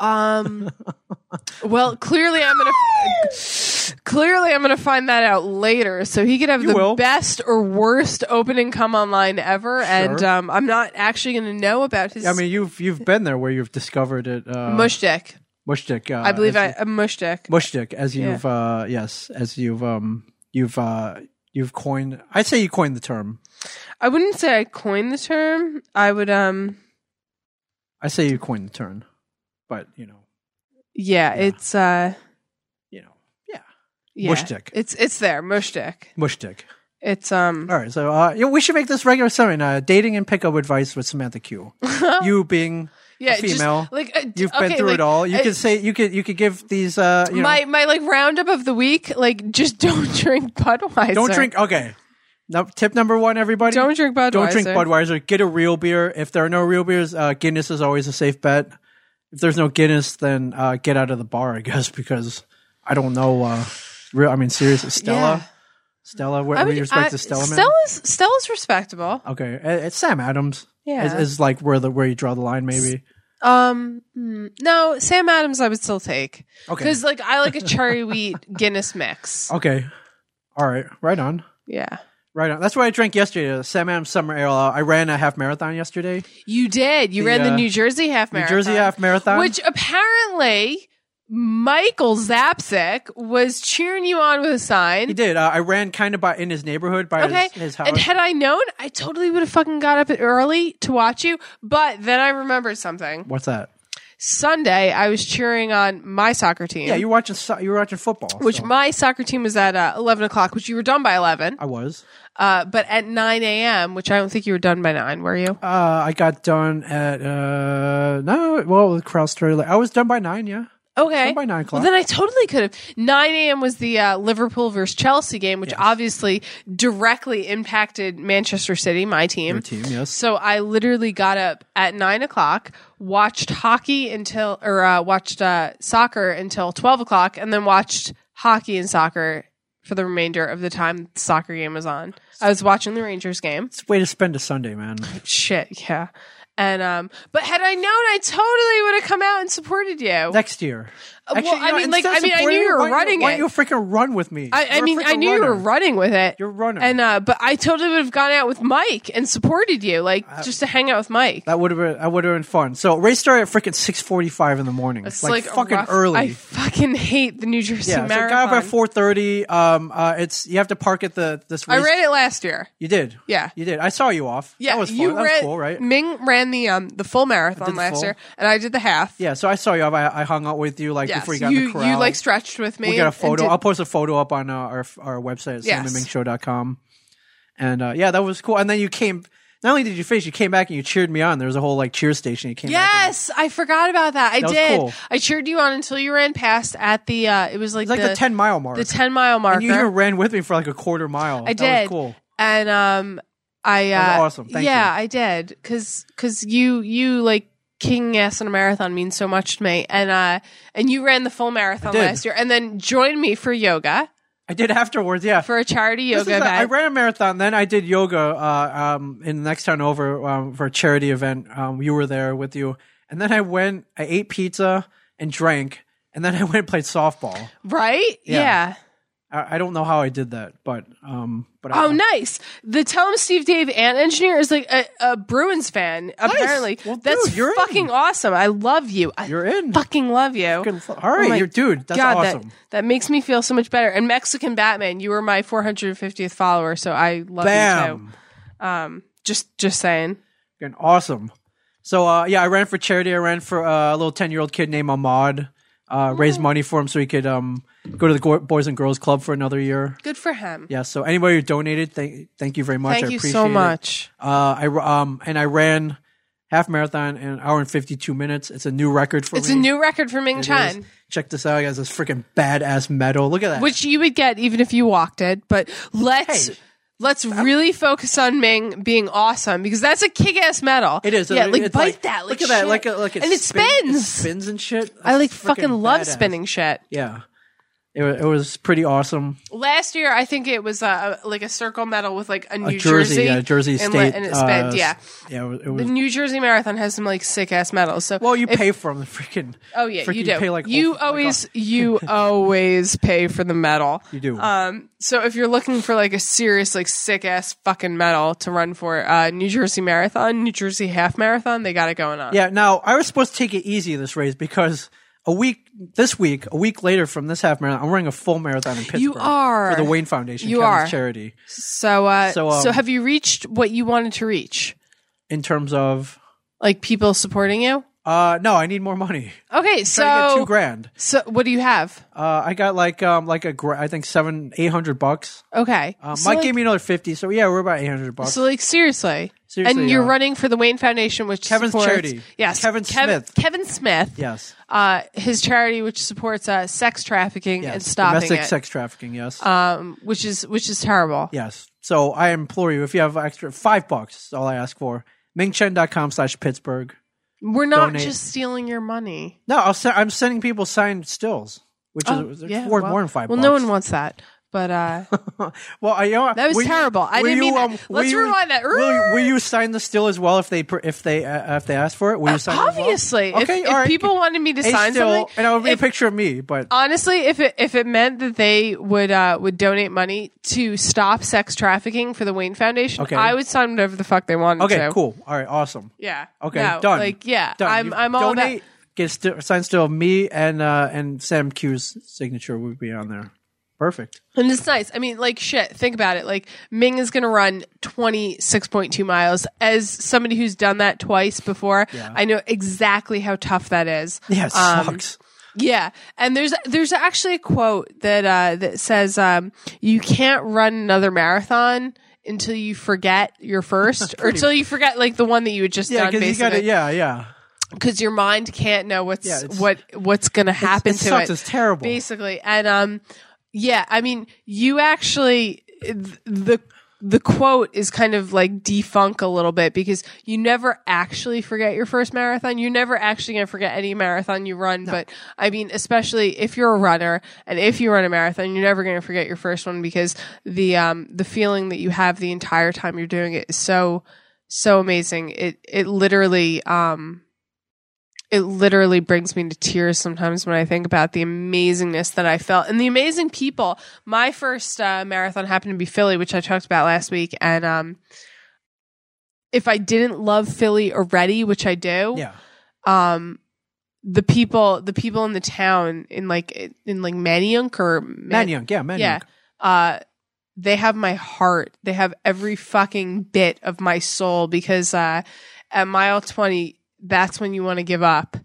Speaker 7: Um. well, clearly I'm gonna clearly I'm gonna find that out later. So he could have
Speaker 6: You
Speaker 7: the
Speaker 6: will.
Speaker 7: best or worst opening come online ever, and
Speaker 6: Sure.
Speaker 7: um, I'm not actually gonna know about his
Speaker 6: I mean, you've you've been there where you've discovered it. Uh,
Speaker 7: mush dick.
Speaker 6: mush dick. Uh,
Speaker 7: I believe
Speaker 6: as
Speaker 7: I a mush dick.
Speaker 6: mush dick. As you've uh, yes, as you've um, you've uh, you've coined. I'd say you coined the term.
Speaker 7: I wouldn't say I coined the term. I would um
Speaker 6: I say you coined the term, but you know,
Speaker 7: yeah, it's uh
Speaker 6: you know, yeah.
Speaker 7: Yeah.
Speaker 6: Mushtick.
Speaker 7: It's it's there. Mushtick.
Speaker 6: Mush dick.
Speaker 7: It's um.
Speaker 6: All right, so uh, yeah, we should make this regular segment: uh, dating and pickup advice with Samantha Q. you being
Speaker 7: Yeah.
Speaker 6: a female,
Speaker 7: Just, like uh, d-
Speaker 6: you've been
Speaker 7: okay,
Speaker 6: through
Speaker 7: like,
Speaker 6: it all. You
Speaker 7: uh,
Speaker 6: could say you could you could give these. Uh, you know,
Speaker 7: my my like roundup of the week. Like just don't drink Budweiser.
Speaker 6: don't drink. Okay, now tip number one, everybody:
Speaker 7: Don't drink Budweiser.
Speaker 6: Don't drink Budweiser. Get a real beer. If there are no real beers, uh, Guinness is always a safe bet. If there's no Guinness, then uh, get out of the bar, I guess, because I don't know. Uh, real, I mean, seriously, Stella,
Speaker 7: Yeah.
Speaker 6: Stella, where
Speaker 7: I
Speaker 6: we
Speaker 7: would,
Speaker 6: respect
Speaker 7: I-
Speaker 6: to Stella, man.
Speaker 7: Stella's Stella's respectable.
Speaker 6: Okay, uh, it's Sam Adams.
Speaker 7: Yeah.
Speaker 6: is, is like where the where you draw the line, maybe.
Speaker 7: Um, mm, no, Sam Adams, I would still take.
Speaker 6: Okay. Oh.
Speaker 7: because like I like a cherry wheat Guinness mix.
Speaker 6: Okay, all right, right on,
Speaker 7: Yeah,
Speaker 6: right on. That's what I drank yesterday. the Sam Adams Summer Ale. Uh, I ran a half marathon yesterday,
Speaker 7: you did. You
Speaker 6: The,
Speaker 7: ran the
Speaker 6: uh,
Speaker 7: New Jersey half marathon.
Speaker 6: New Jersey half marathon.
Speaker 7: which apparently Michael Zapsik was cheering you on with a sign.
Speaker 6: he did. Uh, I ran kind of by in his neighborhood by
Speaker 7: Okay,
Speaker 6: his, his house.
Speaker 7: and had I known, I totally would have fucking got up early to watch you. But then I remembered something.
Speaker 6: What's that?
Speaker 7: Sunday, I was cheering on my soccer team.
Speaker 6: Yeah, you were watching. so- You were watching football.
Speaker 7: which
Speaker 6: so.
Speaker 7: my soccer team was at uh, 11 o'clock, which you were done by 11.
Speaker 6: I was.
Speaker 7: Uh, but at 9 a.m., which I don't think you were done by 9, were you?
Speaker 6: Uh, I got done at uh no. Well, cross story. I was done by nine. Yeah.
Speaker 7: Okay.
Speaker 6: done by 9 o'clock.
Speaker 7: Well, then I totally could have. 9 a.m. was the uh, Liverpool versus Chelsea game, which obviously directly impacted Manchester City, my team.
Speaker 6: Your team, yes.
Speaker 7: So I literally got up at 9 o'clock, watched hockey until, or uh, watched uh, soccer until 12 o'clock, and then watched hockey and soccer for the remainder of the time the soccer game was on. I was watching the Rangers game.
Speaker 6: It's a way to spend a Sunday, man.
Speaker 7: Shit, yeah. And um, but had I known, I totally would have come out and supported you.
Speaker 6: Next year.
Speaker 7: Uh, well, I mean, like,
Speaker 6: instead of
Speaker 7: I mean, I knew
Speaker 6: supporting
Speaker 7: you were
Speaker 6: why don't
Speaker 7: running
Speaker 6: Why
Speaker 7: it.
Speaker 6: don't you freaking run with me?
Speaker 7: I, I
Speaker 6: You're a
Speaker 7: mean,
Speaker 6: freaking
Speaker 7: I knew you were
Speaker 6: runner.
Speaker 7: running with it.
Speaker 6: You're a runner.
Speaker 7: and uh, but I totally would have gone out with Mike and supported you, like just to hang out with Mike.
Speaker 6: Uh, That would have been that would have been fun. So race started at freaking six forty five in the morning.
Speaker 7: It's
Speaker 6: like,
Speaker 7: a
Speaker 6: fucking
Speaker 7: rough-
Speaker 6: early.
Speaker 7: I fucking hate the New Jersey
Speaker 6: yeah, so I
Speaker 7: Marathon.
Speaker 6: got up at four thirty. Um, uh, it's you have to park at the this.
Speaker 7: I
Speaker 6: Race.
Speaker 7: ran it last year.
Speaker 6: You did.
Speaker 7: Yeah.
Speaker 6: you did. I saw you off.
Speaker 7: Yeah,
Speaker 6: that was fun.
Speaker 7: you
Speaker 6: that
Speaker 7: ran.
Speaker 6: was cool, right?
Speaker 7: Ming ran the um the full marathon
Speaker 6: the
Speaker 7: last
Speaker 6: full.
Speaker 7: year, and I did the half.
Speaker 6: yeah, so I saw you off. I, I hung out with you like
Speaker 7: Yes.
Speaker 6: before you got in
Speaker 7: you
Speaker 6: the crowd.
Speaker 7: you like stretched with me.
Speaker 6: we got a
Speaker 7: and
Speaker 6: photo.
Speaker 7: did-
Speaker 6: I'll post a photo up on uh, our our website at
Speaker 7: Yes.
Speaker 6: samandmingshow.com. And uh, yeah, that was cool. And then you came. Not only did you finish, you came back and you cheered me on. There was a whole like cheer station. You came. back and-
Speaker 7: Yes, I forgot about that. I
Speaker 6: That was
Speaker 7: did.
Speaker 6: cool.
Speaker 7: I cheered you on until you ran past at the. Uh, it was like,
Speaker 6: It's like the, ten mile mark.
Speaker 7: the ten mile marker.
Speaker 6: And you even ran with me for like a quarter mile.
Speaker 7: I
Speaker 6: that
Speaker 7: did.
Speaker 6: Was cool.
Speaker 7: And um, I uh,
Speaker 6: That was awesome. Thank
Speaker 7: yeah,
Speaker 6: you.
Speaker 7: I did because because you you like kicking ass in a marathon means so much to me. And uh, and you ran the full marathon
Speaker 6: I did.
Speaker 7: last year, and then joined me for yoga
Speaker 6: I did afterwards. Yeah.
Speaker 7: for a charity
Speaker 6: This
Speaker 7: yoga
Speaker 6: is a- I
Speaker 7: event.
Speaker 6: ran a marathon, then I did yoga uh, um, in the next town over um, for a charity event. Um, you were there with you, and then I went. I ate pizza and drank, and then I went and played softball.
Speaker 7: right?
Speaker 6: Yeah.
Speaker 7: yeah.
Speaker 6: I, I don't know how I did that, but um, but I,
Speaker 7: Oh, nice! The Tell 'em Steve Dave Ant engineer is like a, a Bruins fan. Apparently,
Speaker 6: Well, dude,
Speaker 7: that's
Speaker 6: you're in.
Speaker 7: fucking awesome. I love you. I
Speaker 6: You're in.
Speaker 7: Fucking love you.
Speaker 6: Fucking fu- all right,
Speaker 7: Oh my
Speaker 6: you're- dude, that's
Speaker 7: God,
Speaker 6: awesome.
Speaker 7: That, that makes me feel so much better. And Mexican Batman, you were my 450th follower, so I love you too. Um,
Speaker 6: bam,
Speaker 7: Just, just saying.
Speaker 6: Fucking awesome. So uh, yeah, I ran for charity. I ran for uh, a little ten year old kid named Ahmad. Uh, raise
Speaker 7: Oh.
Speaker 6: money for him so he could um, go to the Go- Boys and Girls Club for another year.
Speaker 7: Good for him.
Speaker 6: Yeah. So anybody who donated, thank thank you very much.
Speaker 7: Thank
Speaker 6: I
Speaker 7: you
Speaker 6: appreciate
Speaker 7: so
Speaker 6: it.
Speaker 7: much.
Speaker 6: Uh, I r- um and I ran half marathon in an hour and fifty two minutes. It's a new record for
Speaker 7: It's
Speaker 6: me.
Speaker 7: a new record for Ming
Speaker 6: It
Speaker 7: Chen.
Speaker 6: is. Check this out, guys. This freaking badass medal. Look at that.
Speaker 7: which you would get even if you walked it. But let's
Speaker 6: Hey.
Speaker 7: let's really focus on Ming being awesome because that's a kick-ass medal.
Speaker 6: it is.
Speaker 7: Yeah,
Speaker 6: It-
Speaker 7: like
Speaker 6: it's
Speaker 7: bite that. Like
Speaker 6: look at that.
Speaker 7: shit.
Speaker 6: Like a, like it
Speaker 7: and it
Speaker 6: spin-
Speaker 7: spins.
Speaker 6: spins and shit.
Speaker 7: I like
Speaker 6: That's
Speaker 7: fucking love
Speaker 6: badass.
Speaker 7: spinning shit.
Speaker 6: Yeah. It, wa- it was pretty awesome.
Speaker 7: Last year, I think it was a, a- like a circle medal with like a New
Speaker 6: A Jersey, yeah, Jersey
Speaker 7: and,
Speaker 6: State,
Speaker 7: li- and it
Speaker 6: uh,
Speaker 7: spins.
Speaker 6: s-
Speaker 7: yeah,
Speaker 6: yeah. It was, it
Speaker 7: the
Speaker 6: was
Speaker 7: New Jersey Marathon has some like sick ass medals. So
Speaker 6: well, you
Speaker 7: if-
Speaker 6: pay for them. Freaking.
Speaker 7: Oh yeah,
Speaker 6: freaking
Speaker 7: you do.
Speaker 6: Pay like
Speaker 7: you
Speaker 6: whole- like a-
Speaker 7: always you always pay for the medal.
Speaker 6: You do.
Speaker 7: Um, so if you're looking for like a serious, like sick ass fucking medal to run for, uh, New Jersey Marathon, New Jersey Half Marathon, they got it going on.
Speaker 6: Yeah. Now I was supposed to take it easy this race because a week this week, a week later from this half marathon, I'm running a full marathon in Pittsburgh.
Speaker 7: are.
Speaker 6: for the Wayne Foundation.
Speaker 7: You
Speaker 6: Kevin's
Speaker 7: are.
Speaker 6: charity
Speaker 7: So, uh, so,
Speaker 6: So, um,
Speaker 7: have you reached what you wanted to reach?
Speaker 6: in terms of
Speaker 7: Like people supporting you?
Speaker 6: Uh, no, I need more money.
Speaker 7: Okay,
Speaker 6: I'm trying to get two
Speaker 7: so
Speaker 6: grand.
Speaker 7: so what do you have?
Speaker 6: Uh, I got like um like a gra- I think seven eight hundred bucks.
Speaker 7: Okay,
Speaker 6: Um,
Speaker 7: so
Speaker 6: Mike
Speaker 7: like,
Speaker 6: gave me another fifty, so yeah, we're about eight hundred bucks.
Speaker 7: So like seriously,
Speaker 6: Seriously,
Speaker 7: and you're
Speaker 6: yeah.
Speaker 7: running for the Wayne Foundation, which
Speaker 6: Kevin's
Speaker 7: supports,
Speaker 6: charity.
Speaker 7: Yes,
Speaker 6: Kevin
Speaker 7: Kev-
Speaker 6: Smith.
Speaker 7: Kevin Smith.
Speaker 6: yes,
Speaker 7: Uh, his charity, which supports uh, sex trafficking
Speaker 6: yes.
Speaker 7: and stopping
Speaker 6: domestic
Speaker 7: it, Uh, um,
Speaker 6: sex trafficking. Yes,
Speaker 7: which is which is terrible.
Speaker 6: yes. So I implore you, if you have extra five bucks, is all I ask for. Mingchen.com slash Pittsburgh.
Speaker 7: We're not
Speaker 6: Donate.
Speaker 7: just stealing your money.
Speaker 6: No, I'll se- I'm sending people signed stills, which
Speaker 7: Oh,
Speaker 6: is
Speaker 7: yeah,
Speaker 6: worth
Speaker 7: well-
Speaker 6: more than five.
Speaker 7: Well,
Speaker 6: bucks.
Speaker 7: no one wants that. But uh,
Speaker 6: Well, I, you know,
Speaker 7: That was
Speaker 6: will you-
Speaker 7: terrible. I
Speaker 6: will
Speaker 7: didn't
Speaker 6: you, um,
Speaker 7: mean that.
Speaker 6: will
Speaker 7: Let's
Speaker 6: you-
Speaker 7: rewind that.
Speaker 6: Will you, will you sign the still as well if they pr- if they uh, if they ask for it? Will you sign? it as well?
Speaker 7: obviously, if,
Speaker 6: Okay,
Speaker 7: if
Speaker 6: all right.
Speaker 7: people wanted me to
Speaker 6: A
Speaker 7: sign
Speaker 6: still,
Speaker 7: something,
Speaker 6: and it would be
Speaker 7: if-
Speaker 6: a picture of me. But
Speaker 7: honestly, if it if it meant that they would uh, would donate money to stop sex trafficking for the Wayne Foundation,
Speaker 6: Okay.
Speaker 7: I would sign whatever the fuck they wanted.
Speaker 6: okay,
Speaker 7: to.
Speaker 6: cool. All right, awesome.
Speaker 7: Yeah.
Speaker 6: Okay,
Speaker 7: No,
Speaker 6: done.
Speaker 7: Like yeah,
Speaker 6: Done.
Speaker 7: I'm
Speaker 6: You
Speaker 7: I'm all
Speaker 6: donate,
Speaker 7: about.
Speaker 6: Get sti- sign still of me and uh, and Sam Q's signature would be on there. Perfect.
Speaker 7: And it's nice. I mean, like shit. Think about it. Like Ming is going to run twenty six point two miles. As somebody who's done that twice before, I know exactly how tough that is.
Speaker 6: Yeah, it
Speaker 7: Um,
Speaker 6: sucks.
Speaker 7: Yeah, and there's there's actually a quote that uh, that says um, you can't run another marathon until you forget your first, or until you forget like the one that you had just
Speaker 6: Yeah,
Speaker 7: done,
Speaker 6: because you got to
Speaker 7: basically,
Speaker 6: Yeah, yeah.
Speaker 7: because your mind can't know what's
Speaker 6: Yeah, it's-
Speaker 7: what what's going to happen
Speaker 6: it
Speaker 7: to
Speaker 6: sucks.
Speaker 7: it.
Speaker 6: It's terrible.
Speaker 7: basically, and um, yeah, I mean, you actually th- the. The quote is kind of like defunk a little bit because you never actually forget your first marathon. You're never actually going to forget any marathon you run. But I mean, especially if you're a runner and if you run a marathon, you're never going to forget your first one because the, um, the feeling that you have the entire time you're doing it is so, so amazing. It, it literally, um, it literally brings me to tears sometimes when I think about the amazingness that I felt and the amazing people. My first uh, marathon happened to be Philly, which I talked about last week, and um, if I didn't love Philly already, which I do,
Speaker 6: Yeah.
Speaker 7: um, the people, the people in the town in like in like Manayunk or Man-
Speaker 6: Manion. Yeah, Manion.
Speaker 7: yeah, uh, they have my heart. They have every fucking bit of my soul because uh, at mile twenty, that's when you want to give up.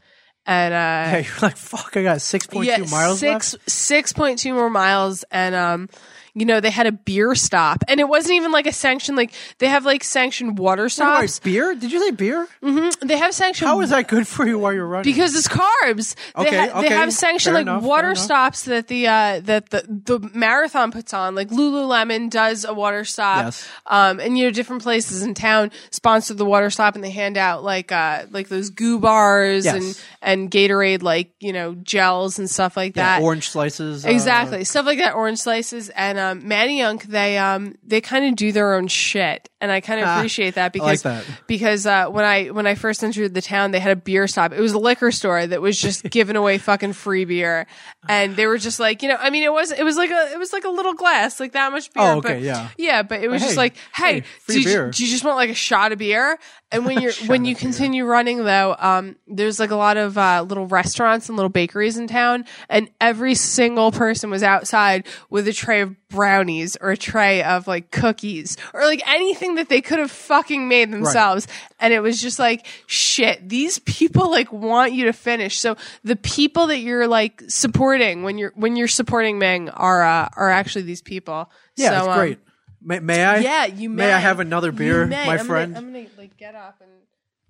Speaker 7: And uh,
Speaker 6: Yeah, you're like, fuck, I got 6.2 miles
Speaker 7: six six point two more miles, and um, you know they had a beer stop, and it wasn't even like a sanctioned like they have like sanctioned water
Speaker 6: left. Wait,
Speaker 7: stops.
Speaker 6: beer? Did you say beer?
Speaker 7: Mhm. They have sanctioned
Speaker 6: How is that good for you while you're running?
Speaker 7: because it's carbs.
Speaker 6: Okay,
Speaker 7: they, they
Speaker 6: okay,
Speaker 7: have sanctioned
Speaker 6: fair
Speaker 7: like
Speaker 6: enough, fair
Speaker 7: water
Speaker 6: enough.
Speaker 7: stops that the uh, that the the marathon puts on. Like Lululemon does a water stop,
Speaker 6: Yes.
Speaker 7: um, and you know different places in town sponsor the water stop, and they hand out like uh, like those goo bars
Speaker 6: Yes.
Speaker 7: and and Gatorade like you know gels and stuff like
Speaker 6: Yeah,
Speaker 7: that.
Speaker 6: orange slices. uh,
Speaker 7: Exactly. Stuff like that, orange slices and um Manny Yunk, they um they kind of do their own shit. And I kind of appreciate that because
Speaker 6: Ah, that.
Speaker 7: because uh when I when I first entered the town they had a beer stop. It was a liquor store that was just giving away fucking free beer. And they were just like, you know, I mean it was it was like a it was like a little glass, like that much beer.
Speaker 6: Oh, okay,
Speaker 7: but,
Speaker 6: yeah.
Speaker 7: Yeah, but it was
Speaker 6: Hey,
Speaker 7: just like, hey,
Speaker 6: hey, free
Speaker 7: do, you,
Speaker 6: beer.
Speaker 7: do you just want like a shot of beer? And when you're when you continue running though, um, there's like a lot of uh, little restaurants and little bakeries in town, and every single person was outside with a tray of brownies or a tray of like cookies or like anything that they could have fucking made themselves. And it was just like shit. These people like want you to finish. So the people that you're like supporting when you're when you're supporting Ming are uh, are actually these people.
Speaker 6: Yeah,
Speaker 7: so,
Speaker 6: it's
Speaker 7: um,
Speaker 6: great. May, may I?
Speaker 7: yeah, you may.
Speaker 6: may. I have another
Speaker 7: You
Speaker 6: beer,
Speaker 7: may.
Speaker 6: my
Speaker 7: I'm gonna-
Speaker 6: friend?
Speaker 7: I'm gonna like get up and.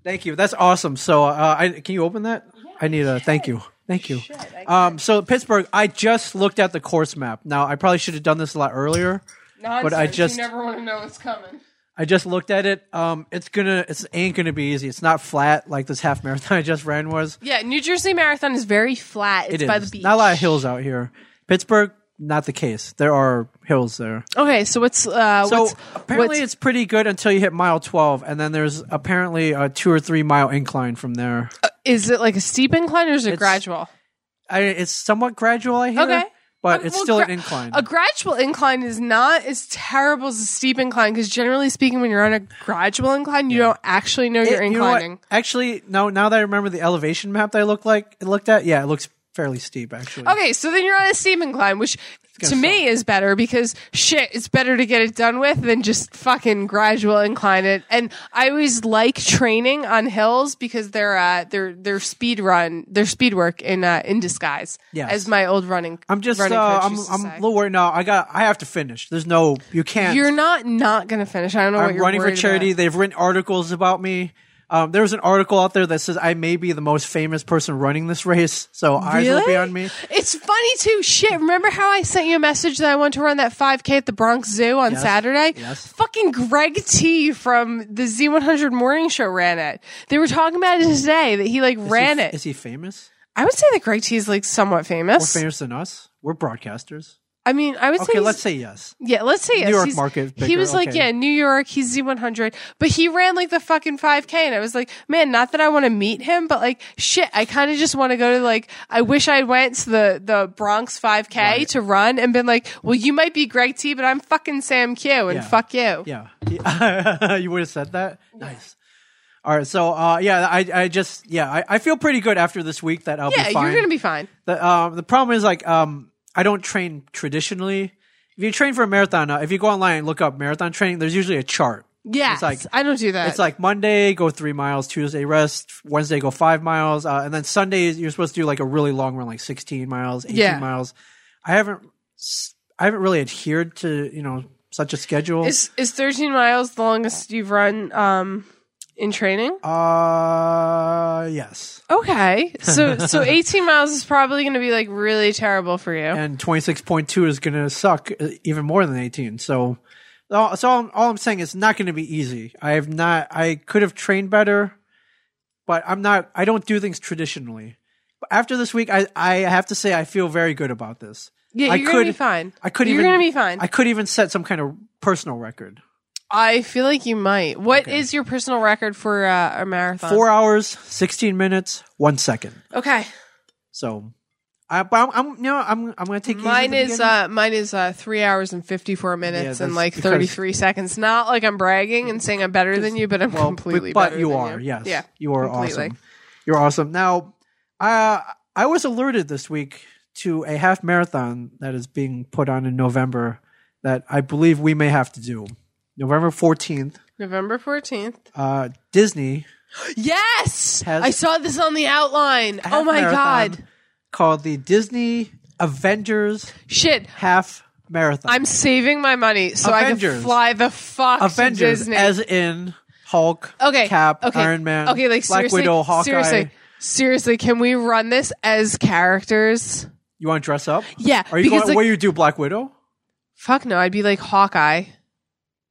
Speaker 6: Thank you. That's awesome. So, uh, I, can you open that? I need a thank you. Thank you. Um, so Pittsburgh, I just looked at the course map. Now, I probably should have done this a lot earlier.
Speaker 7: Nonsense.
Speaker 6: I just-
Speaker 7: you never want to know what's coming.
Speaker 6: I just looked at it. Um, it's gonna, it's ain't gonna be easy. It's not flat like this half marathon I just ran was.
Speaker 7: Yeah, New Jersey Marathon is very flat. It's
Speaker 6: It
Speaker 7: by
Speaker 6: is.
Speaker 7: the beach.
Speaker 6: Not a lot of hills out here. Pittsburgh, not the case. There are hills there.
Speaker 7: Okay, so what's uh,
Speaker 6: So
Speaker 7: what's,
Speaker 6: apparently
Speaker 7: what's-
Speaker 6: it's pretty good until you hit mile 12, and then there's apparently a two or three mile incline from there.
Speaker 7: is it like a steep incline or is it
Speaker 6: It's-
Speaker 7: gradual?
Speaker 6: I, it's somewhat gradual, I hear.
Speaker 7: Okay.
Speaker 6: But
Speaker 7: Okay,
Speaker 6: it's
Speaker 7: well,
Speaker 6: still an
Speaker 7: gra-
Speaker 6: incline.
Speaker 7: A gradual incline is not as terrible as a steep incline because generally speaking, when you're on a gradual incline, you don't actually know
Speaker 6: It-
Speaker 7: you're
Speaker 6: you know what?
Speaker 7: inclining.
Speaker 6: Actually, no, now that I remember the elevation map that I looked like looked at, yeah, it looks fairly steep, actually.
Speaker 7: Okay, so then you're on a steam incline, which to
Speaker 6: gonna
Speaker 7: me is better because shit, it's better to get it done with than just fucking gradual incline it. And I always like training on hills because they're uh, they're they're speed run, they're speed work in uh, in disguise.
Speaker 6: Yes.
Speaker 7: as my old running.
Speaker 6: I'm just, uh,
Speaker 7: running coach
Speaker 6: I'm,
Speaker 7: used to
Speaker 6: I'm
Speaker 7: say.
Speaker 6: a little worried. No, I got, I have to finish. There's no, you can't.
Speaker 7: You're not not gonna finish. I don't know what
Speaker 6: I'm
Speaker 7: you're
Speaker 6: running for
Speaker 7: worried
Speaker 6: charity.
Speaker 7: about.
Speaker 6: They've written articles about me. Um, there was an article out there that says I may be the most famous person running this race, so eyes will be
Speaker 7: Really?
Speaker 6: on me.
Speaker 7: It's funny too. Shit, remember how I sent you a message that I want to run that 5K at the Bronx Zoo on Saturday?
Speaker 6: Yes.
Speaker 7: Fucking Greg T from the Z100 Morning Show ran it. They were talking about it today that he like
Speaker 6: Is
Speaker 7: ran
Speaker 6: he-
Speaker 7: it.
Speaker 6: Is he famous?
Speaker 7: I would say that Greg T is like somewhat
Speaker 6: More
Speaker 7: famous.
Speaker 6: famous than us? We're broadcasters.
Speaker 7: I mean, I would say
Speaker 6: Okay,
Speaker 7: he's-
Speaker 6: let's say yes.
Speaker 7: yeah, let's say yes.
Speaker 6: York
Speaker 7: He's-
Speaker 6: market
Speaker 7: He
Speaker 6: bigger,
Speaker 7: was like,
Speaker 6: okay.
Speaker 7: yeah, New York. He's Z100, but he ran like the fucking 5K, and I was like, man, not that I want to meet him, but like, shit, I kind of just want to go to like, I wish I went to the the Bronx 5K to run and been like, well, you might be Greg T, but I'm fucking Sam Q, and
Speaker 6: Yeah.
Speaker 7: fuck you.
Speaker 6: Yeah, you would have said that. Nice. All right, so uh, yeah, I, I just yeah, I, I feel pretty good after this week that I'll
Speaker 7: Yeah,
Speaker 6: be fine.
Speaker 7: you're gonna be fine.
Speaker 6: The um, the problem is like um, I don't train traditionally. If you train for a marathon, uh, if you go online and look up marathon training, there's usually a chart.
Speaker 7: Yeah,
Speaker 6: like-
Speaker 7: I don't do that.
Speaker 6: It's like Monday go three miles, Tuesday rest, Wednesday go five miles, uh, and then Sunday you're supposed to do like a really long run, like 16 miles, 18
Speaker 7: Yeah.
Speaker 6: miles. I haven't, s- I haven't really adhered to you know such a schedule.
Speaker 7: is is 13 miles the longest you've run um in training?
Speaker 6: uh, yes,
Speaker 7: Okay, so so 18 miles is probably gonna be like really terrible for you.
Speaker 6: and 26.2 is gonna suck uh, even more than 18. So, so so all, all I'm saying is not gonna be easy. I have not, I could have trained better, but I'm not. I don't do things traditionally. But after this week, I I have to say I feel very good about this.
Speaker 7: Yeah,
Speaker 6: I
Speaker 7: you're gonna be
Speaker 6: could-
Speaker 7: fine.
Speaker 6: I could
Speaker 7: You're
Speaker 6: even
Speaker 7: gonna be fine.
Speaker 6: I
Speaker 7: I,
Speaker 6: could even set some kind of personal record.
Speaker 7: feel like you might. What is your personal record for uh, a marathon?
Speaker 6: Four hours, sixteen minutes, one second.
Speaker 7: Okay,
Speaker 6: So, I but I'm, I'm you know I'm I'm gonna take it easy
Speaker 7: mine
Speaker 6: at the
Speaker 7: is
Speaker 6: beginning.
Speaker 7: uh, mine is uh, three hours and fifty four minutes
Speaker 6: Yeah,
Speaker 7: and
Speaker 6: that's
Speaker 7: like
Speaker 6: because-
Speaker 7: thirty three seconds. Not like I'm bragging and saying I'm better than you, but I'm
Speaker 6: Well,
Speaker 7: completely.
Speaker 6: but
Speaker 7: better
Speaker 6: you
Speaker 7: than
Speaker 6: are yes
Speaker 7: Yeah.
Speaker 6: you are
Speaker 7: completely.
Speaker 6: awesome you're awesome now uh, i was alerted this week to a half marathon that is being put on in november that i believe we may have to do november 14th
Speaker 7: November fourteenth.
Speaker 6: uh, disney
Speaker 7: Yes,
Speaker 6: Has-
Speaker 7: I saw this on the outline.
Speaker 6: half
Speaker 7: Oh my
Speaker 6: marathon
Speaker 7: god!
Speaker 6: called the disney avengers
Speaker 7: Shit,
Speaker 6: half marathon
Speaker 7: I'm saving my money so I can
Speaker 6: Avengers.
Speaker 7: fly the fuck to
Speaker 6: avengers
Speaker 7: Disney.
Speaker 6: as in hulk
Speaker 7: okay,
Speaker 6: cap
Speaker 7: okay,
Speaker 6: iron man
Speaker 7: okay, like
Speaker 6: black
Speaker 7: seriously,
Speaker 6: widow hawkeye
Speaker 7: seriously, seriously, can we run this as characters?
Speaker 6: you want to dress up
Speaker 7: Yeah,
Speaker 6: are you
Speaker 7: because,
Speaker 6: going
Speaker 7: like-
Speaker 6: where you do black widow
Speaker 7: Fuck no, I'd be like Hawkeye.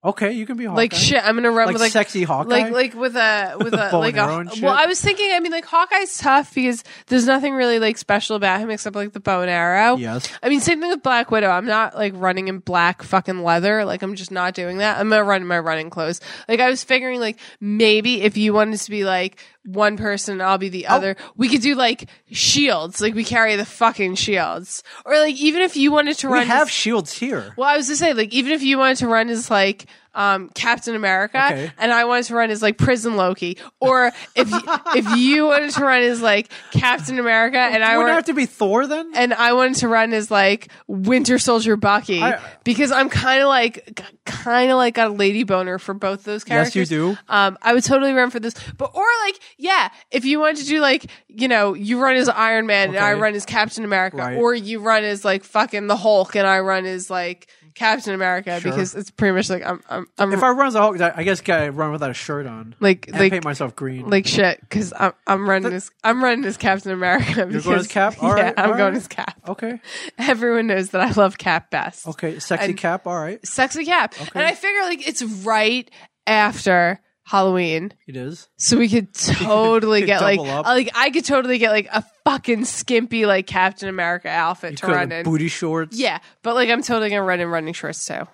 Speaker 6: okay you can be hawkeye
Speaker 7: Like shit, I'm gonna run
Speaker 6: like,
Speaker 7: with like
Speaker 6: sexy Hawkeye.
Speaker 7: like like with a with a
Speaker 6: Bow
Speaker 7: like
Speaker 6: and arrow and
Speaker 7: a
Speaker 6: shit?
Speaker 7: well i was thinking i mean like hawkeye's tough because there's nothing really like special about him except like the bow and arrow
Speaker 6: Yes.
Speaker 7: i mean same thing with black widow i'm not like running in black fucking leather like i'm just not doing that i'm gonna run in my running clothes like i was figuring like maybe if you wanted to be like one person i'll be
Speaker 6: Oh.
Speaker 7: the other we could do like shields like we carry the fucking shields or like even if you wanted to
Speaker 6: we
Speaker 7: run
Speaker 6: have shields here.
Speaker 7: well, I was to say, like, even if you wanted to run as like um, Captain America,
Speaker 6: Okay.
Speaker 7: and I wanted to run as like Prison Loki, or if y- if you wanted to run as like Captain America, and I
Speaker 6: Wouldn't it
Speaker 7: were,
Speaker 6: have to be Thor then?
Speaker 7: and I wanted to run as like Winter Soldier Bucky,
Speaker 6: I-
Speaker 7: because I'm kind of like kind of like got a lady boner for both those
Speaker 6: Yes,
Speaker 7: characters.
Speaker 6: you do.
Speaker 7: Um, I would totally run for this, but or like yeah, if you wanted to do like you know you run as Iron Man and I
Speaker 6: Okay.
Speaker 7: run as Captain America,
Speaker 6: Right.
Speaker 7: or you run as like fucking the Hulk and I run as like Captain America
Speaker 6: Sure.
Speaker 7: because it's pretty much like I'm I'm, I'm
Speaker 6: if I run as a Hulk, I guess I run without a shirt on.
Speaker 7: like
Speaker 6: and
Speaker 7: like
Speaker 6: paint myself green.
Speaker 7: like shit because I'm I'm running as I'm running as Captain America.
Speaker 6: You're
Speaker 7: because,
Speaker 6: going as Cap? All
Speaker 7: yeah,
Speaker 6: right,
Speaker 7: I'm
Speaker 6: all
Speaker 7: going
Speaker 6: right.
Speaker 7: as Cap.
Speaker 6: okay,
Speaker 7: Everyone knows that I love Cap best.
Speaker 6: okay, sexy
Speaker 7: And-
Speaker 6: cap. All right,
Speaker 7: Sexy Cap, and I figure like it's right after Halloween.
Speaker 6: it is.
Speaker 7: So we could totally
Speaker 6: could
Speaker 7: get like,
Speaker 6: double up.
Speaker 7: uh, like I could totally get like a fucking skimpy like Captain America outfit
Speaker 6: You
Speaker 7: to
Speaker 6: could
Speaker 7: run
Speaker 6: have
Speaker 7: in.
Speaker 6: booty shorts.
Speaker 7: Yeah, but like I'm totally gonna run in running shorts too,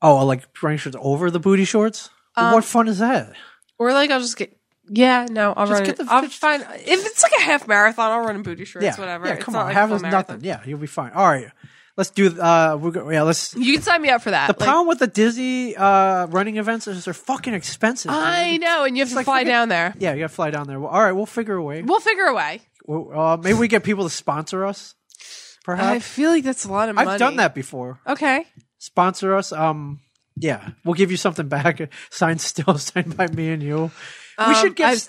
Speaker 6: Oh, like running shorts over the booty shorts.
Speaker 7: Um,
Speaker 6: what fun is that?
Speaker 7: or like I'll just get. Yeah, no, I'll run.
Speaker 6: get
Speaker 7: in-
Speaker 6: the-
Speaker 7: I'll find if it's like a half marathon, I'll run in booty shorts.
Speaker 6: Yeah,
Speaker 7: whatever.
Speaker 6: Yeah,
Speaker 7: It's
Speaker 6: come
Speaker 7: not
Speaker 6: on,
Speaker 7: like a
Speaker 6: have
Speaker 7: full
Speaker 6: us
Speaker 7: marathon.
Speaker 6: nothing. Yeah, you'll be fine. All right, let's do. Uh, we're go- yeah, let's.
Speaker 7: You can sign me up for that.
Speaker 6: The
Speaker 7: Like,
Speaker 6: problem with the Disney uh, running events is they're fucking expensive.
Speaker 7: I know, and you have to
Speaker 6: like
Speaker 7: fly
Speaker 6: fucking-
Speaker 7: down there.
Speaker 6: Yeah, you gotta fly down there. Well, all right, we'll figure a way.
Speaker 7: We'll figure a way.
Speaker 6: Uh, maybe we get people to sponsor us.
Speaker 7: I
Speaker 6: Perhaps
Speaker 7: feel like that's a lot of money.
Speaker 6: I've done that before.
Speaker 7: Okay.
Speaker 6: Sponsor us. Um, yeah, we'll give you something back. Signed still, signed by me and you. we
Speaker 7: Um,
Speaker 6: should get.
Speaker 7: I've-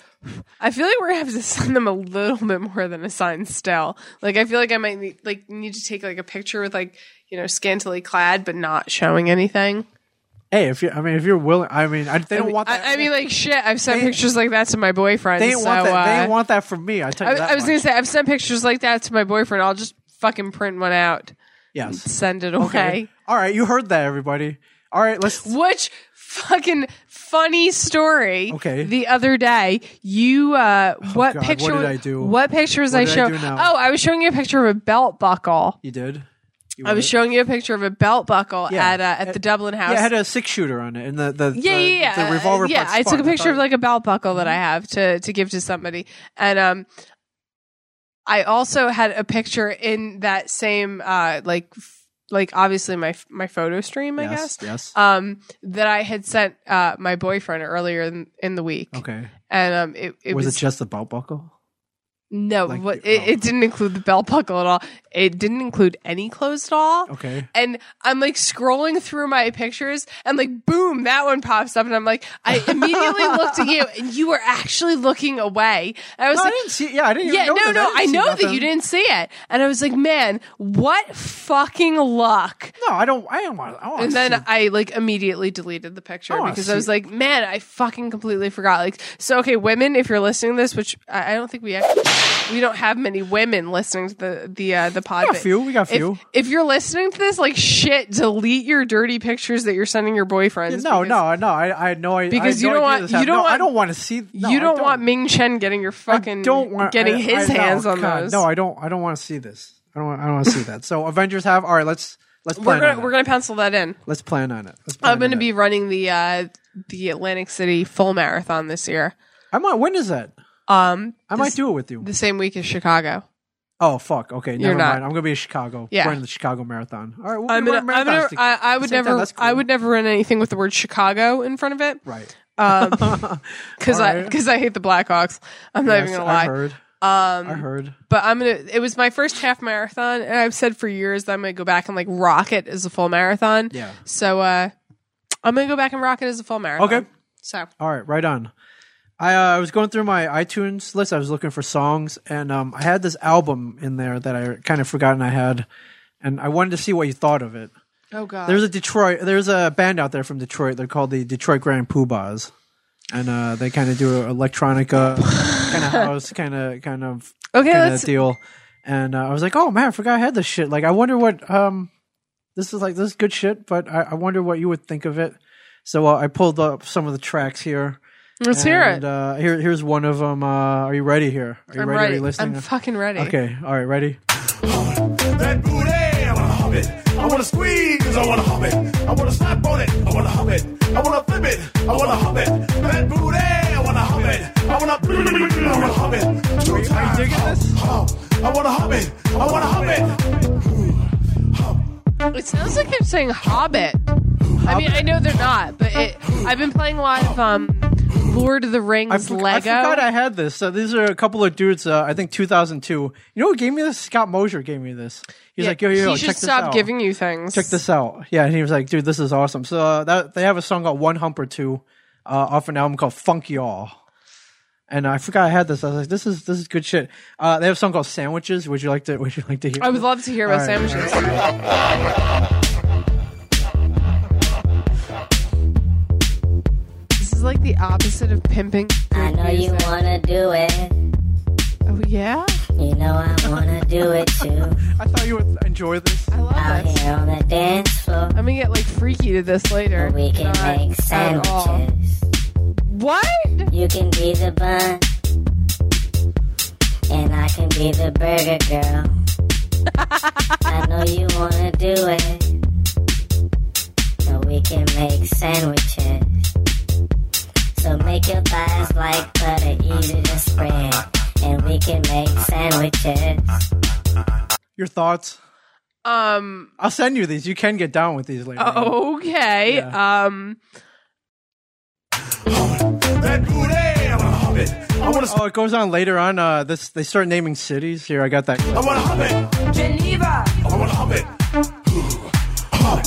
Speaker 7: I feel like we're gonna have to send them a little bit more than a signed style. Like I feel like I might need, like need to take like a picture with like you know scantily clad but not showing anything.
Speaker 6: hey, if you, I mean, if you're willing, I mean, I, they don't want. That,
Speaker 7: I, I mean, like shit. I've sent
Speaker 6: They-
Speaker 7: pictures like that to my boyfriend.
Speaker 6: they didn't
Speaker 7: so,
Speaker 6: want that. they
Speaker 7: uh,
Speaker 6: didn't want that from me. I tell you
Speaker 7: I,
Speaker 6: that
Speaker 7: I was
Speaker 6: much.
Speaker 7: gonna say I've sent pictures like that to my boyfriend. I'll just fucking print one out,
Speaker 6: yes.
Speaker 7: send it away.
Speaker 6: All right, you heard that, everybody. All right, let's.
Speaker 7: Which fucking funny story.
Speaker 6: Okay. Oh,
Speaker 7: The other day, you uh what
Speaker 6: God, what
Speaker 7: picture
Speaker 6: did I do?
Speaker 7: What picture was
Speaker 6: What
Speaker 7: I
Speaker 6: did I
Speaker 7: showing?
Speaker 6: do now?
Speaker 7: Oh, I was showing you a picture of a belt buckle.
Speaker 6: You did. You
Speaker 7: I was
Speaker 6: were-
Speaker 7: showing you a picture of a belt buckle
Speaker 6: Yeah.
Speaker 7: at uh, at the Dublin house.
Speaker 6: Yeah, it had a six shooter on it, and the the
Speaker 7: yeah,
Speaker 6: the,
Speaker 7: yeah, yeah.
Speaker 6: the revolver.
Speaker 7: Uh, yeah,
Speaker 6: part
Speaker 7: I took a
Speaker 6: spun.
Speaker 7: picture of
Speaker 6: thought- Mm-hmm.
Speaker 7: like a belt buckle that I have to to give to somebody, and um, I also had a picture in that same uh like f- like obviously my f- my photo stream, I
Speaker 6: yes,
Speaker 7: guess
Speaker 6: yes.
Speaker 7: um, that I had sent uh, my boyfriend earlier in, in the week,
Speaker 6: okay,
Speaker 7: and um, it, it
Speaker 6: Oh. was,
Speaker 7: was,
Speaker 6: it just the belt buckle?
Speaker 7: no,
Speaker 6: like oh.
Speaker 7: what,
Speaker 6: your-
Speaker 7: it, it didn't include the belt buckle at all. It didn't include any clothes at all.
Speaker 6: Okay,
Speaker 7: And I'm like scrolling through my pictures, and like boom, that one pops up, and I'm like, I immediately looked at you, and you were actually looking away. And I was
Speaker 6: No, I
Speaker 7: like,
Speaker 6: didn't see. Yeah, I didn't.
Speaker 7: yeah,
Speaker 6: even
Speaker 7: no,
Speaker 6: notice.
Speaker 7: no, I,
Speaker 6: didn't see
Speaker 7: know that
Speaker 6: nothing.
Speaker 7: you didn't see it, and I was like, man, what fucking luck.
Speaker 6: No, I don't. I don't want. I want.
Speaker 7: and then
Speaker 6: to see,
Speaker 7: I like immediately deleted the picture
Speaker 6: Oh, I
Speaker 7: because I
Speaker 6: see.
Speaker 7: was like, man, I fucking completely forgot. Like, so okay, women, if you're listening to this, which I I don't think we have, we don't have many women listening to the the uh, the pod.
Speaker 6: We got a
Speaker 7: but
Speaker 6: few, we got a
Speaker 7: if-
Speaker 6: few.
Speaker 7: If, you're listening to this, like shit, delete your dirty pictures that you're sending your boyfriends.
Speaker 6: no,
Speaker 7: because
Speaker 6: no, no. I, I had no idea. I
Speaker 7: Because
Speaker 6: had
Speaker 7: you
Speaker 6: no
Speaker 7: don't
Speaker 6: idea
Speaker 7: want-
Speaker 6: this
Speaker 7: you
Speaker 6: happened.
Speaker 7: don't
Speaker 6: No, I
Speaker 7: want-
Speaker 6: don't want to see. No,
Speaker 7: you
Speaker 6: I
Speaker 7: don't, want Ming Chen getting your
Speaker 6: I
Speaker 7: fucking
Speaker 6: don't want
Speaker 7: getting
Speaker 6: I-
Speaker 7: his
Speaker 6: I- no,
Speaker 7: hands on
Speaker 6: God,
Speaker 7: those.
Speaker 6: No, I don't. I don't want to see this. I don't. Want, I don't want to see that. So Avengers have. All right, let's let's plan
Speaker 7: we're
Speaker 6: on
Speaker 7: gonna
Speaker 6: it.
Speaker 7: we're gonna pencil that in.
Speaker 6: Let's plan on it. Let's plan
Speaker 7: I'm gonna
Speaker 6: on it.
Speaker 7: be running the uh, the Atlantic City full marathon this year.
Speaker 6: I might. When is that?
Speaker 7: Um,
Speaker 6: I might do it with you.
Speaker 7: the same week as Chicago.
Speaker 6: Oh fuck. Okay, never
Speaker 7: You're not.
Speaker 6: mind. I'm gonna be in Chicago.
Speaker 7: Yeah.
Speaker 6: running the Chicago Marathon. All right, we'll
Speaker 7: I'm
Speaker 6: be
Speaker 7: gonna,
Speaker 6: running
Speaker 7: I'm gonna,
Speaker 6: marathons
Speaker 7: I, I
Speaker 6: to-
Speaker 7: would
Speaker 6: same time,
Speaker 7: never,
Speaker 6: that's cool.
Speaker 7: I would never run anything with the word Chicago in front of it,
Speaker 6: Right.
Speaker 7: um, because I,
Speaker 6: Alright.
Speaker 7: because I hate the Blackhawks. I'm not even
Speaker 6: Yes,
Speaker 7: gonna
Speaker 6: I
Speaker 7: lie. Um,
Speaker 6: heard. I heard.
Speaker 7: But I'm gonna. It was my first half marathon, and I've said for years that I'm gonna go back and like rock it as a full marathon.
Speaker 6: Yeah.
Speaker 7: So uh, I'm gonna go back and rock it as a full marathon.
Speaker 6: Okay.
Speaker 7: So
Speaker 6: All right, right on. I uh, I was going through my iTunes list. I was looking for songs, and um, I had this album in there that I kind of forgotten I had, and I wanted to see what you thought of it.
Speaker 7: oh god,
Speaker 6: There's a Detroit. There's a band out there from Detroit. They're called the Detroit Grand Poobahs, and uh, they kind of do electronica, kind of house, kind of kind of
Speaker 7: Okay,
Speaker 6: kind of
Speaker 7: let's-
Speaker 6: deal. And uh, I was like, oh man, I forgot I had this shit. Like, I wonder what um, this is like. This is good shit, but I, I wonder what you would think of it. So uh, I pulled up some of the tracks here.
Speaker 7: let's hear
Speaker 6: And,
Speaker 7: it.
Speaker 6: Uh, here, here's one of them. Uh, are you ready? Here, are you
Speaker 7: I'm
Speaker 6: ready?
Speaker 7: ready.
Speaker 6: Are you listening?
Speaker 7: I'm fucking ready.
Speaker 6: okay, all right, ready.
Speaker 9: That booty, I wanna hop it. I wanna squeeze, 'cause I wanna hop it. I wanna snap on it, I wanna hop it. I wanna flip it, I wanna hop it. That booty, I wanna hop it. I wanna, I wanna hop it. Two times,
Speaker 6: digging
Speaker 9: hop,
Speaker 6: this?
Speaker 9: hop. I wanna hop it, I wanna hop it. Ooh, hop.
Speaker 7: It sounds like I'm saying Hobbit. I mean, I know they're not, but it, I've been playing a lot of um, Lord of the Rings
Speaker 6: I, for-
Speaker 7: Lego.
Speaker 6: I forgot I had this. So these are a couple of dudes. Uh, I think 2002. You know who gave me this? Scott Mosier gave me this. He's
Speaker 7: Yeah,
Speaker 6: like, yo, yo, yo,
Speaker 7: he should
Speaker 6: check this
Speaker 7: stop
Speaker 6: out.
Speaker 7: giving you things.
Speaker 6: check this out. Yeah, and he was like, dude, this is awesome. So uh, that they have a song called One Hump or Two, uh, off an album called Funky All. And I forgot I had this. I was like, this is this is good shit. Uh, they have a song called Sandwiches. Would you like to? Would you like to hear?
Speaker 7: I would love to hear about
Speaker 6: All right,
Speaker 7: sandwiches. This is like the opposite of pimping.
Speaker 5: I know you
Speaker 7: music.
Speaker 5: wanna do it.
Speaker 7: Oh yeah,
Speaker 5: You know I wanna do it too.
Speaker 6: I thought you would enjoy this.
Speaker 7: I love
Speaker 5: Out
Speaker 7: this.
Speaker 5: here on the dance floor,
Speaker 7: I'm gonna get like freaky to this later.
Speaker 5: we can
Speaker 7: Oh Not
Speaker 5: make
Speaker 7: at all.
Speaker 5: sandwiches.
Speaker 7: What?
Speaker 5: You can be the bun, and I can be the burger girl. I know you wanna do it, so we can make sandwiches. So make your thighs like butter, easy to spread, and we can make sandwiches.
Speaker 6: Your thoughts?
Speaker 7: Um.
Speaker 6: I'll send you these. You can get down with these
Speaker 7: Oh,
Speaker 6: later. on.
Speaker 7: Okay. Um.
Speaker 9: That booty, I wanna hop it. I wanna
Speaker 6: Oh, it goes on later on. Uh, this they start naming cities. Here, I got that. Oh,
Speaker 9: I wanna hop it.
Speaker 10: Geneva,
Speaker 9: I wanna hop it. Hop.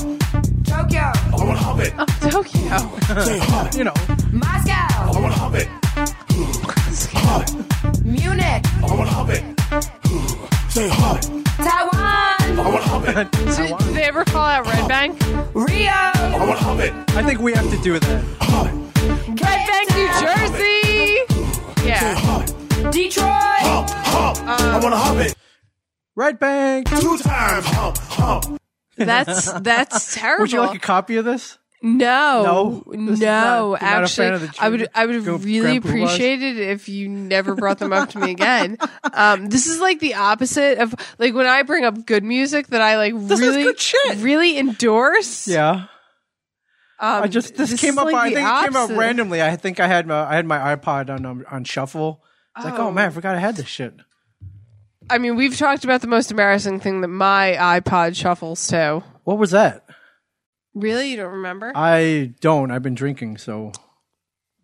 Speaker 10: Tokyo,
Speaker 9: I wanna hop it.
Speaker 7: Oh, Tokyo.
Speaker 9: Say hop.
Speaker 6: You know,
Speaker 10: Moscow,
Speaker 9: I wanna hop it. Hop.
Speaker 10: Munich,
Speaker 9: I wanna hop it. Say hop.
Speaker 10: Taiwan,
Speaker 9: I wanna hop it.
Speaker 7: So, do they ever call out Red Bank?
Speaker 10: Rio,
Speaker 9: I wanna hop it.
Speaker 6: I think we have to do that.
Speaker 9: Hop.
Speaker 7: Red Bank, New Jersey.
Speaker 9: Say
Speaker 7: Yeah.
Speaker 9: hop.
Speaker 10: Detroit,
Speaker 9: Hop. Hop. I wanna hop it.
Speaker 6: Red Bank.
Speaker 9: Two times. Hop. Hop.
Speaker 7: That's that's terrible.
Speaker 6: Would you like a copy of this?
Speaker 7: No,
Speaker 6: No? This is
Speaker 7: no.
Speaker 6: not- you're not a
Speaker 7: actually,
Speaker 6: fan of the
Speaker 7: I would,
Speaker 6: Junior
Speaker 7: I would
Speaker 6: Go-
Speaker 7: really
Speaker 6: Grandpa Laws?
Speaker 7: appreciate it if you never brought them up to me again. Um, this is like the opposite of like when I bring up good music that I like
Speaker 6: is
Speaker 7: really,
Speaker 6: good shit.
Speaker 7: really endorse.
Speaker 6: Yeah.
Speaker 7: um,
Speaker 6: I just this,
Speaker 7: is
Speaker 6: came up.
Speaker 7: like
Speaker 6: I
Speaker 7: the
Speaker 6: think it came up
Speaker 7: opposite.
Speaker 6: randomly. I think I had my I had my iPod on um, on shuffle. It's like, oh man, I forgot I had this shit.
Speaker 7: I mean, we've talked about the most embarrassing thing that my iPod shuffles to.
Speaker 6: What was that?
Speaker 7: Really, you don't remember
Speaker 6: I don't. I've been drinking, so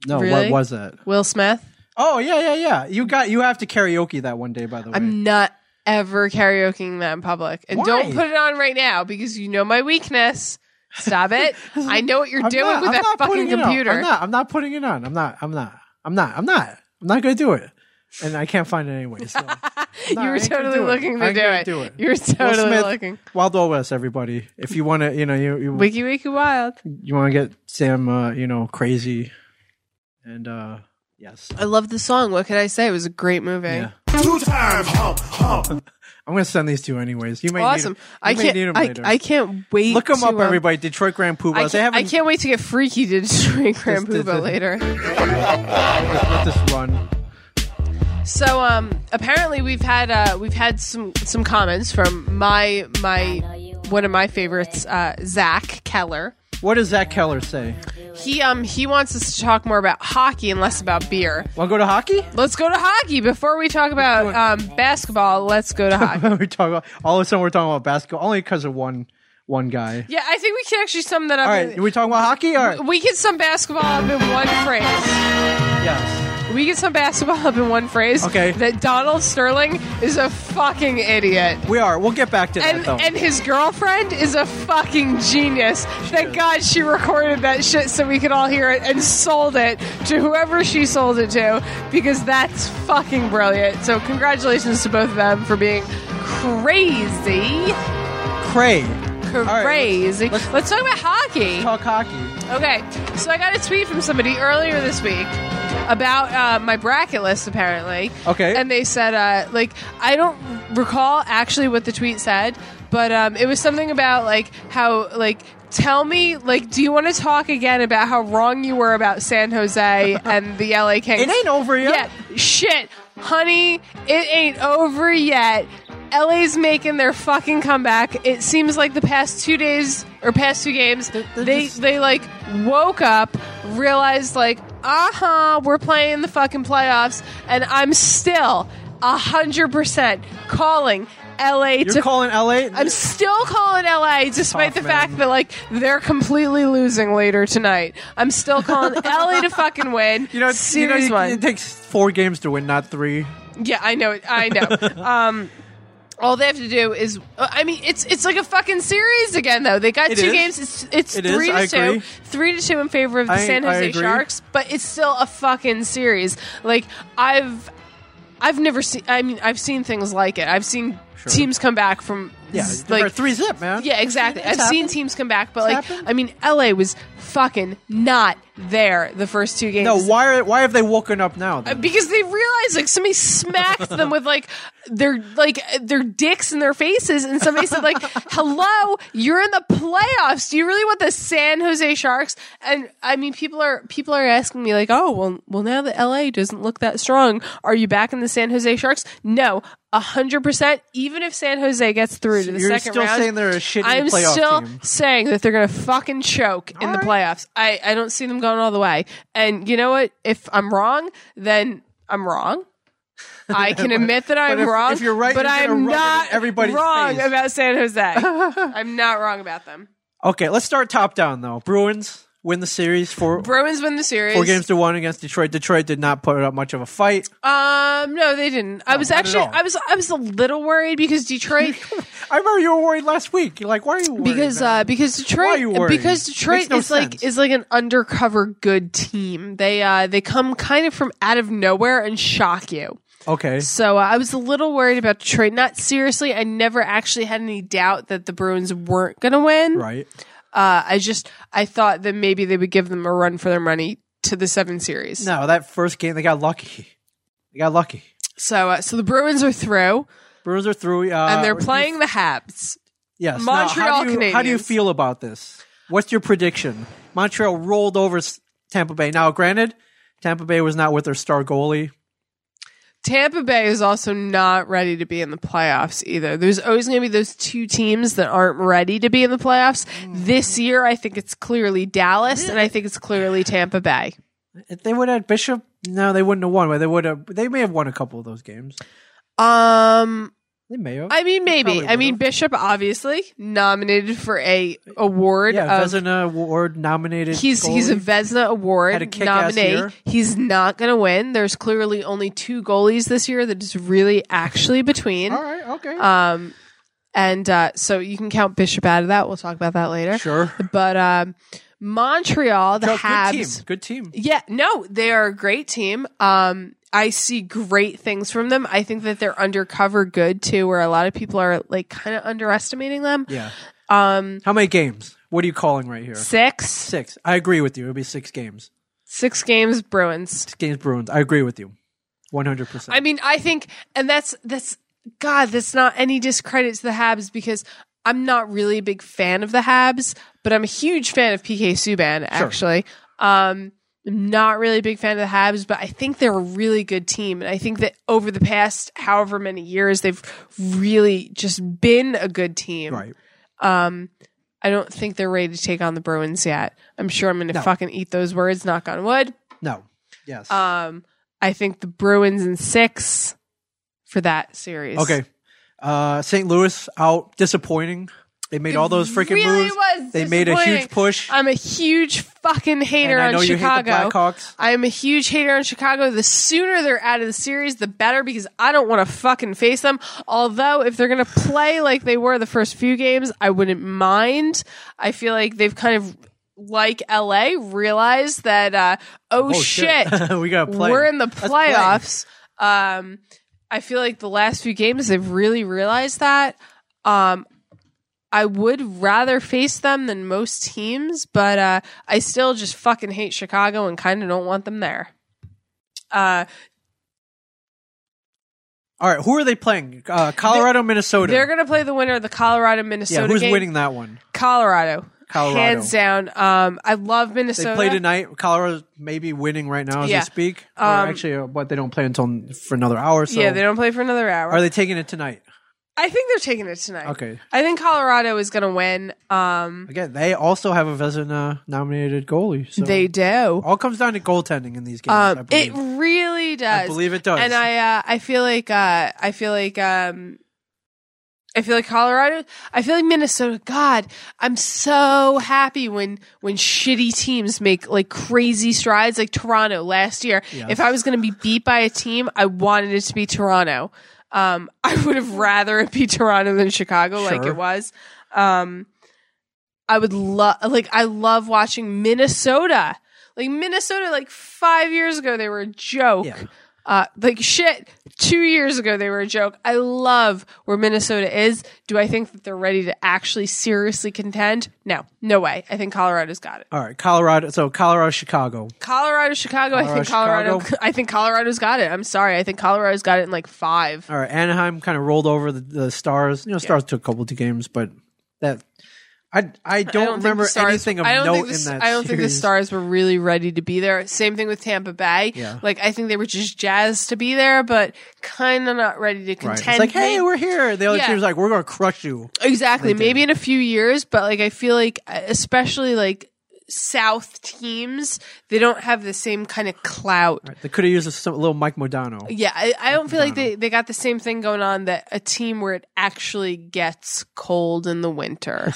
Speaker 6: no. What
Speaker 7: Really?
Speaker 6: was that?
Speaker 7: Will Smith?
Speaker 6: Oh yeah, yeah, yeah. You got you have to karaoke that one day. By the way,
Speaker 7: I'm not ever karaokeing that in public. And
Speaker 6: Why?
Speaker 7: don't put it on right now because you know my weakness. Stop it. I know what you're
Speaker 6: I'm
Speaker 7: doing
Speaker 6: not-
Speaker 7: with
Speaker 6: I'm
Speaker 7: that
Speaker 6: not
Speaker 7: fucking
Speaker 6: putting it on.
Speaker 7: computer.
Speaker 6: I'm not. I'm not putting it on. I'm not. I'm not. I'm not. I'm not. I'm not gonna do it. And I can't find it anyway. So. No, I
Speaker 7: you were
Speaker 6: ain't gonna
Speaker 7: totally
Speaker 6: do it. I
Speaker 7: looking to
Speaker 6: ain't
Speaker 7: do
Speaker 6: gonna
Speaker 7: it.
Speaker 6: do it.
Speaker 7: You were
Speaker 6: Will
Speaker 7: totally
Speaker 6: Smith,
Speaker 7: looking.
Speaker 6: Wild Wild West, everybody. If you want to, you know, you you,
Speaker 7: Wiki Wiki Wild.
Speaker 6: you want to get Sam, uh, you know, crazy, and uh yes,
Speaker 7: I love the song. What could I say? It was a great movie.
Speaker 6: Yeah.
Speaker 9: Two times. Hop. Hop.
Speaker 6: I'm gonna send these to you anyways. You may
Speaker 7: Awesome.
Speaker 6: Need 'em. You
Speaker 7: I
Speaker 6: may
Speaker 7: can't.
Speaker 6: need 'em
Speaker 7: I,
Speaker 6: later.
Speaker 7: I can't wait.
Speaker 6: Look them
Speaker 7: to,
Speaker 6: up,
Speaker 7: um,
Speaker 6: everybody. Detroit Grand Poo
Speaker 7: I
Speaker 6: Boys. They
Speaker 7: can't, I
Speaker 6: haven't
Speaker 7: can't wait to get freaky to Detroit Grand
Speaker 6: Just-
Speaker 7: Poobah later.
Speaker 6: let this run.
Speaker 7: So um, apparently we've had uh, we've had some some comments from my my one of my favorites, uh, Zach Keller.
Speaker 6: What does Zach Keller say?
Speaker 7: He um he wants us to talk more about hockey and less about beer.
Speaker 6: Want to go to hockey?
Speaker 7: Let's go to hockey before we talk about um, basketball. Let's go to hockey.
Speaker 6: we talk about, all of a sudden we're talking about basketball only because of one one guy.
Speaker 7: Yeah, I think we can actually sum that up.
Speaker 6: All right,
Speaker 7: in-
Speaker 6: are we talking about hockey? All right,
Speaker 7: we can sum basketball up in one phrase.
Speaker 6: yes.
Speaker 7: We can sum basketball up in one phrase.
Speaker 6: Okay.
Speaker 7: That Donald Sterling is a fucking idiot.
Speaker 6: We are. We'll get back to that
Speaker 7: And,
Speaker 6: though.
Speaker 7: and his girlfriend is a fucking genius. Thank God she recorded that shit so we could all hear it and sold it to whoever she sold it to because that's fucking brilliant. So, congratulations to both of them for being crazy.
Speaker 6: Cray, right,
Speaker 7: Crazy.
Speaker 6: let's-
Speaker 7: let's, talk about hockey.
Speaker 6: talk hockey.
Speaker 7: Okay, so I got a tweet from somebody earlier this week about uh, my bracket list, apparently.
Speaker 6: Okay.
Speaker 7: And they said, uh, like, I don't recall actually what the tweet said, but um, it was something about, like, how, like, tell me, like, do you want to talk again about how wrong you were about San Jose and the LA Kings?
Speaker 6: It ain't over yet.
Speaker 7: Yeah, shit, honey, it ain't over yet. LA's making their fucking comeback. It seems like the past two days or past two games, they they like woke up, realized like, uh huh, we're playing the fucking playoffs, and I'm still hundred percent calling LA
Speaker 6: You're
Speaker 7: to.
Speaker 6: calling LA.
Speaker 7: I'm still calling LA despite
Speaker 6: Tough,
Speaker 7: the
Speaker 6: man.
Speaker 7: fact that like they're completely losing later tonight. I'm still calling LA to fucking win.
Speaker 6: you know, it's- you know,
Speaker 7: series
Speaker 6: you-
Speaker 7: one.
Speaker 6: It takes four games to win, not three.
Speaker 7: Yeah, I know. it. I know. um, all they have to do is, uh, I mean, it's it's like a fucking series again, though. They got
Speaker 6: It
Speaker 7: two
Speaker 6: is.
Speaker 7: games. It's it's
Speaker 6: It is,
Speaker 7: three
Speaker 6: I
Speaker 7: to two,
Speaker 6: agree.
Speaker 7: three to two in favor of the
Speaker 6: I-
Speaker 7: San
Speaker 6: I
Speaker 7: Jose
Speaker 6: agree.
Speaker 7: Sharks, but it's still a fucking series. Like I've. I've never seen. I mean, I've seen things like it. I've seen teams come back from
Speaker 6: Yeah,
Speaker 7: z-
Speaker 6: like
Speaker 7: like
Speaker 6: three zip, man.
Speaker 7: yeah, exactly. I've seen
Speaker 6: happened.
Speaker 7: teams come back, but
Speaker 6: It's
Speaker 7: like,
Speaker 6: happened.
Speaker 7: I mean, LA was fucking not there the first two games.
Speaker 6: No, why are why have they woken up now? Then?
Speaker 7: because they realized like somebody smacked them with like their like their dicks in their faces and somebody said like hello you're in the playoffs do you really want the san jose sharks and i mean people are people are asking me like oh well well now that la doesn't look that strong are you back in the san jose sharks no 100% even if san jose gets through to the
Speaker 6: You're
Speaker 7: second
Speaker 6: still
Speaker 7: round
Speaker 6: saying they're a shitty
Speaker 7: i'm
Speaker 6: playoff
Speaker 7: still
Speaker 6: team.
Speaker 7: saying that they're going to fucking choke in the playoffs. I, I don't see them going all the way. And you know what? If I'm wrong, then I'm wrong. I can admit that I'm
Speaker 6: if-
Speaker 7: wrong.
Speaker 6: if you're right,
Speaker 7: but
Speaker 6: you're gonna
Speaker 7: I'm
Speaker 6: rub it in
Speaker 7: not
Speaker 6: everybody's
Speaker 7: wrong
Speaker 6: face.
Speaker 7: about San Jose. I'm not wrong about them.
Speaker 6: Okay, let's start top down though. Bruins win the series for
Speaker 7: Bruins win the series.
Speaker 6: four games to one against Detroit. Detroit did not put up much of a fight.
Speaker 7: Um, no, they didn't. I was
Speaker 6: not at
Speaker 7: actually,
Speaker 6: all.
Speaker 7: I was, I was a little worried because Detroit,
Speaker 6: I remember you were worried last week. You're like, why are you worried?
Speaker 7: because
Speaker 6: man?
Speaker 7: uh, because
Speaker 6: Why are you
Speaker 7: Detroit,
Speaker 6: worried?
Speaker 7: because Detroit
Speaker 6: Makes no
Speaker 7: is
Speaker 6: sense.
Speaker 7: like is like an undercover good team. They uh, they come kind of from out of nowhere and shock you.
Speaker 6: okay,
Speaker 7: So uh, I was a little worried about Detroit. Not seriously, I never actually had any doubt that the Bruins weren't going to win.
Speaker 6: right.
Speaker 7: Uh, I just I thought that maybe they would give them a run for their money to the seven series.
Speaker 6: No, that first game they got lucky. They got lucky.
Speaker 7: So uh, so the Bruins are through
Speaker 6: Bruins are through, uh,
Speaker 7: and they're playing the Habs.
Speaker 6: yes.
Speaker 7: Montreal
Speaker 6: now, how do you, How do you
Speaker 7: Canadiens.
Speaker 6: feel about this? What's your prediction? Montreal rolled over S- Tampa Bay. Now, granted, Tampa Bay was not with their star goalie.
Speaker 7: Tampa Bay is also not ready to be in the playoffs either. There's always going to be those two teams that aren't ready to be in the playoffs. This year, I think it's clearly Dallas, and I think it's clearly Tampa Bay.
Speaker 6: If they would have Bishop, no, they wouldn't have won. But they would have. They may have won a couple of those games.
Speaker 7: Um,
Speaker 6: They may have.
Speaker 7: I mean, maybe.
Speaker 6: Probably
Speaker 7: I mean,
Speaker 6: would've.
Speaker 7: Bishop obviously nominated for a award
Speaker 6: yeah,
Speaker 7: of
Speaker 6: Vezina Award nominated.
Speaker 7: He's he's a
Speaker 6: goalie.
Speaker 7: Vesna
Speaker 6: Had a
Speaker 7: Award
Speaker 6: kick-ass
Speaker 7: nominee.
Speaker 6: year.
Speaker 7: He's not going to win. There's clearly only two goalies this year that is really actually between.
Speaker 6: All right, okay.
Speaker 7: Um, and uh, so you can count Bishop out of that. We'll talk about that later.
Speaker 6: Sure.
Speaker 7: But um, Montreal, the
Speaker 6: So,
Speaker 7: Habs.
Speaker 6: Good team. Good team.
Speaker 7: Yeah, no, they are a great team. Um, I see great things from them. I think that they're undercover good too, where a lot of people are like kind of underestimating them.
Speaker 6: Yeah.
Speaker 7: Um,
Speaker 6: How many games? What are you calling right here?
Speaker 7: six,
Speaker 6: Six. I agree with you. It'll be six games.
Speaker 7: six games, Bruins.
Speaker 6: Six games Bruins. I agree with you. One hundred percent.
Speaker 7: I mean, I think, and that's that's God. That's not any discredit to the Habs because I'm not really a big fan of the Habs, but I'm a huge fan of PK Subban. Actually, um, I'm not really a big fan of the Habs, but I think they're a really good team, and I think that over the past however many years, they've really just been a good team.
Speaker 6: right.
Speaker 7: Um, I don't think they're ready to take on the Bruins yet. I'm sure I'm going to
Speaker 6: No.
Speaker 7: fucking eat those words. Knock on wood.
Speaker 6: No. Yes.
Speaker 7: Um, I think the Bruins in six for that series.
Speaker 6: okay. Uh, St. Louis out. Disappointing. They made
Speaker 7: It
Speaker 6: all those freaking
Speaker 7: really
Speaker 6: moves.
Speaker 7: was
Speaker 6: they made a huge
Speaker 7: disappointing.
Speaker 6: push.
Speaker 7: I'm a huge fucking hater
Speaker 6: and I
Speaker 7: on
Speaker 6: know you hate the
Speaker 7: Chicago.
Speaker 6: Blackhawks.
Speaker 7: I'm a huge hater on Chicago. The sooner they're out of the series, the better because I don't want to fucking face them. Although, if they're going to play like they were the first few games, I wouldn't mind. I feel like they've kind of, like LA, realized that, uh, oh,
Speaker 6: Oh,
Speaker 7: shit,
Speaker 6: we got to play.
Speaker 7: We're in the
Speaker 6: Let's play.
Speaker 7: playoffs. Um, I feel like the last few games they've really realized that. Um, I would rather face them than most teams, but uh, I still just fucking hate Chicago and kind of don't want them there. Uh,
Speaker 6: All right. Who are they playing? Uh, Colorado, Minnesota.
Speaker 7: they're going to play the winner of the Colorado Minnesota
Speaker 6: yeah. Who's
Speaker 7: game.
Speaker 6: winning that one?
Speaker 7: Colorado.
Speaker 6: Colorado.
Speaker 7: Hands down. Um, I love
Speaker 6: They uh,
Speaker 7: Minnesota.
Speaker 6: play tonight. Colorado maybe winning right now as
Speaker 7: Yeah.
Speaker 6: we speak. Or
Speaker 7: Um,
Speaker 6: actually, uh, but they don't play until for another hour. So
Speaker 7: yeah, they don't play for another hour.
Speaker 6: Are they taking it tonight?
Speaker 7: I think they're taking it tonight.
Speaker 6: Okay.
Speaker 7: I think Colorado is going to win. Um,
Speaker 6: Again, they also have a Vezina nominated goalie. So
Speaker 7: They do.
Speaker 6: all comes down to goaltending in these games. I
Speaker 7: Um, it
Speaker 6: believe.
Speaker 7: really does.
Speaker 6: I believe it does.
Speaker 7: And I, uh, I feel like, uh, I feel like, um, I feel like Colorado. I feel like Minnesota. God, I'm so happy when when shitty teams make like crazy strides, like Toronto last year. If I was going to be beat by a team, I wanted it to be Toronto. Um, I would have rather it be Toronto than Chicago, like
Speaker 6: Sure.
Speaker 7: it was. Um, I would love, like, I love watching Minnesota. Like Minnesota, like five years ago, they were a joke.
Speaker 6: Yeah.
Speaker 7: Uh, like shit, two years ago they were a joke. I love where Minnesota is. Do I think that they're ready to actually seriously contend? No, no way. I think Colorado's got it.
Speaker 6: all right, Colorado. So Colorado, Chicago.
Speaker 7: Colorado, Chicago. I think
Speaker 6: Colorado,
Speaker 7: Colorado. I think Colorado's got it. I'm sorry. I think Colorado's got it in like five.
Speaker 6: All right, Anaheim kind of rolled over the, the Stars. You know, Stars took a couple of games, but that I I don't,
Speaker 7: I think
Speaker 6: remember
Speaker 7: the Stars-
Speaker 6: anything of
Speaker 7: I don't
Speaker 6: note
Speaker 7: think the,
Speaker 6: in
Speaker 7: s-
Speaker 6: that.
Speaker 7: I don't think the
Speaker 6: series.
Speaker 7: stars were really ready to be there. Same thing with Tampa Bay.
Speaker 6: Yeah.
Speaker 7: Like I think they were just jazzed to be there, but kind of not ready to
Speaker 6: Right.
Speaker 7: contend.
Speaker 6: It's like, hey,
Speaker 7: They-
Speaker 6: we're here. The other
Speaker 7: Yeah.
Speaker 6: team's like, we're gonna crush you.
Speaker 7: Exactly. Maybe in a few years, but like I feel like, especially like South teams, they don't have the same kind of clout.
Speaker 6: They could have used a some, little Mike Modano.
Speaker 7: Yeah, I, I don't feel like they, they got the same thing going on that a team where it actually gets cold in the winter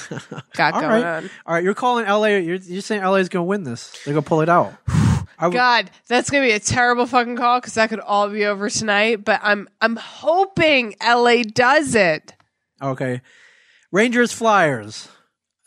Speaker 7: got
Speaker 6: All
Speaker 7: going
Speaker 6: right.
Speaker 7: on.
Speaker 6: All right, you're calling LA. You're, you're saying LA is going to win this. They're going to pull it out. I would-
Speaker 7: God, that's gonna be a terrible fucking call because that could all be over tonight. But I'm I'm hoping LA does it.
Speaker 6: Okay. Rangers Flyers.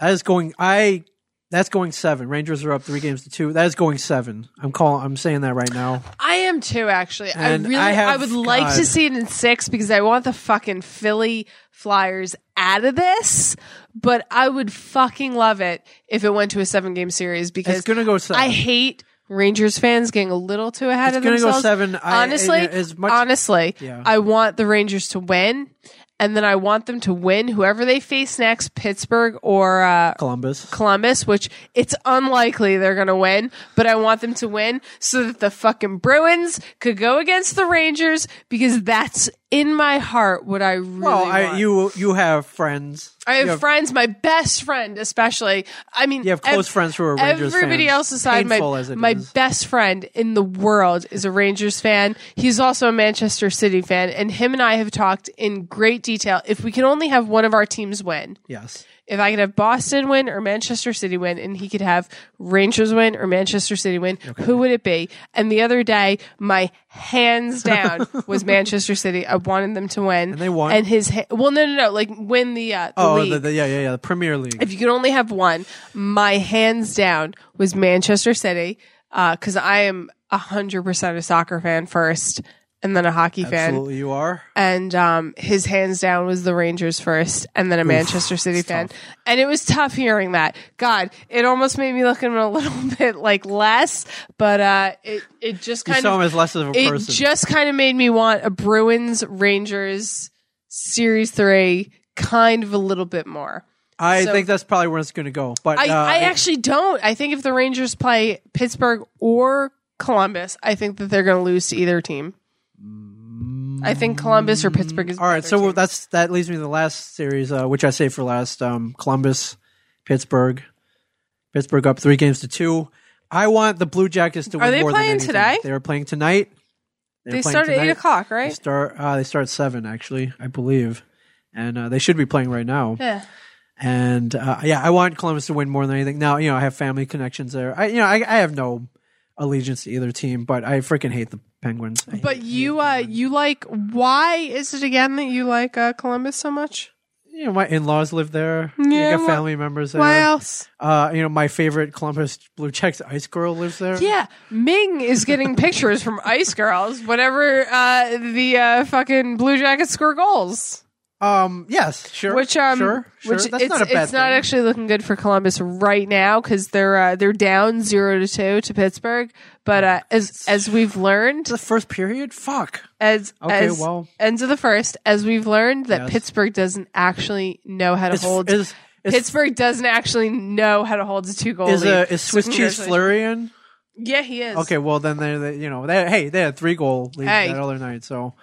Speaker 6: That is going I that's going 7. Rangers are up 3 games to 2. That is going 7. I'm calling I'm saying that right now.
Speaker 7: I am too, actually.
Speaker 6: And
Speaker 7: I really
Speaker 6: I
Speaker 7: I,
Speaker 6: have-
Speaker 7: would like
Speaker 6: God.
Speaker 7: to see it in six because I want the fucking Philly Flyers out of this. But I would fucking love it if it went to a seven game series because
Speaker 6: It's going to go 7.
Speaker 7: I hate Rangers fans getting a little too ahead
Speaker 6: It's
Speaker 7: of
Speaker 6: gonna go
Speaker 7: themselves.
Speaker 6: seven. I-
Speaker 7: honestly,
Speaker 6: and as much-
Speaker 7: honestly,
Speaker 6: Yeah.
Speaker 7: I want the Rangers to win, and then I want them to win whoever they face next, Pittsburgh or uh,
Speaker 6: Columbus.
Speaker 7: Columbus, which it's unlikely they're going to win, but I want them to win so that the fucking Bruins could go against the Rangers because that's in my heart what I really
Speaker 6: well, Oh, I
Speaker 7: want.
Speaker 6: you you have friends.
Speaker 7: I have,
Speaker 6: you
Speaker 7: friends, my best friend especially. I mean,
Speaker 6: You have close friends who are Rangers
Speaker 7: everybody
Speaker 6: fans.
Speaker 7: else aside,
Speaker 6: Painful
Speaker 7: my
Speaker 6: as it
Speaker 7: my
Speaker 6: is.
Speaker 7: best friend in the world is a Rangers fan. He's also a Manchester City fan, and him and I have talked in great detail. If we can only have one of our teams win,
Speaker 6: Yes.
Speaker 7: if I could have Boston win or Manchester City win, and he could have Rangers win or Manchester City win, who would it be? And the other day, my hands down was Manchester City. I wanted them to win, and
Speaker 6: they won?
Speaker 7: And his ha- well, no, no, no, like win the uh, the
Speaker 6: Oh,
Speaker 7: league.
Speaker 6: the, the, yeah, yeah, yeah, the Premier League.
Speaker 7: if you could only have one, my hands down was Manchester City because I am hundred percent a soccer fan first, and then a hockey fan
Speaker 6: Absolutely you are.
Speaker 7: and um, his hands down was the Rangers first, and then a Manchester City fan. And it was tough hearing that. God, it almost made me look at him a little bit like less, but uh, it it just
Speaker 6: You
Speaker 7: kind
Speaker 6: saw
Speaker 7: of
Speaker 6: him as less of a
Speaker 7: it
Speaker 6: person.
Speaker 7: just kind of made me want a Bruins Rangers series three kind of a little bit more.
Speaker 6: I
Speaker 7: so-
Speaker 6: think that's probably where it's going to go. But
Speaker 7: I,
Speaker 6: uh,
Speaker 7: I actually don't. I think if the Rangers play Pittsburgh or Columbus, I think that they're going to lose to either team. I think Columbus or Pittsburgh is
Speaker 6: Mm, All right,
Speaker 7: better
Speaker 6: so
Speaker 7: team.
Speaker 6: that's that leads me to the last series, uh, which I say for last: um, Columbus, Pittsburgh. Pittsburgh up three games to two. I want the Blue Jackets to
Speaker 7: Are
Speaker 6: win.
Speaker 7: they
Speaker 6: more than
Speaker 7: playing
Speaker 6: anything.
Speaker 7: today?
Speaker 6: They are playing tonight. They're
Speaker 7: They
Speaker 6: playing
Speaker 7: start at
Speaker 6: tonight.
Speaker 7: 8 o'clock,
Speaker 6: They
Speaker 7: right?
Speaker 6: start. Uh, they start at seven, actually, I believe, and uh, they should be playing right now.
Speaker 7: yeah.
Speaker 6: And uh, yeah, I want Columbus to win more than anything. Now, you know, I have family connections there. I, you know, I, I have no allegiance to either team, but I freaking hate the Penguins. I hate
Speaker 7: But you, uh, you like. Why is it again that you like uh, Columbus so much?
Speaker 6: you know, my in-laws live there.
Speaker 7: Yeah,
Speaker 6: Yeah, got
Speaker 7: wha-
Speaker 6: family members there.
Speaker 7: Why else?
Speaker 6: Uh, you know, my favorite Columbus Blue Checks Ice Girl lives there.
Speaker 7: Yeah, Ming is getting pictures from Ice Girls whenever uh, the uh, fucking Blue Jackets score goals.
Speaker 6: Um. Yes. Sure.
Speaker 7: Which um,
Speaker 6: Sure. Sure.
Speaker 7: which
Speaker 6: That's
Speaker 7: it's,
Speaker 6: not a bad
Speaker 7: it's not
Speaker 6: thing.
Speaker 7: actually looking good for Columbus right now because they're uh, they're down zero to two to Pittsburgh. But uh, as as we've learned,
Speaker 6: the first period. Fuck.
Speaker 7: as
Speaker 6: Okay,
Speaker 7: as
Speaker 6: well.
Speaker 7: ends of the first, as we've learned that
Speaker 6: Yes.
Speaker 7: Pittsburgh doesn't actually know how to
Speaker 6: Is
Speaker 7: hold.
Speaker 6: is is,
Speaker 7: Pittsburgh doesn't actually know how to hold a two goal
Speaker 6: is,
Speaker 7: lead.
Speaker 6: uh, is Swiss
Speaker 7: So
Speaker 6: cheese
Speaker 7: congratulations.
Speaker 6: Florian?
Speaker 7: Yeah, he is.
Speaker 6: Okay. Well, then they, they you know they hey they had three goal leads
Speaker 7: Hey.
Speaker 6: that other night. So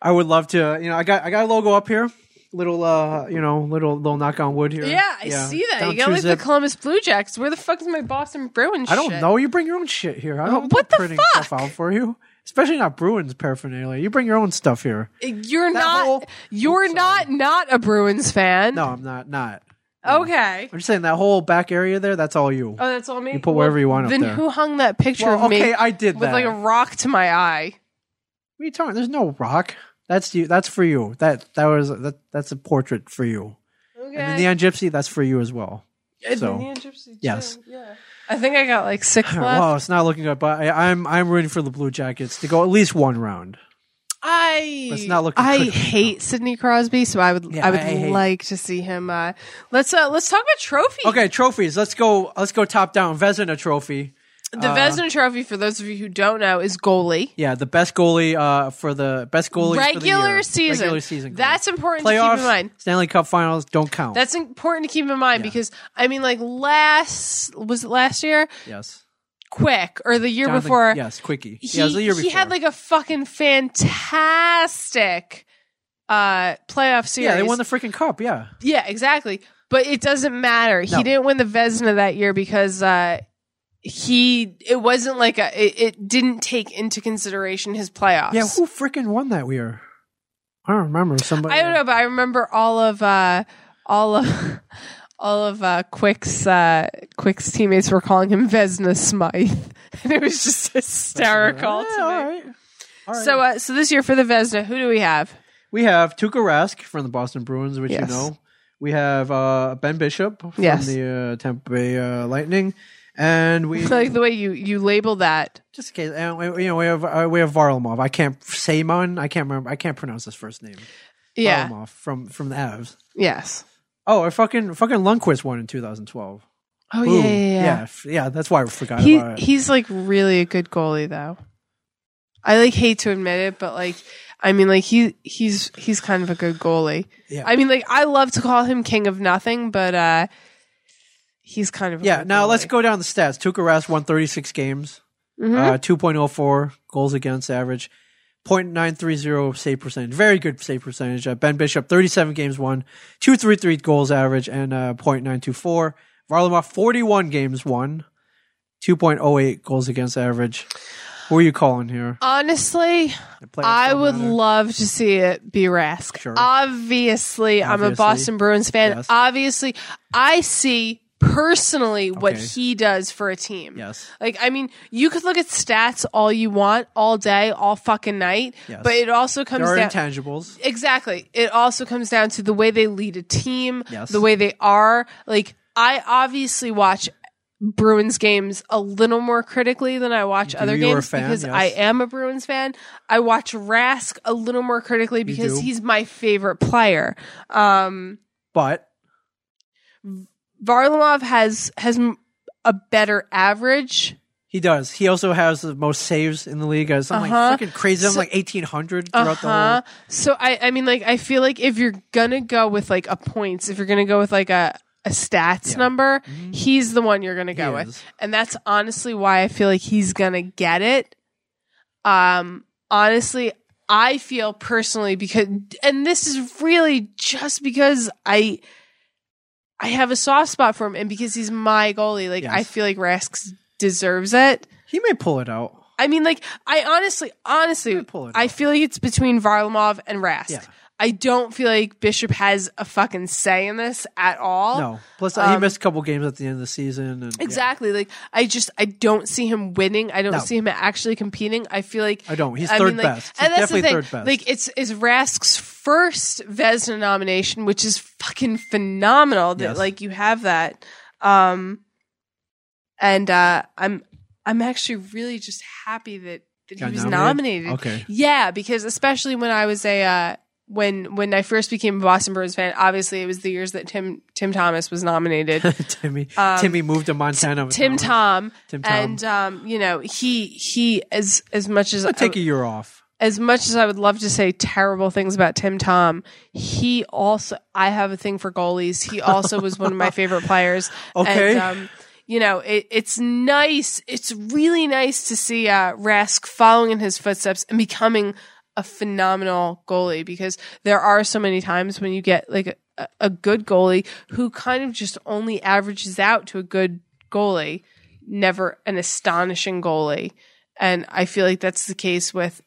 Speaker 6: I would love to you know I got I got a logo up here. Little uh you know little little knock on wood here.
Speaker 7: Yeah, I see that.
Speaker 6: Down
Speaker 7: you got like
Speaker 6: two-zip.
Speaker 7: the Columbus Blue Jackets. Where the fuck is my Boston Bruins?
Speaker 6: I don't
Speaker 7: shit?
Speaker 6: know. You bring your own shit here. I don't put
Speaker 7: what the
Speaker 6: printing
Speaker 7: fuck?
Speaker 6: stuff out for you. Especially not Bruins paraphernalia. You bring your own stuff here.
Speaker 7: You're
Speaker 6: That
Speaker 7: not.
Speaker 6: whole-
Speaker 7: you're not not a Bruins fan.
Speaker 6: No, I'm not. Not.
Speaker 7: Okay.
Speaker 6: I'm just saying that whole back area there. That's all you.
Speaker 7: Oh, that's all me.
Speaker 6: You put wherever you want up
Speaker 7: Then
Speaker 6: there.
Speaker 7: who hung that picture
Speaker 6: Well,
Speaker 7: of me?
Speaker 6: okay, I did
Speaker 7: with
Speaker 6: that.
Speaker 7: like a rock to my eye.
Speaker 6: What are you talking? There's no rock. That's you. That's for you. That that was that. That's a portrait for you.
Speaker 7: Okay.
Speaker 6: And the Neon Gypsy. That's for you as well.
Speaker 7: And
Speaker 6: so,
Speaker 7: Neon Gypsy,
Speaker 6: yes.
Speaker 7: too, Yeah. I think I got like six left.
Speaker 6: Wow, it's not looking good. But I, I'm I'm rooting for the Blue Jackets to go at least one round.
Speaker 7: I
Speaker 6: Let's not look at
Speaker 7: I
Speaker 6: Cricket right
Speaker 7: hate Sidney Crosby, so I would
Speaker 6: Yeah,
Speaker 7: I would
Speaker 6: I hate-
Speaker 7: like to see him. Uh, let's uh, let's talk about trophy.
Speaker 6: Okay, trophies. Let's go. Let's go top down. Vezina Trophy.
Speaker 7: the
Speaker 6: uh,
Speaker 7: Vesna Trophy for those of you who don't know is goalie.
Speaker 6: Yeah, the best goalie uh, for the best goalie for the
Speaker 7: Regular
Speaker 6: year.
Speaker 7: season.
Speaker 6: Regular season. goalie.
Speaker 7: That's important to keep in
Speaker 6: Playoffs,
Speaker 7: mind.
Speaker 6: Stanley Cup Finals don't count.
Speaker 7: That's important to keep in mind because I mean, like last was it last year?
Speaker 6: yes.
Speaker 7: Quick or the year
Speaker 6: Jonathan-
Speaker 7: before?
Speaker 6: yes, quickie.
Speaker 7: he,
Speaker 6: yeah, it was the year
Speaker 7: he
Speaker 6: before.
Speaker 7: had like a fucking fantastic uh playoff series.
Speaker 6: yeah, they won the freaking cup. Yeah,
Speaker 7: Yeah, exactly. But it doesn't matter.
Speaker 11: No.
Speaker 7: He didn't win the Vesna that year because uh, he it wasn't like a it, it didn't take into consideration his playoffs.
Speaker 6: Yeah, who freaking won that year? I don't remember somebody.
Speaker 7: I don't know, but I remember all of uh, all of all of uh, Quick's uh, Quick's teammates were calling him Vesna Smythe, and it was just hysterical. to me. So, uh, so this year for the Vesna, who do we have?
Speaker 6: We have Tuukka Rask from the Boston Bruins, which you
Speaker 7: Yes.
Speaker 6: know. We have uh, Ben Bishop from
Speaker 7: Yes.
Speaker 6: the uh, Tampa Bay uh, Lightning, and we
Speaker 7: I like the way you you label that.
Speaker 6: just in case and we, you know we have uh, we have Varlamov. I can't say Mon. I can't remember. I can't pronounce his first name.
Speaker 7: Yeah.
Speaker 6: Varlamov from from the Avs.
Speaker 7: Yes.
Speaker 6: Oh, I fucking fucking Lundqvist won in 2012.
Speaker 7: Oh
Speaker 6: Boom.
Speaker 7: yeah, yeah, yeah.
Speaker 6: yeah, f- yeah. That's why I forgot
Speaker 7: he
Speaker 6: about it.
Speaker 7: he's like really a good goalie though. I like hate to admit it, but like I mean like he he's he's kind of a good goalie.
Speaker 6: Yeah.
Speaker 7: I mean like I love to call him king of nothing, but uh he's kind of a
Speaker 6: yeah.
Speaker 7: good
Speaker 6: Now let's
Speaker 7: goalie.
Speaker 6: go down the stats. Tuukka Rask won 36 games.
Speaker 7: Mhm.
Speaker 6: uh, 2.04 goals against average, 0.930 save percentage. Very good save percentage. Uh, ben Bishop, 37 games won, 233 goals average, and uh, 0.924. Varlamov, 41 games won, 2.08 goals against average. Who are you calling here?
Speaker 7: Honestly,
Speaker 6: playoffs
Speaker 7: I
Speaker 6: don't
Speaker 7: would
Speaker 6: matter.
Speaker 7: love to see it be Rask.
Speaker 6: Sure.
Speaker 7: Obviously, I'm a
Speaker 6: Obviously.
Speaker 7: Boston Bruins fan.
Speaker 6: Yes.
Speaker 7: Obviously, I see personally what
Speaker 6: Okay.
Speaker 7: he does for a team.
Speaker 6: Yes.
Speaker 7: Like, I mean, you could look at stats all you want, all day, all fucking night,
Speaker 6: Yes.
Speaker 7: but it also
Speaker 6: There
Speaker 7: comes
Speaker 6: are
Speaker 7: down.
Speaker 6: intangibles.
Speaker 7: Exactly. It also comes down to the way they lead a team,
Speaker 6: Yes.
Speaker 7: the way they are. Like, I obviously watch Bruins games a little more critically than I watch
Speaker 6: Do.
Speaker 7: other
Speaker 6: You are a
Speaker 7: games
Speaker 6: fan,
Speaker 7: because
Speaker 6: yes.
Speaker 7: I am a Bruins fan. I watch Rask a little more critically because
Speaker 6: do.
Speaker 7: he's my favorite player. Um,
Speaker 6: But
Speaker 7: Varlamov has has m- a better average.
Speaker 6: he does. He also has the most saves in the league. Uh, Something
Speaker 7: Uh-huh.
Speaker 6: like freaking crazy.
Speaker 7: So-
Speaker 6: like 1,800 throughout
Speaker 7: Uh-huh. So I, I mean, like, I feel like if you're gonna go with like a points, if you're gonna go with like a a stats
Speaker 6: Yeah. Mm-hmm.
Speaker 7: number, he's the one you're gonna go
Speaker 6: He
Speaker 7: with,
Speaker 6: is.
Speaker 7: and that's honestly why I feel like he's gonna get it. Um, honestly, I feel personally because, and this is really just because I. I have a soft spot for him, and because he's my goalie, like
Speaker 6: Yes.
Speaker 7: I feel like Rask deserves it.
Speaker 6: the whole. He may pull it out.
Speaker 7: I mean, like, I honestly, honestly,
Speaker 6: pull it
Speaker 7: I
Speaker 6: off.
Speaker 7: feel like it's between Varlamov and Rask.
Speaker 6: Yeah.
Speaker 7: I don't feel like Bishop has a fucking say in this at all.
Speaker 6: No. Plus, uh, he
Speaker 7: Um,
Speaker 6: missed a couple games at the end of the season. And, yeah.
Speaker 7: Exactly. Like, I just, I don't see him winning. I don't
Speaker 6: No.
Speaker 7: see him actually competing. I feel like.
Speaker 6: I don't. He's
Speaker 7: I
Speaker 6: third
Speaker 7: mean, like,
Speaker 6: best.
Speaker 7: And
Speaker 6: He's
Speaker 7: that's
Speaker 6: definitely
Speaker 7: the
Speaker 6: third
Speaker 7: thing.
Speaker 6: best.
Speaker 7: Like, it's, it's Rask's first Vesna nomination, which is fucking phenomenal that,
Speaker 6: Yes.
Speaker 7: like, you have that. Um, and, uh, I'm, I'm actually really just happy that, that he
Speaker 6: Got
Speaker 7: was
Speaker 6: nominated?
Speaker 7: nominated.
Speaker 6: Okay.
Speaker 7: Yeah, because especially when I was a uh, when when I first became a Boston Bruins fan, obviously it was the years that Tim Tim Thomas was nominated.
Speaker 6: Timmy
Speaker 7: Um,
Speaker 6: Timmy moved to Montana. with
Speaker 7: Tim
Speaker 6: Thomas. Tim
Speaker 7: Tom,
Speaker 6: Tom.
Speaker 7: and um, you know he he as as much as
Speaker 6: I'll take a
Speaker 7: I,
Speaker 6: year off.
Speaker 7: as much as I would love to say terrible things about Tim Tom, he also I have a thing for goalies. He also was one of my favorite players.
Speaker 6: Okay.
Speaker 7: And, um, you know, it, it's nice. It's really nice to see uh, Rask following in his footsteps and becoming a phenomenal goalie because there are so many times when you get like a, a good goalie who kind of just only averages out to a good goalie, never an astonishing goalie. And I feel like that's the case with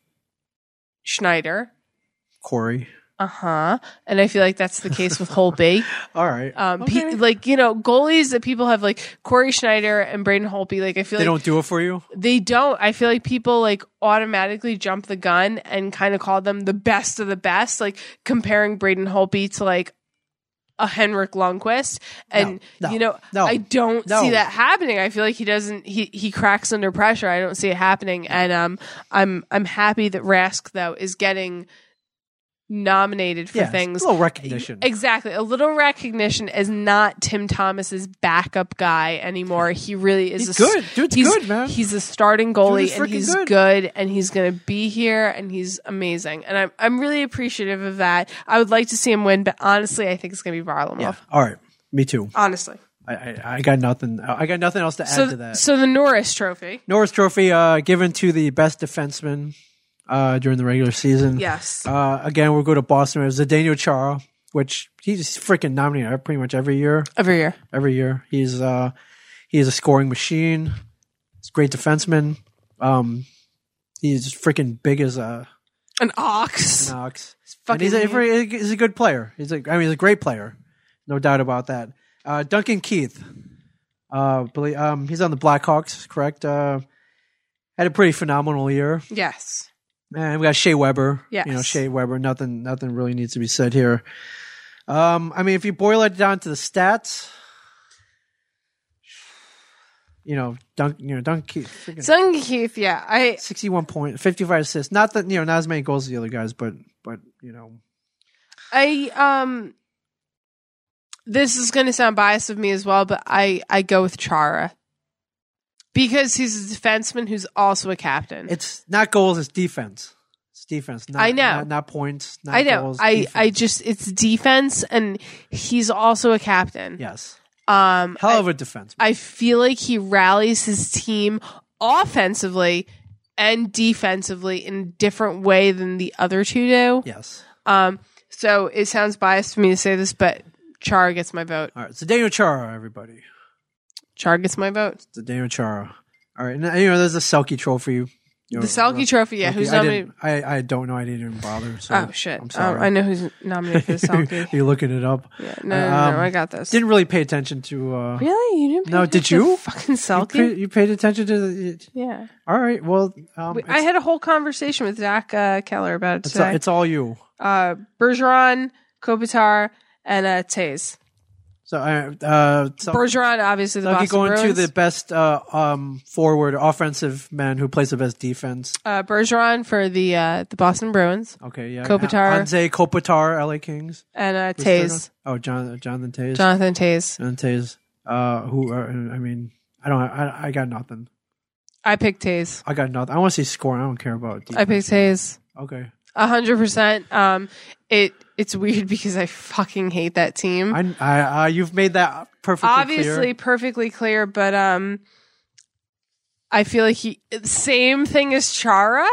Speaker 7: Schneider.
Speaker 6: Corey.
Speaker 7: Uh huh. And I feel like that's the case with Holby.
Speaker 6: All right.
Speaker 7: Um,
Speaker 6: Okay.
Speaker 7: pe- like you know, goalies that people have like Corey Schneider and Braden Holtby. Like I feel
Speaker 6: they
Speaker 7: like
Speaker 6: don't do it for you.
Speaker 7: they don't. I feel like people like automatically jump the gun and kind of call them the best of the best. Like comparing Braden Holtby to like a Henrik Lundqvist, and
Speaker 6: no,
Speaker 7: you know,
Speaker 6: no,
Speaker 7: I don't
Speaker 6: no.
Speaker 7: see that happening. I feel like he doesn't. He he cracks under pressure. I don't see it happening. And um, I'm I'm happy that Rask though is getting nominated for
Speaker 6: Yeah,
Speaker 7: things
Speaker 6: a little recognition.
Speaker 7: Exactly. A little recognition as not Tim Thomas's backup guy anymore. He really is
Speaker 6: He's
Speaker 7: a s-
Speaker 6: good. Dude's
Speaker 7: he's,
Speaker 6: good, man.
Speaker 7: He's a starting goalie
Speaker 6: Dude is
Speaker 7: and
Speaker 6: freaking
Speaker 7: he's
Speaker 6: good.
Speaker 7: good. and he's gonna be here and he's amazing. And I'm I'm really appreciative of that. I would like to see him win, but honestly I think it's gonna be Varlamov.
Speaker 6: Yeah. All right. Me too.
Speaker 7: Honestly.
Speaker 6: I, I, I got nothing. I got nothing else to add to
Speaker 7: So
Speaker 6: that.
Speaker 7: so the Norris trophy.
Speaker 6: Norris Trophy uh, given to the best defenseman uh, during the regular season.
Speaker 7: Yes.
Speaker 6: Uh, again, we'll go to Boston. It was Zdeno Chara. which he's freaking nominated pretty much every year.
Speaker 7: Every year.
Speaker 6: Every year. He's uh he's a scoring machine. He's a great defenseman. Um he's freaking big as a
Speaker 7: An ox.
Speaker 6: an ox. And
Speaker 7: fucking
Speaker 6: he's a,
Speaker 7: huge.
Speaker 6: very- he's a good player. He's a, I mean, he's a great player, no doubt about that. Uh, Duncan Keith, uh, believe, um, he's on the Blackhawks, correct? Uh, had a pretty phenomenal year.
Speaker 7: Yes.
Speaker 6: And we got Shea Weber.
Speaker 7: Yes.
Speaker 6: you know Shea Weber. Nothing, nothing really needs to be said here. Um, I mean, if you boil it down to the stats, you know, Dunk, you know, Duncan Keith, freaking
Speaker 7: Sung Keith, yeah. I
Speaker 6: 61 point, 55 assists. Not that you know, not as many goals as the other guys, but but you know.
Speaker 7: I um this is going to sound biased of me as well, but I I go with Chara because he's a defenseman who's also a captain.
Speaker 6: It's not goals. It's defense. It's defense. Not,
Speaker 7: I know.
Speaker 6: Not, not points. Not
Speaker 7: I know.
Speaker 6: Goals,
Speaker 7: I I
Speaker 6: defense.
Speaker 7: just it's defense and he's also a captain.
Speaker 6: yes.
Speaker 7: Um
Speaker 6: Hell of a defense.
Speaker 7: I feel like he rallies his team offensively and defensively in a different way than the other two do.
Speaker 6: yes.
Speaker 7: Um so it sounds biased for me to say this, but Chara gets my vote.
Speaker 6: All right. So Daniel Chara, everybody.
Speaker 7: Chara gets my vote.
Speaker 6: So Daniel Chara. All right. And, uh, you know, there's a Selkie Trophy. You know,
Speaker 7: The Selkie Trophy, yeah.
Speaker 6: Oh,
Speaker 7: Who's
Speaker 6: I,
Speaker 7: nominated?
Speaker 6: didn't- I I don't know. I didn't even bother. So
Speaker 7: oh shit!
Speaker 6: I'm
Speaker 7: Um,
Speaker 6: sorry.
Speaker 7: I know who's nominated for the Selkie.
Speaker 6: You're looking it up.
Speaker 7: yeah, no, no, no,
Speaker 6: Um,
Speaker 7: I got this.
Speaker 6: Didn't really pay attention to. Uh,
Speaker 7: really? You didn't? Pay
Speaker 6: No,
Speaker 7: attention
Speaker 6: did
Speaker 7: to
Speaker 6: you?
Speaker 7: the Fucking
Speaker 6: You, paid,
Speaker 7: Selkie.
Speaker 6: you paid attention to the.
Speaker 7: yeah.
Speaker 6: All right. Well, um,
Speaker 7: We-
Speaker 6: it's,
Speaker 7: I had a whole conversation with Zach uh, Keller about it
Speaker 6: it's,
Speaker 7: today.
Speaker 6: it's all you.
Speaker 7: uh, Bergeron, Kopitar, and uh, Taze.
Speaker 6: So uh, uh, Selke-
Speaker 7: Bergeron, obviously the
Speaker 6: They'll keep
Speaker 7: Boston
Speaker 6: going
Speaker 7: Bruins.
Speaker 6: to the best uh, um, forward, offensive man who plays the best defense.
Speaker 7: uh, Bergeron for the uh, the Boston Bruins
Speaker 6: Okay, yeah.
Speaker 7: Kopitar.
Speaker 6: Anze Kopitar, LA Kings.
Speaker 7: and uh,
Speaker 6: Who's the third
Speaker 7: Taze,
Speaker 6: one? Oh, John, Jonathan Taze.
Speaker 7: Jonathan Taze.
Speaker 6: Jonathan Taze. Uh, who? Are, I mean, I don't. I, I got nothing.
Speaker 7: I picked Taze.
Speaker 6: I got nothing. I want to see score. I don't care about. Defense.
Speaker 7: I picked Taze.
Speaker 6: Okay.
Speaker 7: A hundred percent. Um, it it's weird because I fucking hate that team.
Speaker 6: I, I, uh, you've made that perfectly
Speaker 7: obviously
Speaker 6: clear.
Speaker 7: perfectly clear, but um, I feel like he same thing as Chara.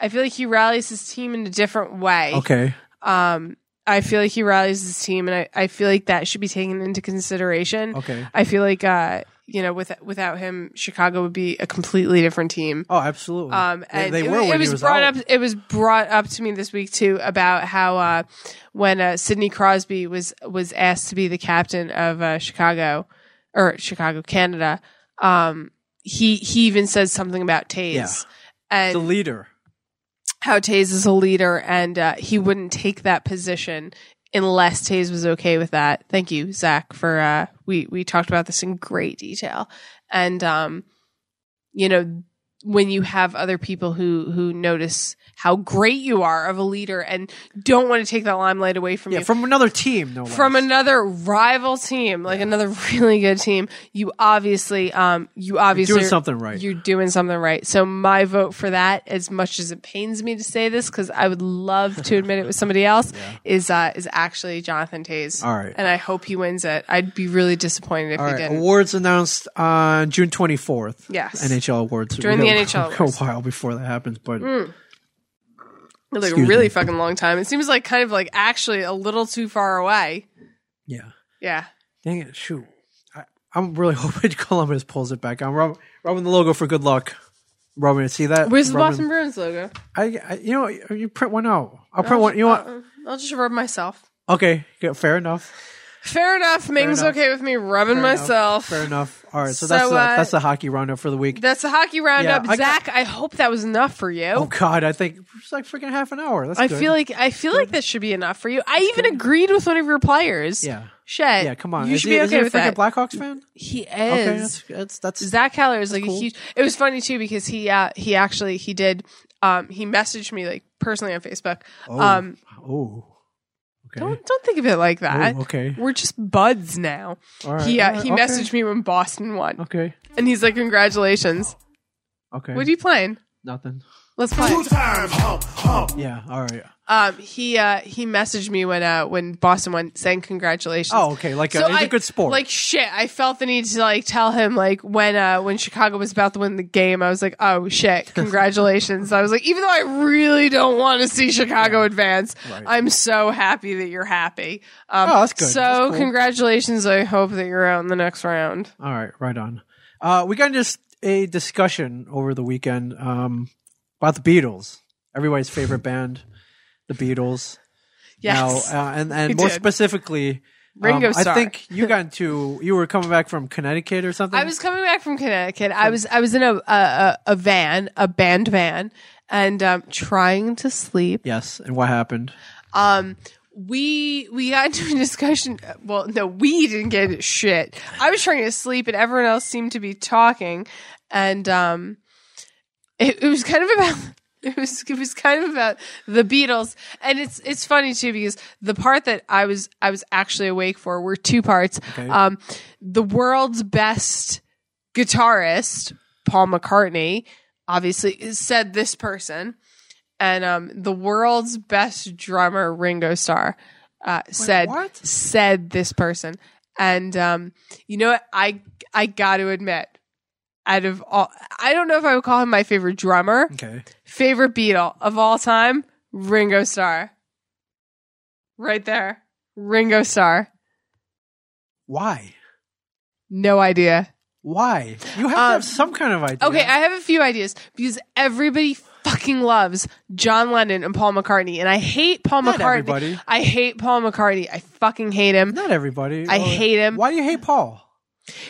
Speaker 7: I feel like he rallies his team in a different way.
Speaker 6: Okay.
Speaker 7: Um, I feel like he rallies his team, and I, I feel like that should be taken into consideration.
Speaker 6: Okay.
Speaker 7: I feel like uh, you know, with without him, Chicago would be a completely different team.
Speaker 6: Oh, absolutely.
Speaker 7: Um,
Speaker 6: They-
Speaker 7: and
Speaker 6: they,
Speaker 7: it,
Speaker 6: were
Speaker 7: was-
Speaker 6: when
Speaker 7: it was,
Speaker 6: he was
Speaker 7: brought
Speaker 6: out.
Speaker 7: up. It was brought up to me this week too about how uh, when uh, Sidney Crosby was was asked to be the captain of uh, Chicago or Chicago, Canada. Um, he he even says something about Taze
Speaker 6: Yeah.
Speaker 7: and
Speaker 6: the leader.
Speaker 7: how Taze is a leader and uh, he wouldn't take that position unless Taze was okay with that. Thank you, Zach, for uh, we we talked about this in great detail. And um, you know, when you have other people who who notice how great you are of a leader and don't want to take that limelight away from
Speaker 6: Yeah,
Speaker 7: you.
Speaker 6: from another team, no less.
Speaker 7: from another rival team, like another really good team, you obviously, um, you obviously
Speaker 6: doing something right.
Speaker 7: You're doing something right. So my vote for that, as much as it pains me to say this, because I would love to admit it was somebody else, is uh, is actually Jonathan Taze.
Speaker 6: All right.
Speaker 7: and I hope he wins it. I'd be really disappointed if
Speaker 6: All
Speaker 7: he
Speaker 6: right,
Speaker 7: didn't.
Speaker 6: awards announced on June 24th.
Speaker 7: Yes.
Speaker 6: NHL awards.
Speaker 7: During the
Speaker 6: We'll go-
Speaker 7: NHL
Speaker 6: go
Speaker 7: awards. Mm.
Speaker 6: A while before that happens, but
Speaker 7: Like a
Speaker 6: Excuse
Speaker 7: really
Speaker 6: me.
Speaker 7: fucking long time. It seems like kind of like actually a little too far away.
Speaker 6: yeah.
Speaker 7: Yeah.
Speaker 6: Dang it, shoot. I, I'm really hoping Columbus pulls it back. I'm rub, rubbing the logo for good luck. Rubbing it. See that?
Speaker 7: Where's the Boston
Speaker 6: Rubbing-
Speaker 7: Bruins logo?
Speaker 6: I, I, you know, you print one out. I'll print one. You want?
Speaker 7: Uh-uh. I'll just rub myself.
Speaker 6: Okay, yeah, fair enough.
Speaker 7: Fair enough. Ming's
Speaker 6: enough.
Speaker 7: okay with me rubbing
Speaker 6: Fair enough,
Speaker 7: myself.
Speaker 6: Fair enough. All right, so,
Speaker 7: So,
Speaker 6: that's the,
Speaker 7: uh,
Speaker 6: that's the hockey roundup for the week.
Speaker 7: That's the hockey roundup.
Speaker 6: Yeah, I got-
Speaker 7: Zach, I hope that was enough for you.
Speaker 6: Oh God, I think it's like freaking half an hour. That's
Speaker 7: I
Speaker 6: good.
Speaker 7: feel like I feel like this should be enough for you. I even agreed with one of your players.
Speaker 6: yeah,
Speaker 7: Shit.
Speaker 6: yeah. Come on,
Speaker 7: You
Speaker 6: Is
Speaker 7: should
Speaker 6: he-
Speaker 7: be
Speaker 6: is he
Speaker 7: okay
Speaker 6: a
Speaker 7: with
Speaker 6: freaking
Speaker 7: that.
Speaker 6: Blackhawks fan?
Speaker 7: He
Speaker 6: Okay,
Speaker 7: is.
Speaker 6: that's that's that's
Speaker 7: Zach Keller is like
Speaker 6: cool.
Speaker 7: a huge. It was funny too because he uh, he actually he did um he messaged me like personally on Facebook.
Speaker 6: Oh,
Speaker 7: Um
Speaker 6: oh. Okay.
Speaker 7: don't don't think of it like that.
Speaker 6: Oh, okay.
Speaker 7: We're just buds now.
Speaker 6: All right,
Speaker 7: he uh,
Speaker 6: all right,
Speaker 7: he
Speaker 6: okay.
Speaker 7: messaged me when Boston won,
Speaker 6: Okay.
Speaker 7: and he's like, "Congratulations!
Speaker 6: Okay.
Speaker 7: What are you playing?
Speaker 6: Nothing.
Speaker 7: Let's play.
Speaker 9: Two times hump, hump.
Speaker 6: Yeah, all right.
Speaker 7: Um, he uh, he messaged me when uh, when Boston won, saying congratulations.
Speaker 6: Oh, okay, like, uh, he's a
Speaker 7: I-
Speaker 6: good sport.
Speaker 7: Like shit, I felt the need to like tell him like when uh, when Chicago was about to win the game, I was like, oh shit, congratulations. I was like, even though I really don't want to see Chicago advance, I'm so happy that you're happy. Um,
Speaker 6: Oh, that's good.
Speaker 7: So
Speaker 6: That's cool.
Speaker 7: congratulations. I hope that you're out in the next round.
Speaker 6: All right, right on. Uh, we got just a discussion over the weekend um, about the Beatles, everybody's favorite band, the Beatles.
Speaker 7: Yes.
Speaker 6: Now, uh, and
Speaker 7: We
Speaker 6: and more
Speaker 7: did.
Speaker 6: specifically, um,
Speaker 7: Ringo
Speaker 6: I
Speaker 7: Starr.
Speaker 6: think you got into you were coming back from Connecticut or something.
Speaker 7: I was coming back from Connecticut. I was I was in a a, a, a van, a band van, and um, trying to sleep.
Speaker 6: yes, and what happened?
Speaker 7: Um, we we got into a discussion. Well, no, we didn't get into shit. I was trying to sleep, and everyone else seemed to be talking, and um, it, it was kind of about. It was it was kind of about the Beatles, and it's it's funny too because the part that I was I was actually awake for were two parts. Um, the world's best guitarist Paul McCartney obviously said this person, and um, the world's best drummer Ringo Starr uh, said
Speaker 6: what?
Speaker 7: said this person, and um, you know what I I got to admit, out of all I don't know if I would call him my favorite drummer,
Speaker 6: Okay,
Speaker 7: favorite Beatle of all time, Ringo Starr, right there, Ringo Starr.
Speaker 6: why?
Speaker 7: No idea.
Speaker 6: Why? You have to
Speaker 7: Um,
Speaker 6: have some kind of idea.
Speaker 7: Okay, I have a few ideas because everybody fucking loves John Lennon and Paul McCartney, and I hate Paul
Speaker 6: Not
Speaker 7: McCartney.
Speaker 6: everybody.
Speaker 7: I hate Paul McCartney. I fucking hate him
Speaker 6: Not everybody.
Speaker 7: I hate him.
Speaker 6: Why do you hate Paul?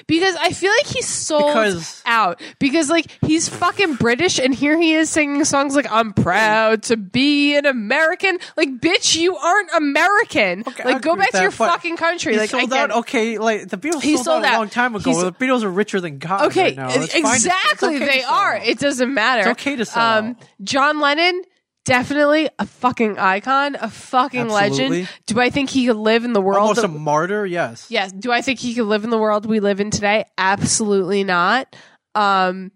Speaker 7: because I feel like he's sold
Speaker 6: Because-
Speaker 7: out because like he's fucking British, and here he is singing songs like "I'm proud to be an American." Like, bitch, you aren't American.
Speaker 6: Okay, I
Speaker 7: like, go
Speaker 6: agree
Speaker 7: back
Speaker 6: with
Speaker 7: to your
Speaker 6: that, but
Speaker 7: fucking country.
Speaker 6: he
Speaker 7: Like, I
Speaker 6: sold
Speaker 7: get
Speaker 6: out. Okay, like the Beatles
Speaker 7: He
Speaker 6: sold,
Speaker 7: sold
Speaker 6: out a
Speaker 7: out.
Speaker 6: long time ago.
Speaker 7: He's-
Speaker 6: the Beatles are richer than God.
Speaker 7: Okay,
Speaker 6: right now. It's fine to- it's
Speaker 7: exactly.
Speaker 6: okay to
Speaker 7: they
Speaker 6: sell
Speaker 7: are.
Speaker 6: out.
Speaker 7: It doesn't matter. Um,
Speaker 6: It's okay to sell out.
Speaker 7: John Lennon, definitely a fucking icon, a fucking
Speaker 6: Absolutely.
Speaker 7: legend. Do I think he could live in the world?
Speaker 6: Almost
Speaker 7: that-
Speaker 6: a martyr. Yes.
Speaker 7: yes. Do I think he could live in the world we live in today? Absolutely not. Um,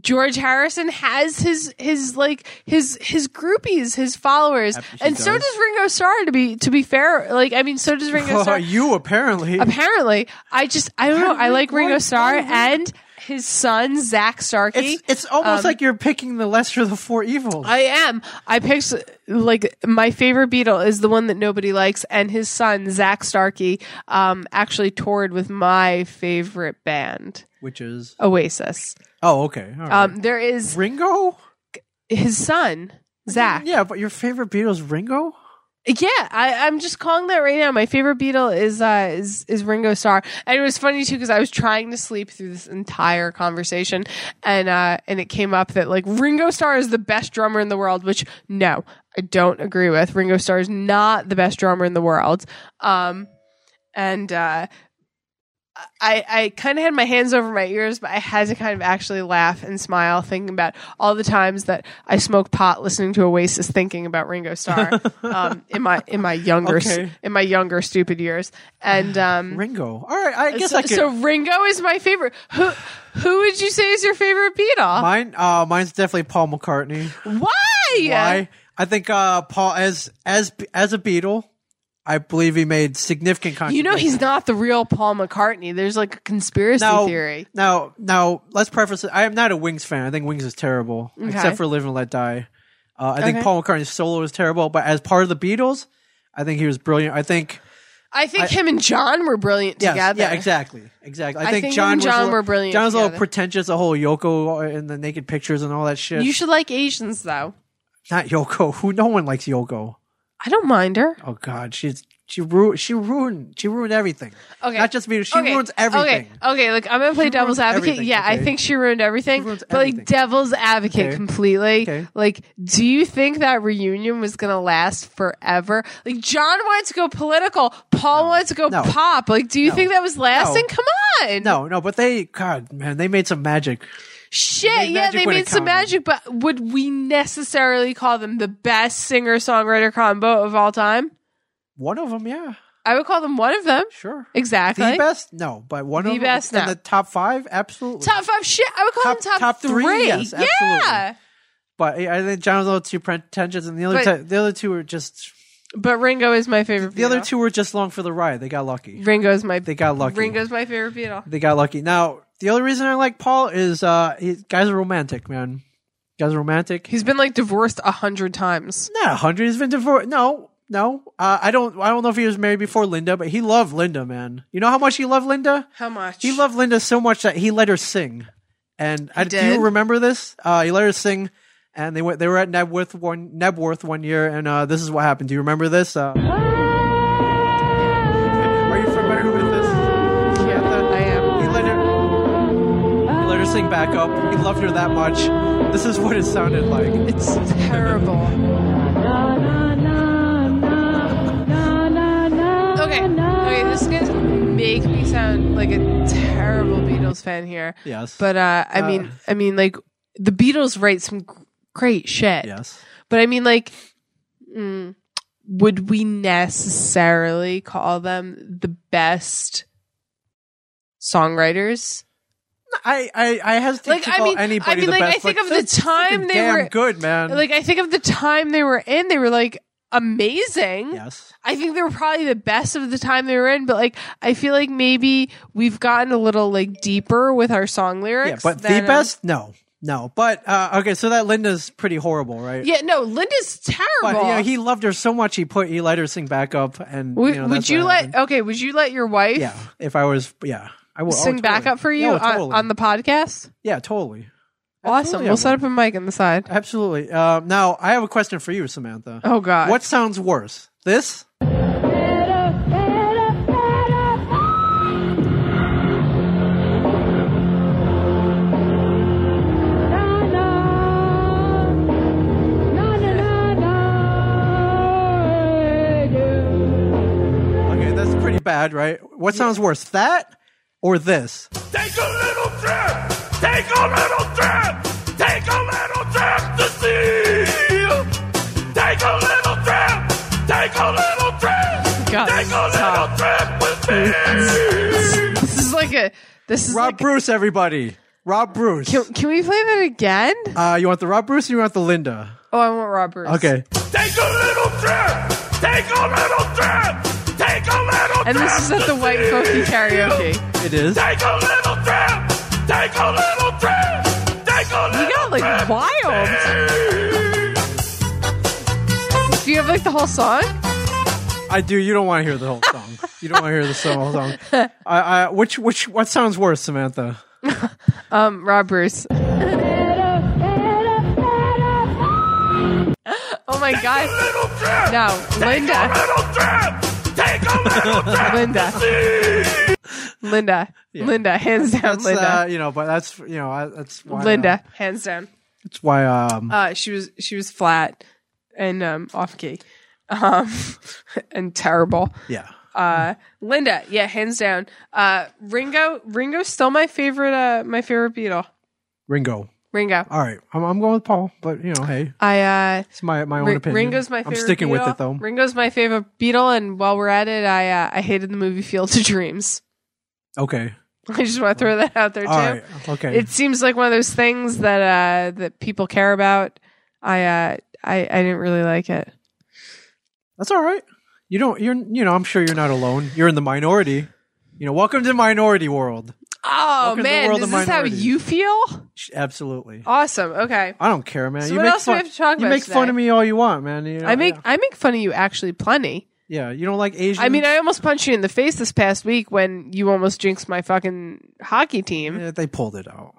Speaker 7: George Harrison has his his like his his groupies, his followers,
Speaker 6: Ab- he
Speaker 7: and so
Speaker 6: does.
Speaker 7: does Ringo Starr. To be to be fair, like I mean, so does Ringo Starr.
Speaker 6: Oh, you apparently.
Speaker 7: Apparently, I just I don't know. I like
Speaker 6: Why-
Speaker 7: Ringo
Speaker 6: why
Speaker 7: Starr
Speaker 6: Ringo?
Speaker 7: and his son Zach Starkey.
Speaker 6: It's, it's almost
Speaker 7: Um,
Speaker 6: like you're picking the lesser of the four evils.
Speaker 7: I am. I picked like my favorite Beatle is the one that nobody likes, and his son Zach Starkey um, actually toured with my favorite band
Speaker 6: which is
Speaker 7: Oasis.
Speaker 6: oh okay. all right.
Speaker 7: Um, there is
Speaker 6: Ringo.
Speaker 7: his son Zach.
Speaker 6: Yeah, but your favorite Beatles, Ringo.
Speaker 7: Yeah, I, I'm just calling that right now. My favorite Beatle is uh, is is Ringo Starr, and it was funny too because I was trying to sleep through this entire conversation, and uh, and it came up that like Ringo Starr is the best drummer in the world, which no, I don't agree with. Ringo Starr is not the best drummer in the world, um, and uh, I I kind of had my hands over my ears, but I had to kind of actually laugh and smile thinking about all the times that I smoked pot listening to Oasis, thinking about Ringo Starr um, in my in my younger
Speaker 6: Okay.
Speaker 7: in my younger stupid years. And um,
Speaker 6: Ringo. All right. I guess
Speaker 7: so,
Speaker 6: I could.
Speaker 7: so Ringo is my favorite. Who who would you say is your favorite Beatle?
Speaker 6: mine. Uh, mine's definitely Paul McCartney.
Speaker 7: Why?
Speaker 6: Why? I think uh, Paul as as as a Beatle, I believe he made significant
Speaker 7: You
Speaker 6: contributions.
Speaker 7: know he's not the real Paul McCartney. There's like a conspiracy theory.
Speaker 6: Now, now, let's preface it. I am not a Wings fan. I think Wings is terrible,
Speaker 7: Okay.
Speaker 6: except for Live and Let Die. Uh, I think
Speaker 7: Okay.
Speaker 6: Paul McCartney's solo is terrible, but as part of the Beatles, I think he was brilliant. I think
Speaker 7: I think him and John were brilliant
Speaker 6: yes,
Speaker 7: together.
Speaker 6: yeah, exactly, exactly. I,
Speaker 7: I
Speaker 6: think,
Speaker 7: think him
Speaker 6: John,
Speaker 7: and
Speaker 6: was
Speaker 7: John
Speaker 6: a little,
Speaker 7: were brilliant
Speaker 6: John's a little
Speaker 7: together.
Speaker 6: pretentious, the whole Yoko and the naked pictures and all that shit.
Speaker 7: You should like Asians though.
Speaker 6: not Yoko. Who? No one likes Yoko.
Speaker 7: I don't mind her.
Speaker 6: Oh God, she's she ruined she ruined she ruined everything.
Speaker 7: Okay.
Speaker 6: not just Beatles. She
Speaker 7: okay.
Speaker 6: ruins everything.
Speaker 7: Okay, okay. Look, I'm gonna
Speaker 6: She
Speaker 7: play
Speaker 6: ruins
Speaker 7: devil's advocate.
Speaker 6: everything,
Speaker 7: Yeah, I
Speaker 6: okay.
Speaker 7: think she ruined everything.
Speaker 6: She ruins
Speaker 7: but like
Speaker 6: everything.
Speaker 7: devil's advocate
Speaker 6: Okay.
Speaker 7: completely.
Speaker 6: Okay.
Speaker 7: Like, do you think that reunion was gonna last forever? Like, John wanted to go political. Paul wanted to go
Speaker 6: No.
Speaker 7: pop. Like, do you
Speaker 6: No.
Speaker 7: think that was lasting? Come on.
Speaker 6: No, no, but they God man, they made some magic.
Speaker 7: Shit, yeah,
Speaker 6: magic
Speaker 7: they
Speaker 6: when it
Speaker 7: made some
Speaker 6: counted.
Speaker 7: magic, but would we necessarily call them the best singer songwriter combo of all time?
Speaker 6: One of them, yeah,
Speaker 7: I would call them one of them.
Speaker 6: sure.
Speaker 7: Exactly.
Speaker 6: The best? No, but one
Speaker 7: The
Speaker 6: of them
Speaker 7: best,
Speaker 6: in
Speaker 7: no.
Speaker 6: the top five, absolutely.
Speaker 7: Top five shit. I would call
Speaker 6: Top-
Speaker 7: them top,
Speaker 6: top three,
Speaker 7: three.
Speaker 6: yes,
Speaker 7: yeah.
Speaker 6: absolutely. But I I think John was a little too pretentious, and the other
Speaker 7: But-
Speaker 6: ti- the other two were just
Speaker 7: But Ringo is my favorite.
Speaker 6: the other
Speaker 7: Beatle.
Speaker 6: two were just long for the ride. They got lucky.
Speaker 7: Ringo's my
Speaker 6: They got lucky.
Speaker 7: Ringo's my favorite Beatle.
Speaker 6: They got lucky. Now the only reason I like Paul is uh, he, guys are romantic, man. Guys are romantic.
Speaker 7: He's been like divorced a hundred times.
Speaker 6: Not a hundred. He's been divorced. No, no. Uh, I don't. I don't know if he was married before Linda, but he loved Linda, man. You know how much he loved Linda.
Speaker 7: How much?
Speaker 6: He loved Linda so much that he let her sing. And I, do
Speaker 7: did?
Speaker 6: you remember this? Uh, he let her sing, and they went. They were at Nebworth one Nebworth one year, and uh, this is what happened. Do you remember this? Uh, are you familiar with this? Samantha?
Speaker 7: I am.
Speaker 6: He let her. He let her sing back up. He loved her that much. This is what it sounded like.
Speaker 7: It's terrible. okay, okay, this is gonna make me sound like a terrible Beatles fan here.
Speaker 6: Yes.
Speaker 7: But uh, I
Speaker 6: Uh,
Speaker 7: mean, I mean, like the Beatles write some gr- great shit.
Speaker 6: Yes.
Speaker 7: But I mean, like, mm, would we necessarily call them the best songwriters?
Speaker 6: I I I hesitate
Speaker 7: Like,
Speaker 6: to
Speaker 7: I
Speaker 6: call
Speaker 7: mean-
Speaker 6: anybody
Speaker 7: I mean,
Speaker 6: the
Speaker 7: like, I
Speaker 6: best.
Speaker 7: think of the
Speaker 6: that's
Speaker 7: time
Speaker 6: fucking
Speaker 7: they
Speaker 6: damn
Speaker 7: were-
Speaker 6: good, man.
Speaker 7: Like, I think of the time they were in, they were like amazing.
Speaker 6: yes.
Speaker 7: I think they were probably the best of the time they were in, but like I feel like maybe we've gotten a little like deeper with our song lyrics.
Speaker 6: Yeah, but the
Speaker 7: than, um,
Speaker 6: best? No, no. But uh, okay, so that Linda's pretty horrible, right?
Speaker 7: um, yeah, no, Linda's terrible.
Speaker 6: But you know, he loved her so much, he put he let her sing back up, and
Speaker 7: would
Speaker 6: you know,
Speaker 7: would
Speaker 6: that's
Speaker 7: you
Speaker 6: what
Speaker 7: let
Speaker 6: happened.
Speaker 7: okay? Would you let your wife
Speaker 6: Yeah, if I was, yeah, I would oh,
Speaker 7: sing back
Speaker 6: totally.
Speaker 7: up for you
Speaker 6: Yeah, oh,
Speaker 7: on-
Speaker 6: totally.
Speaker 7: on, the podcast?
Speaker 6: yeah, totally,
Speaker 7: Awesome.
Speaker 6: Absolutely, I
Speaker 7: We'll set
Speaker 6: would.
Speaker 7: up a mic on the side.
Speaker 6: absolutely. Um, now I have a question for you, Samantha.
Speaker 7: Oh God,
Speaker 6: What sounds worse, this Okay, that's pretty bad, right? What sounds worse, that or this?
Speaker 9: Take a little trip. Take a little trip. Take a little trip to see. you. Take a little trip. Take a little trip.
Speaker 7: God,
Speaker 9: Take a little trip with me.
Speaker 7: this is like a this is
Speaker 6: Rob
Speaker 7: like,
Speaker 6: Bruce, everybody. Rob Bruce.
Speaker 7: can, can we play that again?
Speaker 6: uh, you want the Rob Bruce or you want the Linda?
Speaker 7: Oh, I want Rob Bruce.
Speaker 6: Okay.
Speaker 9: Take a little trip. Take a little trip. Take a little
Speaker 7: and
Speaker 9: trip.
Speaker 7: this is at
Speaker 9: to
Speaker 7: the White
Speaker 9: see
Speaker 7: Folky
Speaker 9: you.
Speaker 7: Karaoke.
Speaker 6: It is.
Speaker 9: Take a little trip. Take a little trip. Take a little
Speaker 7: You got like wild. Do you have like the whole song?
Speaker 6: I do. You don't want to hear the whole song. you don't want to hear the whole song. I, I, which, which, what sounds worse, Samantha?
Speaker 7: Um, Rob Bruce. Oh my
Speaker 9: a
Speaker 7: god.
Speaker 9: little trip.
Speaker 7: No,
Speaker 9: Take a
Speaker 7: Linda.
Speaker 9: little trip. Take a little trip.
Speaker 7: Linda. Linda. Linda. Hands down,
Speaker 6: That's,
Speaker 7: Linda.
Speaker 6: uh, you know, but that's, you know, I, that's why. uh,
Speaker 7: Linda. Hands down.
Speaker 6: That's why, um,
Speaker 7: Uh, she was she was flat and um off key. Um and terrible.
Speaker 6: yeah.
Speaker 7: Uh Linda, yeah, hands down. Uh Ringo Ringo's still my favorite uh my favorite Beatle.
Speaker 6: Ringo.
Speaker 7: Ringo.
Speaker 6: All right. I'm, I'm going with Paul, but, you know, hey,
Speaker 7: I uh
Speaker 6: it's my, my own
Speaker 7: Ri-
Speaker 6: opinion.
Speaker 7: Ringo's my
Speaker 6: I'm
Speaker 7: favorite.
Speaker 6: sticking with
Speaker 7: Beatle.
Speaker 6: it, though.
Speaker 7: Ringo's my favorite Beatle, and while we're at it, I uh, I hated the movie Field of Dreams.
Speaker 6: okay.
Speaker 7: I just want to throw that out there too.
Speaker 6: All right. Okay.
Speaker 7: It seems like one of those things that uh, that people care about. I uh, I I didn't really like it.
Speaker 6: That's all right. You don't. You're. You know. I'm sure you're not alone. You're in the minority. You know. Welcome to minority world.
Speaker 7: Oh
Speaker 6: Welcome to the
Speaker 7: man,
Speaker 6: world
Speaker 7: is
Speaker 6: of
Speaker 7: this how
Speaker 6: minorities.
Speaker 7: you feel?
Speaker 6: Sh- Absolutely.
Speaker 7: Awesome. Okay.
Speaker 6: I don't care, man.
Speaker 7: So
Speaker 6: you
Speaker 7: what
Speaker 6: make
Speaker 7: else do
Speaker 6: fun,
Speaker 7: we have to talk
Speaker 6: You
Speaker 7: about
Speaker 6: make fun
Speaker 7: today?
Speaker 6: of me all you want, man. You know,
Speaker 7: I make
Speaker 6: Yeah.
Speaker 7: I make fun of you actually plenty.
Speaker 6: Yeah, You don't like Asian.
Speaker 7: I mean, I almost punched you in the face this past week when you almost jinxed my fucking hockey team.
Speaker 6: Eh, they pulled it out.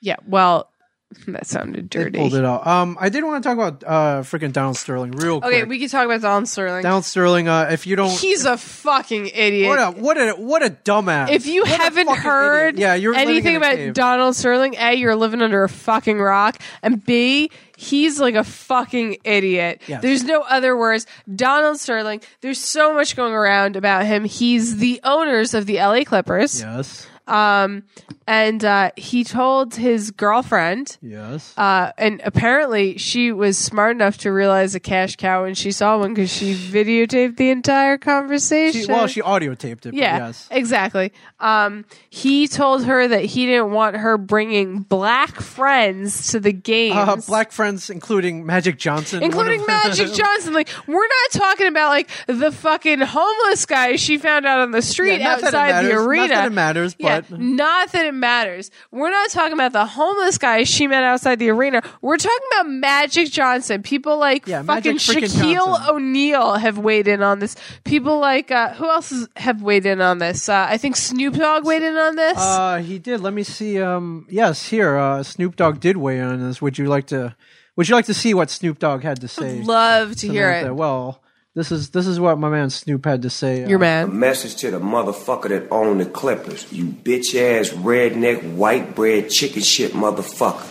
Speaker 7: Yeah, well, that sounded
Speaker 6: They
Speaker 7: dirty.
Speaker 6: pulled it out. Um, I did want to talk about uh freaking Donald Sterling real quick.
Speaker 7: Okay, we can talk about Donald Sterling.
Speaker 6: Donald Sterling. Uh, if you don't.
Speaker 7: He's a fucking idiot.
Speaker 6: what a what a what a dumbass!
Speaker 7: if you
Speaker 6: What a
Speaker 7: haven't
Speaker 6: fucking
Speaker 7: heard
Speaker 6: idiot. yeah, you're living
Speaker 7: anything
Speaker 6: in a
Speaker 7: about
Speaker 6: cave.
Speaker 7: Donald Sterling, A, you're living under a fucking rock, and B, he's like a fucking idiot.
Speaker 6: Yes.
Speaker 7: There's no other words. Donald Sterling, there's so much going around about him. He's the owners of the LA Clippers.
Speaker 6: Yes,
Speaker 7: Um, and uh, he told his girlfriend.
Speaker 6: Yes.
Speaker 7: Uh, and apparently, she was smart enough to realize a cash cow when she saw one because she videotaped the entire conversation.
Speaker 6: She, well, she audio taped it.
Speaker 7: Yeah,
Speaker 6: But yes.
Speaker 7: exactly. Um, he told her that he didn't want her bringing black friends to the games,
Speaker 6: Uh, black friends, including Magic Johnson, one
Speaker 7: including
Speaker 6: of-
Speaker 7: Magic Johnson. Like, we're not talking about like the fucking homeless guy she found out on the street
Speaker 6: Yeah, not that it
Speaker 7: outside the
Speaker 6: matters. Not
Speaker 7: arena.
Speaker 6: that it matters,
Speaker 7: Yeah,
Speaker 6: but-
Speaker 7: not that it matters. We're not talking about the homeless guy she met outside the arena. We're talking about Magic Johnson. People like
Speaker 6: Yeah,
Speaker 7: fucking
Speaker 6: Magic freaking
Speaker 7: Shaquille
Speaker 6: Johnson.
Speaker 7: O'Neal have weighed in on this. People like uh, who else is- have weighed in on this? Uh, I think Snoop Dogg weighed in on this.
Speaker 6: Uh, he did. Let me see. Um, yes, here. Uh, Snoop Dogg did weigh in on this. Would you like to? Would you like to see what Snoop Dogg had to say?
Speaker 7: Love to hear
Speaker 6: Samantha?
Speaker 7: it.
Speaker 6: Well, this is this is what my man Snoop had to say.
Speaker 7: Your
Speaker 6: Uh,
Speaker 7: man.
Speaker 11: Message to the motherfucker that owned the Clippers. You bitch ass redneck white bread chicken shit motherfucker.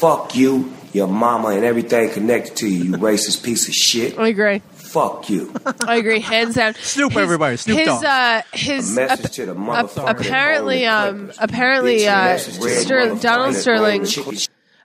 Speaker 11: Fuck you, your mama, and everything connected to you, you racist piece of shit.
Speaker 7: I agree.
Speaker 11: Fuck you.
Speaker 7: I agree, hands down. Snoop,
Speaker 11: everybody, Snoop
Speaker 7: his,
Speaker 11: Dogg.
Speaker 7: Uh, his
Speaker 11: A message
Speaker 7: ap-
Speaker 11: to the
Speaker 7: ap-
Speaker 11: motherfucker.
Speaker 7: apparently, um, apparently, uh, Ster- Donald Sterling.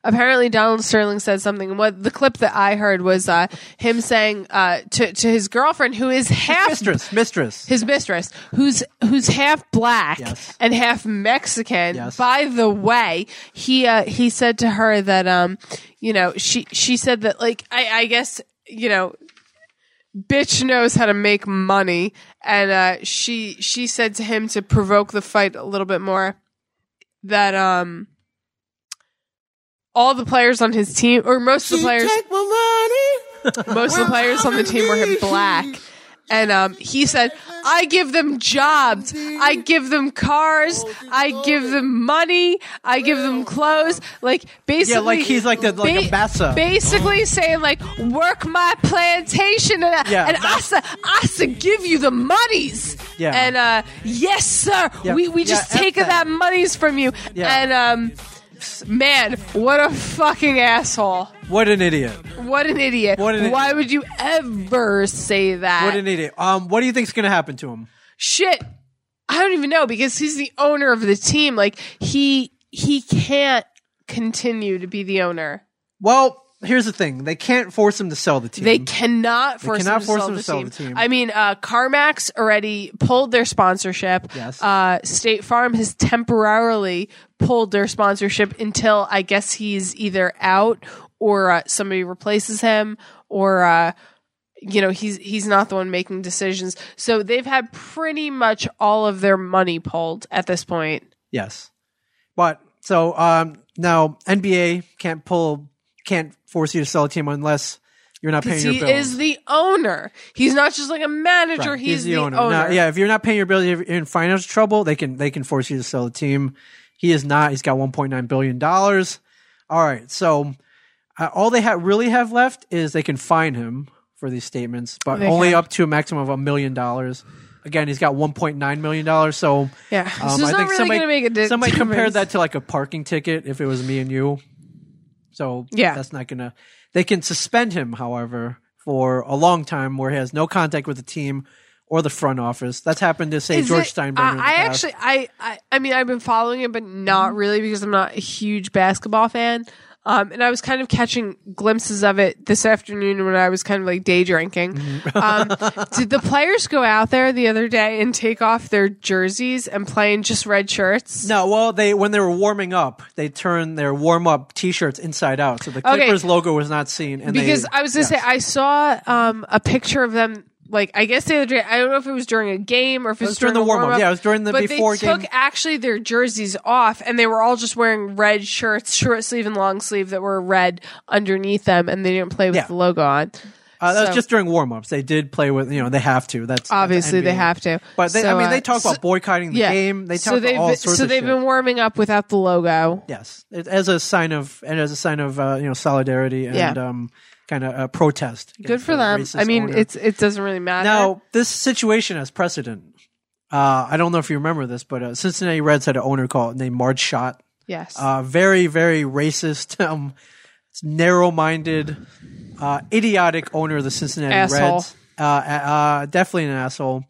Speaker 7: Apparently, Donald Sterling said something. and What the clip that I heard was uh, him saying uh, to to his girlfriend, who is half
Speaker 6: mistress, mistress.
Speaker 7: his mistress, who's who's half black and half Mexican. By the way, he uh, he said to her that um, you know, she she said that like I, I guess you know, bitch knows how to make money, and uh, she she said to him to provoke the fight a little bit more that um. All the players on his team, or most of the players, most of the players on the team were black. And um, he said, I give them jobs. I give them cars. I give them money. I give them clothes. Like, basically.
Speaker 6: Yeah, like he's like the- like a Bassa.
Speaker 7: Basically saying, like, work my plantation. And, I
Speaker 6: Yeah,
Speaker 7: and I, sa- I sa give you the monies.
Speaker 6: Yeah.
Speaker 7: And uh, yes, sir.
Speaker 6: Yeah,
Speaker 7: We, we
Speaker 6: yeah,
Speaker 7: just
Speaker 6: F
Speaker 7: take that. monies from you.
Speaker 6: Yeah.
Speaker 7: And um, man, what a fucking asshole.
Speaker 6: What an idiot!
Speaker 7: What an idiot.
Speaker 6: What an
Speaker 7: Why would you ever say that?
Speaker 6: What an idiot! Um, what do you think's gonna happen to him?
Speaker 7: Shit. I don't even know because he's the owner of the team. Like he he can't continue to be the owner.
Speaker 6: Well, here's the thing: they can't force him to sell the team.
Speaker 7: They cannot force
Speaker 6: cannot
Speaker 7: him to,
Speaker 6: force
Speaker 7: sell,
Speaker 6: him
Speaker 7: the
Speaker 6: to sell
Speaker 7: team.
Speaker 6: the team.
Speaker 7: I mean, uh, CarMax already pulled their sponsorship.
Speaker 6: Yes.
Speaker 7: Uh, State Farm has temporarily pulled their sponsorship until I guess he's either out or uh, somebody replaces him or. Uh, you know he's he's not the one making decisions so they've had pretty much all of their money pulled at this point
Speaker 6: Yes. But so um, now NBA can't pull, can't force you to sell a team unless you're not paying
Speaker 7: because
Speaker 6: your
Speaker 7: he
Speaker 6: bills.
Speaker 7: is the owner he's not just like a manager
Speaker 6: Right.
Speaker 7: he's, the, owner,
Speaker 6: Now, yeah, if you're not paying your bills, if you're in financial trouble, they can they can force you to sell the team. He is not. He's got 1.9 billion dollars. All right, so uh, all they ha- really have left is they can fine him for these statements, but
Speaker 7: They
Speaker 6: only
Speaker 7: can.
Speaker 6: up to a maximum of a million dollars. Again, he's got 1.9 million dollars. So
Speaker 7: Yeah. So it's not really
Speaker 6: Um, somebody,
Speaker 7: gonna make a di-
Speaker 6: somebody compared
Speaker 7: difference.
Speaker 6: that to like a parking ticket if it was me and you. So
Speaker 7: Yeah.
Speaker 6: that's not gonna. They can suspend him, however, for a long time where he has no contact with the team or the front office. That's happened to say
Speaker 7: Is
Speaker 6: George
Speaker 7: it-
Speaker 6: Steinbrenner.
Speaker 7: I,
Speaker 6: in the Mm-hmm.
Speaker 7: I
Speaker 6: past.
Speaker 7: actually, I, I, I mean, I've been following it, but not really because I'm not a huge basketball fan. Um, and I was kind of catching glimpses of it this afternoon when I was kind of like day drinking.
Speaker 6: Mm-hmm.
Speaker 7: Um, did the players go out there the other day and take off their jerseys and play in just red shirts?
Speaker 6: No, well, they when they were warming up, they turned their warm up T-shirts inside out, so the
Speaker 7: Okay.
Speaker 6: Clippers logo was not seen. And they-
Speaker 7: because I was gonna
Speaker 6: yes.
Speaker 7: say I saw um, a picture of them. Like I guess the other day, I don't know if it was during a game or if it was, during, the warm up.
Speaker 6: Yeah, it was during the
Speaker 7: but
Speaker 6: before
Speaker 7: they took
Speaker 6: game.
Speaker 7: actually their jerseys off, and they were all just wearing red shirts, short sleeve and long sleeve that were red underneath them, and they didn't play with
Speaker 6: Yeah.
Speaker 7: the logo on.
Speaker 6: Uh, that
Speaker 7: So,
Speaker 6: was just during warm ups. They did play with you know they have to. That's
Speaker 7: obviously
Speaker 6: that's
Speaker 7: they
Speaker 6: NBA.
Speaker 7: have to.
Speaker 6: But they,
Speaker 7: So,
Speaker 6: I mean,
Speaker 7: uh,
Speaker 6: they talk
Speaker 7: so-
Speaker 6: about boycotting the
Speaker 7: yeah.
Speaker 6: game. They talk
Speaker 7: so
Speaker 6: about
Speaker 7: they've
Speaker 6: all
Speaker 7: been,
Speaker 6: sorts
Speaker 7: so
Speaker 6: of
Speaker 7: they've
Speaker 6: shit.
Speaker 7: been warming up without the logo.
Speaker 6: Yes, it, as a sign of and as a sign of uh, you know solidarity and
Speaker 7: Yeah.
Speaker 6: um, kind of uh, protest.
Speaker 7: Good
Speaker 6: against
Speaker 7: for
Speaker 6: the
Speaker 7: them.
Speaker 6: racist
Speaker 7: I mean,
Speaker 6: owner.
Speaker 7: it's it doesn't really matter.
Speaker 6: now this situation has precedent. Uh, I don't know if you remember this, but uh, Cincinnati Reds had an owner called named Marge Schott.
Speaker 7: yes,
Speaker 6: Uh, very, very racist, um, narrow-minded, uh, idiotic owner of the Cincinnati
Speaker 7: Asshole.
Speaker 6: Reds. Uh, uh, definitely an asshole.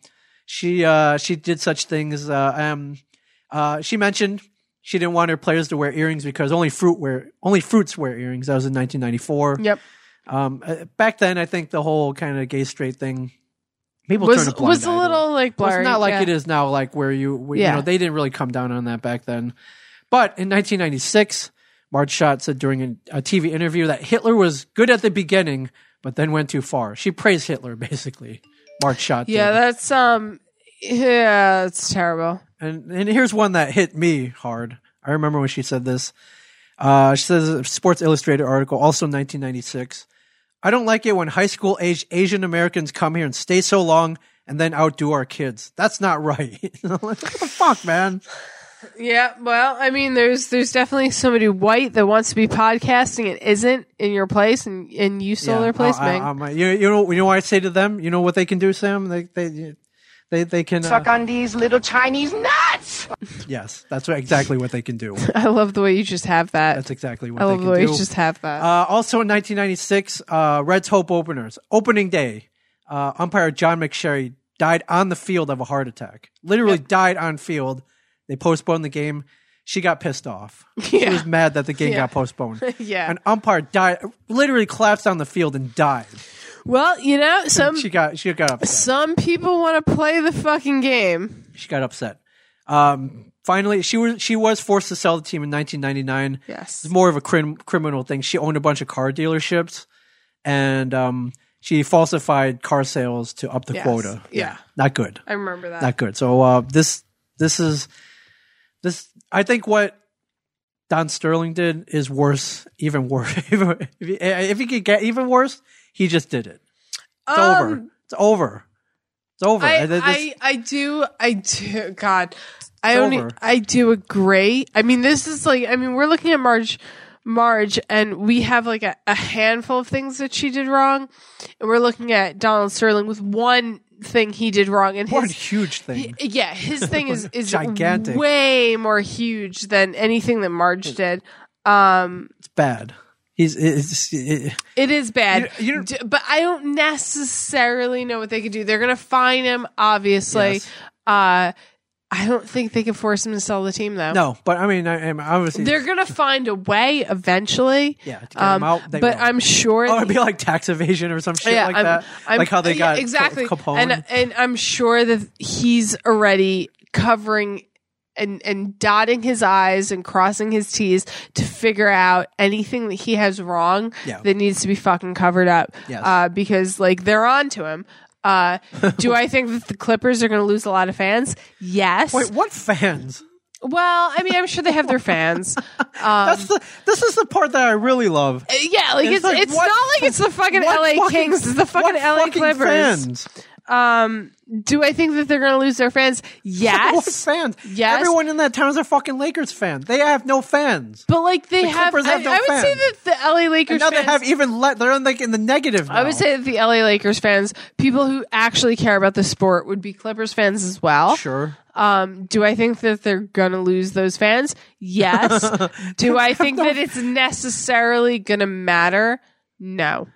Speaker 6: She uh, she did such things. Uh, um, Uh, she mentioned she didn't want her players to wear earrings because only fruit wear only fruits wear earrings. That was in 1994.
Speaker 7: Yep.
Speaker 6: Um, uh, back then, I think the whole kind of gay straight thing, people
Speaker 7: was
Speaker 6: turned a blind
Speaker 7: was a
Speaker 6: eye to it.
Speaker 7: little like
Speaker 6: Well,
Speaker 7: blurry.
Speaker 6: it's not like
Speaker 7: yeah.
Speaker 6: it is now, like where you, where,
Speaker 7: Yeah.
Speaker 6: you know, they didn't really come down on that back then. But in 1996, Marge Schott said during a, a TV interview that Hitler was good at the beginning, but then went too far. She praised Hitler, basically. Marge Schott.
Speaker 7: Yeah,
Speaker 6: did.
Speaker 7: that's um, yeah, it's terrible.
Speaker 6: and and here's one that hit me hard. I remember when she said this. Uh, she says a Sports Illustrated article, also 1996. I don't like it when high school age Asian Americans come here and stay so long and then outdo our kids. That's not right. like, what the fuck, man?
Speaker 7: Yeah, well, I mean, there's there's definitely somebody white that wants to be podcasting and isn't in your place, and and you stole
Speaker 6: Yeah, Oh,
Speaker 7: their place,
Speaker 6: I- I-
Speaker 7: Meg.
Speaker 6: I'm like, you, you know, you know what I say to them. You know what they can do, Sam. They they they they can uh,
Speaker 12: Suck on these little Chinese nuts.
Speaker 6: Yes, that's what, exactly what they can do.
Speaker 7: I love the way you just have that.
Speaker 6: That's exactly what
Speaker 7: I
Speaker 6: they
Speaker 7: love
Speaker 6: can
Speaker 7: the way
Speaker 6: do.
Speaker 7: you just have that.
Speaker 6: Uh, also in 1996, uh, Reds Hope openers opening day. Uh, umpire John McSherry died on the field of a heart attack. Literally died on field. They postponed the game. She got pissed off. She was mad that the game
Speaker 7: Yeah.
Speaker 6: got postponed.
Speaker 7: Yeah.
Speaker 6: An umpire died, literally collapsed on the field and died.
Speaker 7: well, you know, some
Speaker 6: she got she got upset.
Speaker 7: some people want to play the fucking game.
Speaker 6: She got upset. Um, finally, she was she was forced to sell the team in 1999.
Speaker 7: Yes,
Speaker 6: it's more of a crim- criminal thing. She owned a bunch of car dealerships, and um, she falsified car sales to up the
Speaker 7: Yes.
Speaker 6: quota.
Speaker 7: Yeah.
Speaker 6: not good.
Speaker 7: I remember that.
Speaker 6: Not good. So uh, this this is this. I think what Don Sterling did is worse, even worse. if, he, if he could get even worse, he just did it. It's over.
Speaker 7: Um,
Speaker 6: It's over. It's over.
Speaker 7: I,
Speaker 6: This-
Speaker 7: I, I do I do God I
Speaker 6: It's
Speaker 7: only
Speaker 6: over.
Speaker 7: I do agree. I mean this is like I mean we're looking at Marge Marge and we have like a, a handful of things that she did wrong and we're looking at Donald Sterling with one thing he did wrong and
Speaker 6: one
Speaker 7: his
Speaker 6: huge thing.
Speaker 7: yeah his thing is is
Speaker 6: Gigantic.
Speaker 7: way more huge than anything that Marge did. Um
Speaker 6: It's bad. He's it's, it,
Speaker 7: it is bad, D- but I don't necessarily know what they could do. They're going to fine him, obviously.
Speaker 6: Yes.
Speaker 7: Uh, I don't think they can force him to sell the team, though.
Speaker 6: no, but I mean, I, I'm obviously
Speaker 7: They're going to find a way eventually.
Speaker 6: Yeah, to get
Speaker 7: Um,
Speaker 6: them out.
Speaker 7: but I'm sure.
Speaker 6: Oh, it'd be like tax evasion or some shit like
Speaker 7: I'm-
Speaker 6: that.
Speaker 7: I'm-
Speaker 6: like how they
Speaker 7: yeah,
Speaker 6: got
Speaker 7: exactly,
Speaker 6: Cap- Capone.
Speaker 7: and uh, and I'm sure that he's already covering and and dotting his I's and crossing his T's to figure out anything that he has wrong
Speaker 6: Yeah.
Speaker 7: that needs to be fucking covered up.
Speaker 6: Yes.
Speaker 7: Uh, because like they're on to him. Uh, do I think that the Clippers are going to lose a lot of fans? Yes.
Speaker 6: Wait, what fans?
Speaker 7: Well, I mean, I'm sure they have their fans. Um,
Speaker 6: That's the, this is the part that I really love.
Speaker 7: uh, yeah, like it's it's,
Speaker 6: like, what-
Speaker 7: not like it's the fucking
Speaker 6: what
Speaker 7: LA
Speaker 6: fucking-
Speaker 7: Kings, it's the fucking
Speaker 6: what
Speaker 7: LA
Speaker 6: fucking
Speaker 7: Clippers.
Speaker 6: Fans?
Speaker 7: Um, do I think that they're going to lose their fans? Yes.
Speaker 6: what fans?
Speaker 7: Yes.
Speaker 6: Everyone in that town is a fucking Lakers fan. They have no fans.
Speaker 7: But like they
Speaker 6: The
Speaker 7: have,
Speaker 6: Clippers
Speaker 7: I,
Speaker 6: have no
Speaker 7: I would say
Speaker 6: fans.
Speaker 7: that the LA Lakers
Speaker 6: And now
Speaker 7: fans.
Speaker 6: they have even le- they're in like in the negative. Now.
Speaker 7: I would say that the LA Lakers fans, people who actually care about the sport, would be Clippers fans as well.
Speaker 6: sure.
Speaker 7: Um, do I think that they're gonna lose those fans? Yes. do I think that it's necessarily gonna matter? No.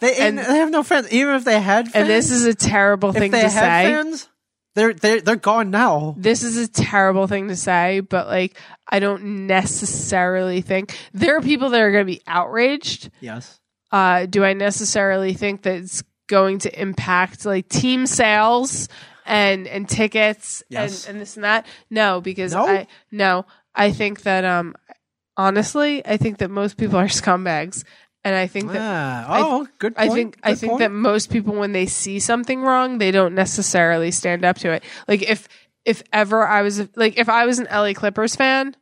Speaker 6: They
Speaker 7: And-
Speaker 6: and, they have no fans. Even if they had, fans,
Speaker 7: And this is a terrible
Speaker 6: if
Speaker 7: thing
Speaker 6: they
Speaker 7: to
Speaker 6: had
Speaker 7: say.
Speaker 6: fans, they're they're they're gone now.
Speaker 7: this is a terrible thing to say, but like I don't necessarily think there are people that are going to be outraged.
Speaker 6: Yes.
Speaker 7: Uh, do I necessarily think that it's going to impact like team sales and and tickets
Speaker 6: Yes.
Speaker 7: and and this and that? No, because
Speaker 6: No?
Speaker 7: I no, I think that um honestly, I think that most people are scumbags, and I think that
Speaker 6: Ah,
Speaker 7: I-
Speaker 6: oh, good.
Speaker 7: I
Speaker 6: point,
Speaker 7: think I
Speaker 6: good
Speaker 7: think
Speaker 6: point.
Speaker 7: that most people when they see something wrong, they don't necessarily stand up to it. Like if if ever I was like if I was an LA Clippers fan,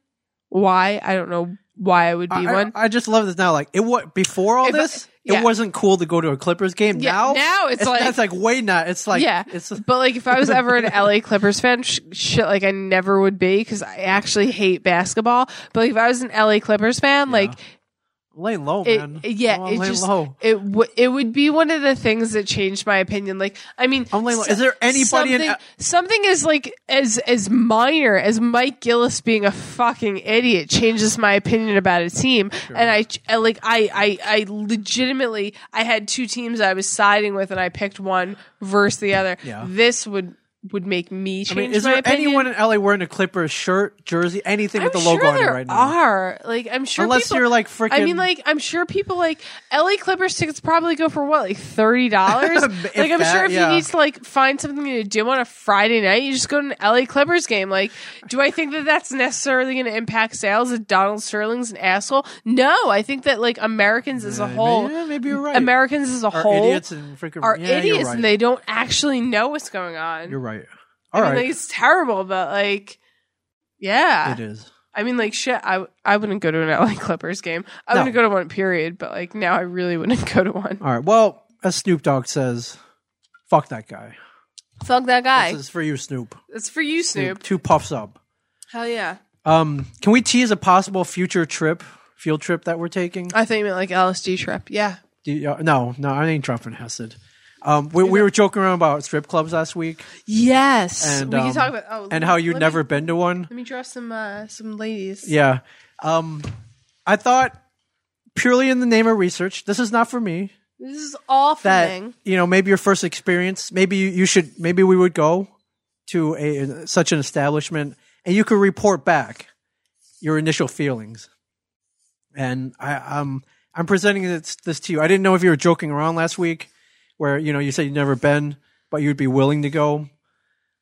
Speaker 7: why? I don't know why I would be
Speaker 6: I,
Speaker 7: one.
Speaker 6: I just love this now. Like it was before all
Speaker 7: If I-
Speaker 6: this,
Speaker 7: yeah.
Speaker 6: it wasn't cool to go to a Clippers game.
Speaker 7: Yeah,
Speaker 6: now,
Speaker 7: now it's like-
Speaker 6: that's like way not. It's like
Speaker 7: yeah,
Speaker 6: it's
Speaker 7: but like if I was ever an LA Clippers fan, sh- shit, like I never would be because I actually hate basketball. But like, if I was an LA Clippers fan, like
Speaker 6: lay low, man.
Speaker 7: it, yeah,
Speaker 6: Come on,
Speaker 7: it
Speaker 6: lay
Speaker 7: just
Speaker 6: low.
Speaker 7: it w- it would be one of the things that changed my opinion. Like, I mean,
Speaker 6: I'm laying low.
Speaker 7: so-
Speaker 6: Is there anybody in-
Speaker 7: something, something as like as as minor as Mike Gillis being a fucking idiot changes my opinion about a team? And I, ch- I like I, I I legitimately I had two teams I was siding with, and I picked one versus the other.
Speaker 6: Yeah.
Speaker 7: This would would make me
Speaker 6: I
Speaker 7: change
Speaker 6: mean, is
Speaker 7: my
Speaker 6: there
Speaker 7: opinion.
Speaker 6: anyone in LA wearing a Clippers shirt, jersey, anything with the logo
Speaker 7: sure
Speaker 6: on it
Speaker 7: there
Speaker 6: right now?
Speaker 7: Are like I'm sure
Speaker 6: Unless
Speaker 7: people-
Speaker 6: you're, like,
Speaker 7: I mean,
Speaker 6: freaking-
Speaker 7: like I'm sure people like LA Clippers tickets probably go for what like thirty dollars. like
Speaker 6: If
Speaker 7: I'm
Speaker 6: that,
Speaker 7: sure if
Speaker 6: yeah.
Speaker 7: you need to like find something to do on a Friday night, you just go to an LA Clippers game. Like, do I think that that's necessarily going to impact sales? That Donald Sterling's an asshole? No, I think that like Americans as a whole,
Speaker 6: yeah, maybe you're right.
Speaker 7: Americans as a
Speaker 6: Are
Speaker 7: whole
Speaker 6: idiots and freaking-
Speaker 7: are
Speaker 6: yeah, you're
Speaker 7: idiots
Speaker 6: right.
Speaker 7: and they don't actually know what's going on.
Speaker 6: You're right.
Speaker 7: I
Speaker 6: All
Speaker 7: mean,
Speaker 6: right,
Speaker 7: like, it's terrible, but like, yeah,
Speaker 6: it is.
Speaker 7: I mean, like shit. I I wouldn't go to an LA Clippers game. I
Speaker 6: No.
Speaker 7: wouldn't go to one period. But like now, I really wouldn't go to one.
Speaker 6: All right. Well, as Snoop Dogg says, fuck that guy.
Speaker 7: Fuck that guy.
Speaker 6: This is for you, Snoop.
Speaker 7: It's for you, Snoop.
Speaker 6: Two puffs up.
Speaker 7: Hell yeah.
Speaker 6: Um, can we tease a possible future trip, field trip that we're taking?
Speaker 7: I thought you meant like LSD trip. Yeah.
Speaker 6: Do you- uh, no, no, I ain't dropping acid. Um, we, we were joking around about strip clubs last week,
Speaker 7: Yes.
Speaker 6: and
Speaker 7: we
Speaker 6: um,
Speaker 7: can talk about oh, let
Speaker 6: and
Speaker 7: me-
Speaker 6: how you'd
Speaker 7: let me-
Speaker 6: never been to one.
Speaker 7: Let me draw some uh, some ladies.
Speaker 6: Yeah. Um, I thought purely in the name of research, this is not for me.
Speaker 7: This is all
Speaker 6: That
Speaker 7: thing.
Speaker 6: you know, maybe your first experience, maybe you, you should, maybe we would go to a such an establishment, and you could report back your initial feelings. And I, um, I'm presenting this, this to you. I didn't know if you were joking around last week, where you know you said you'd never been, but you'd be willing to go.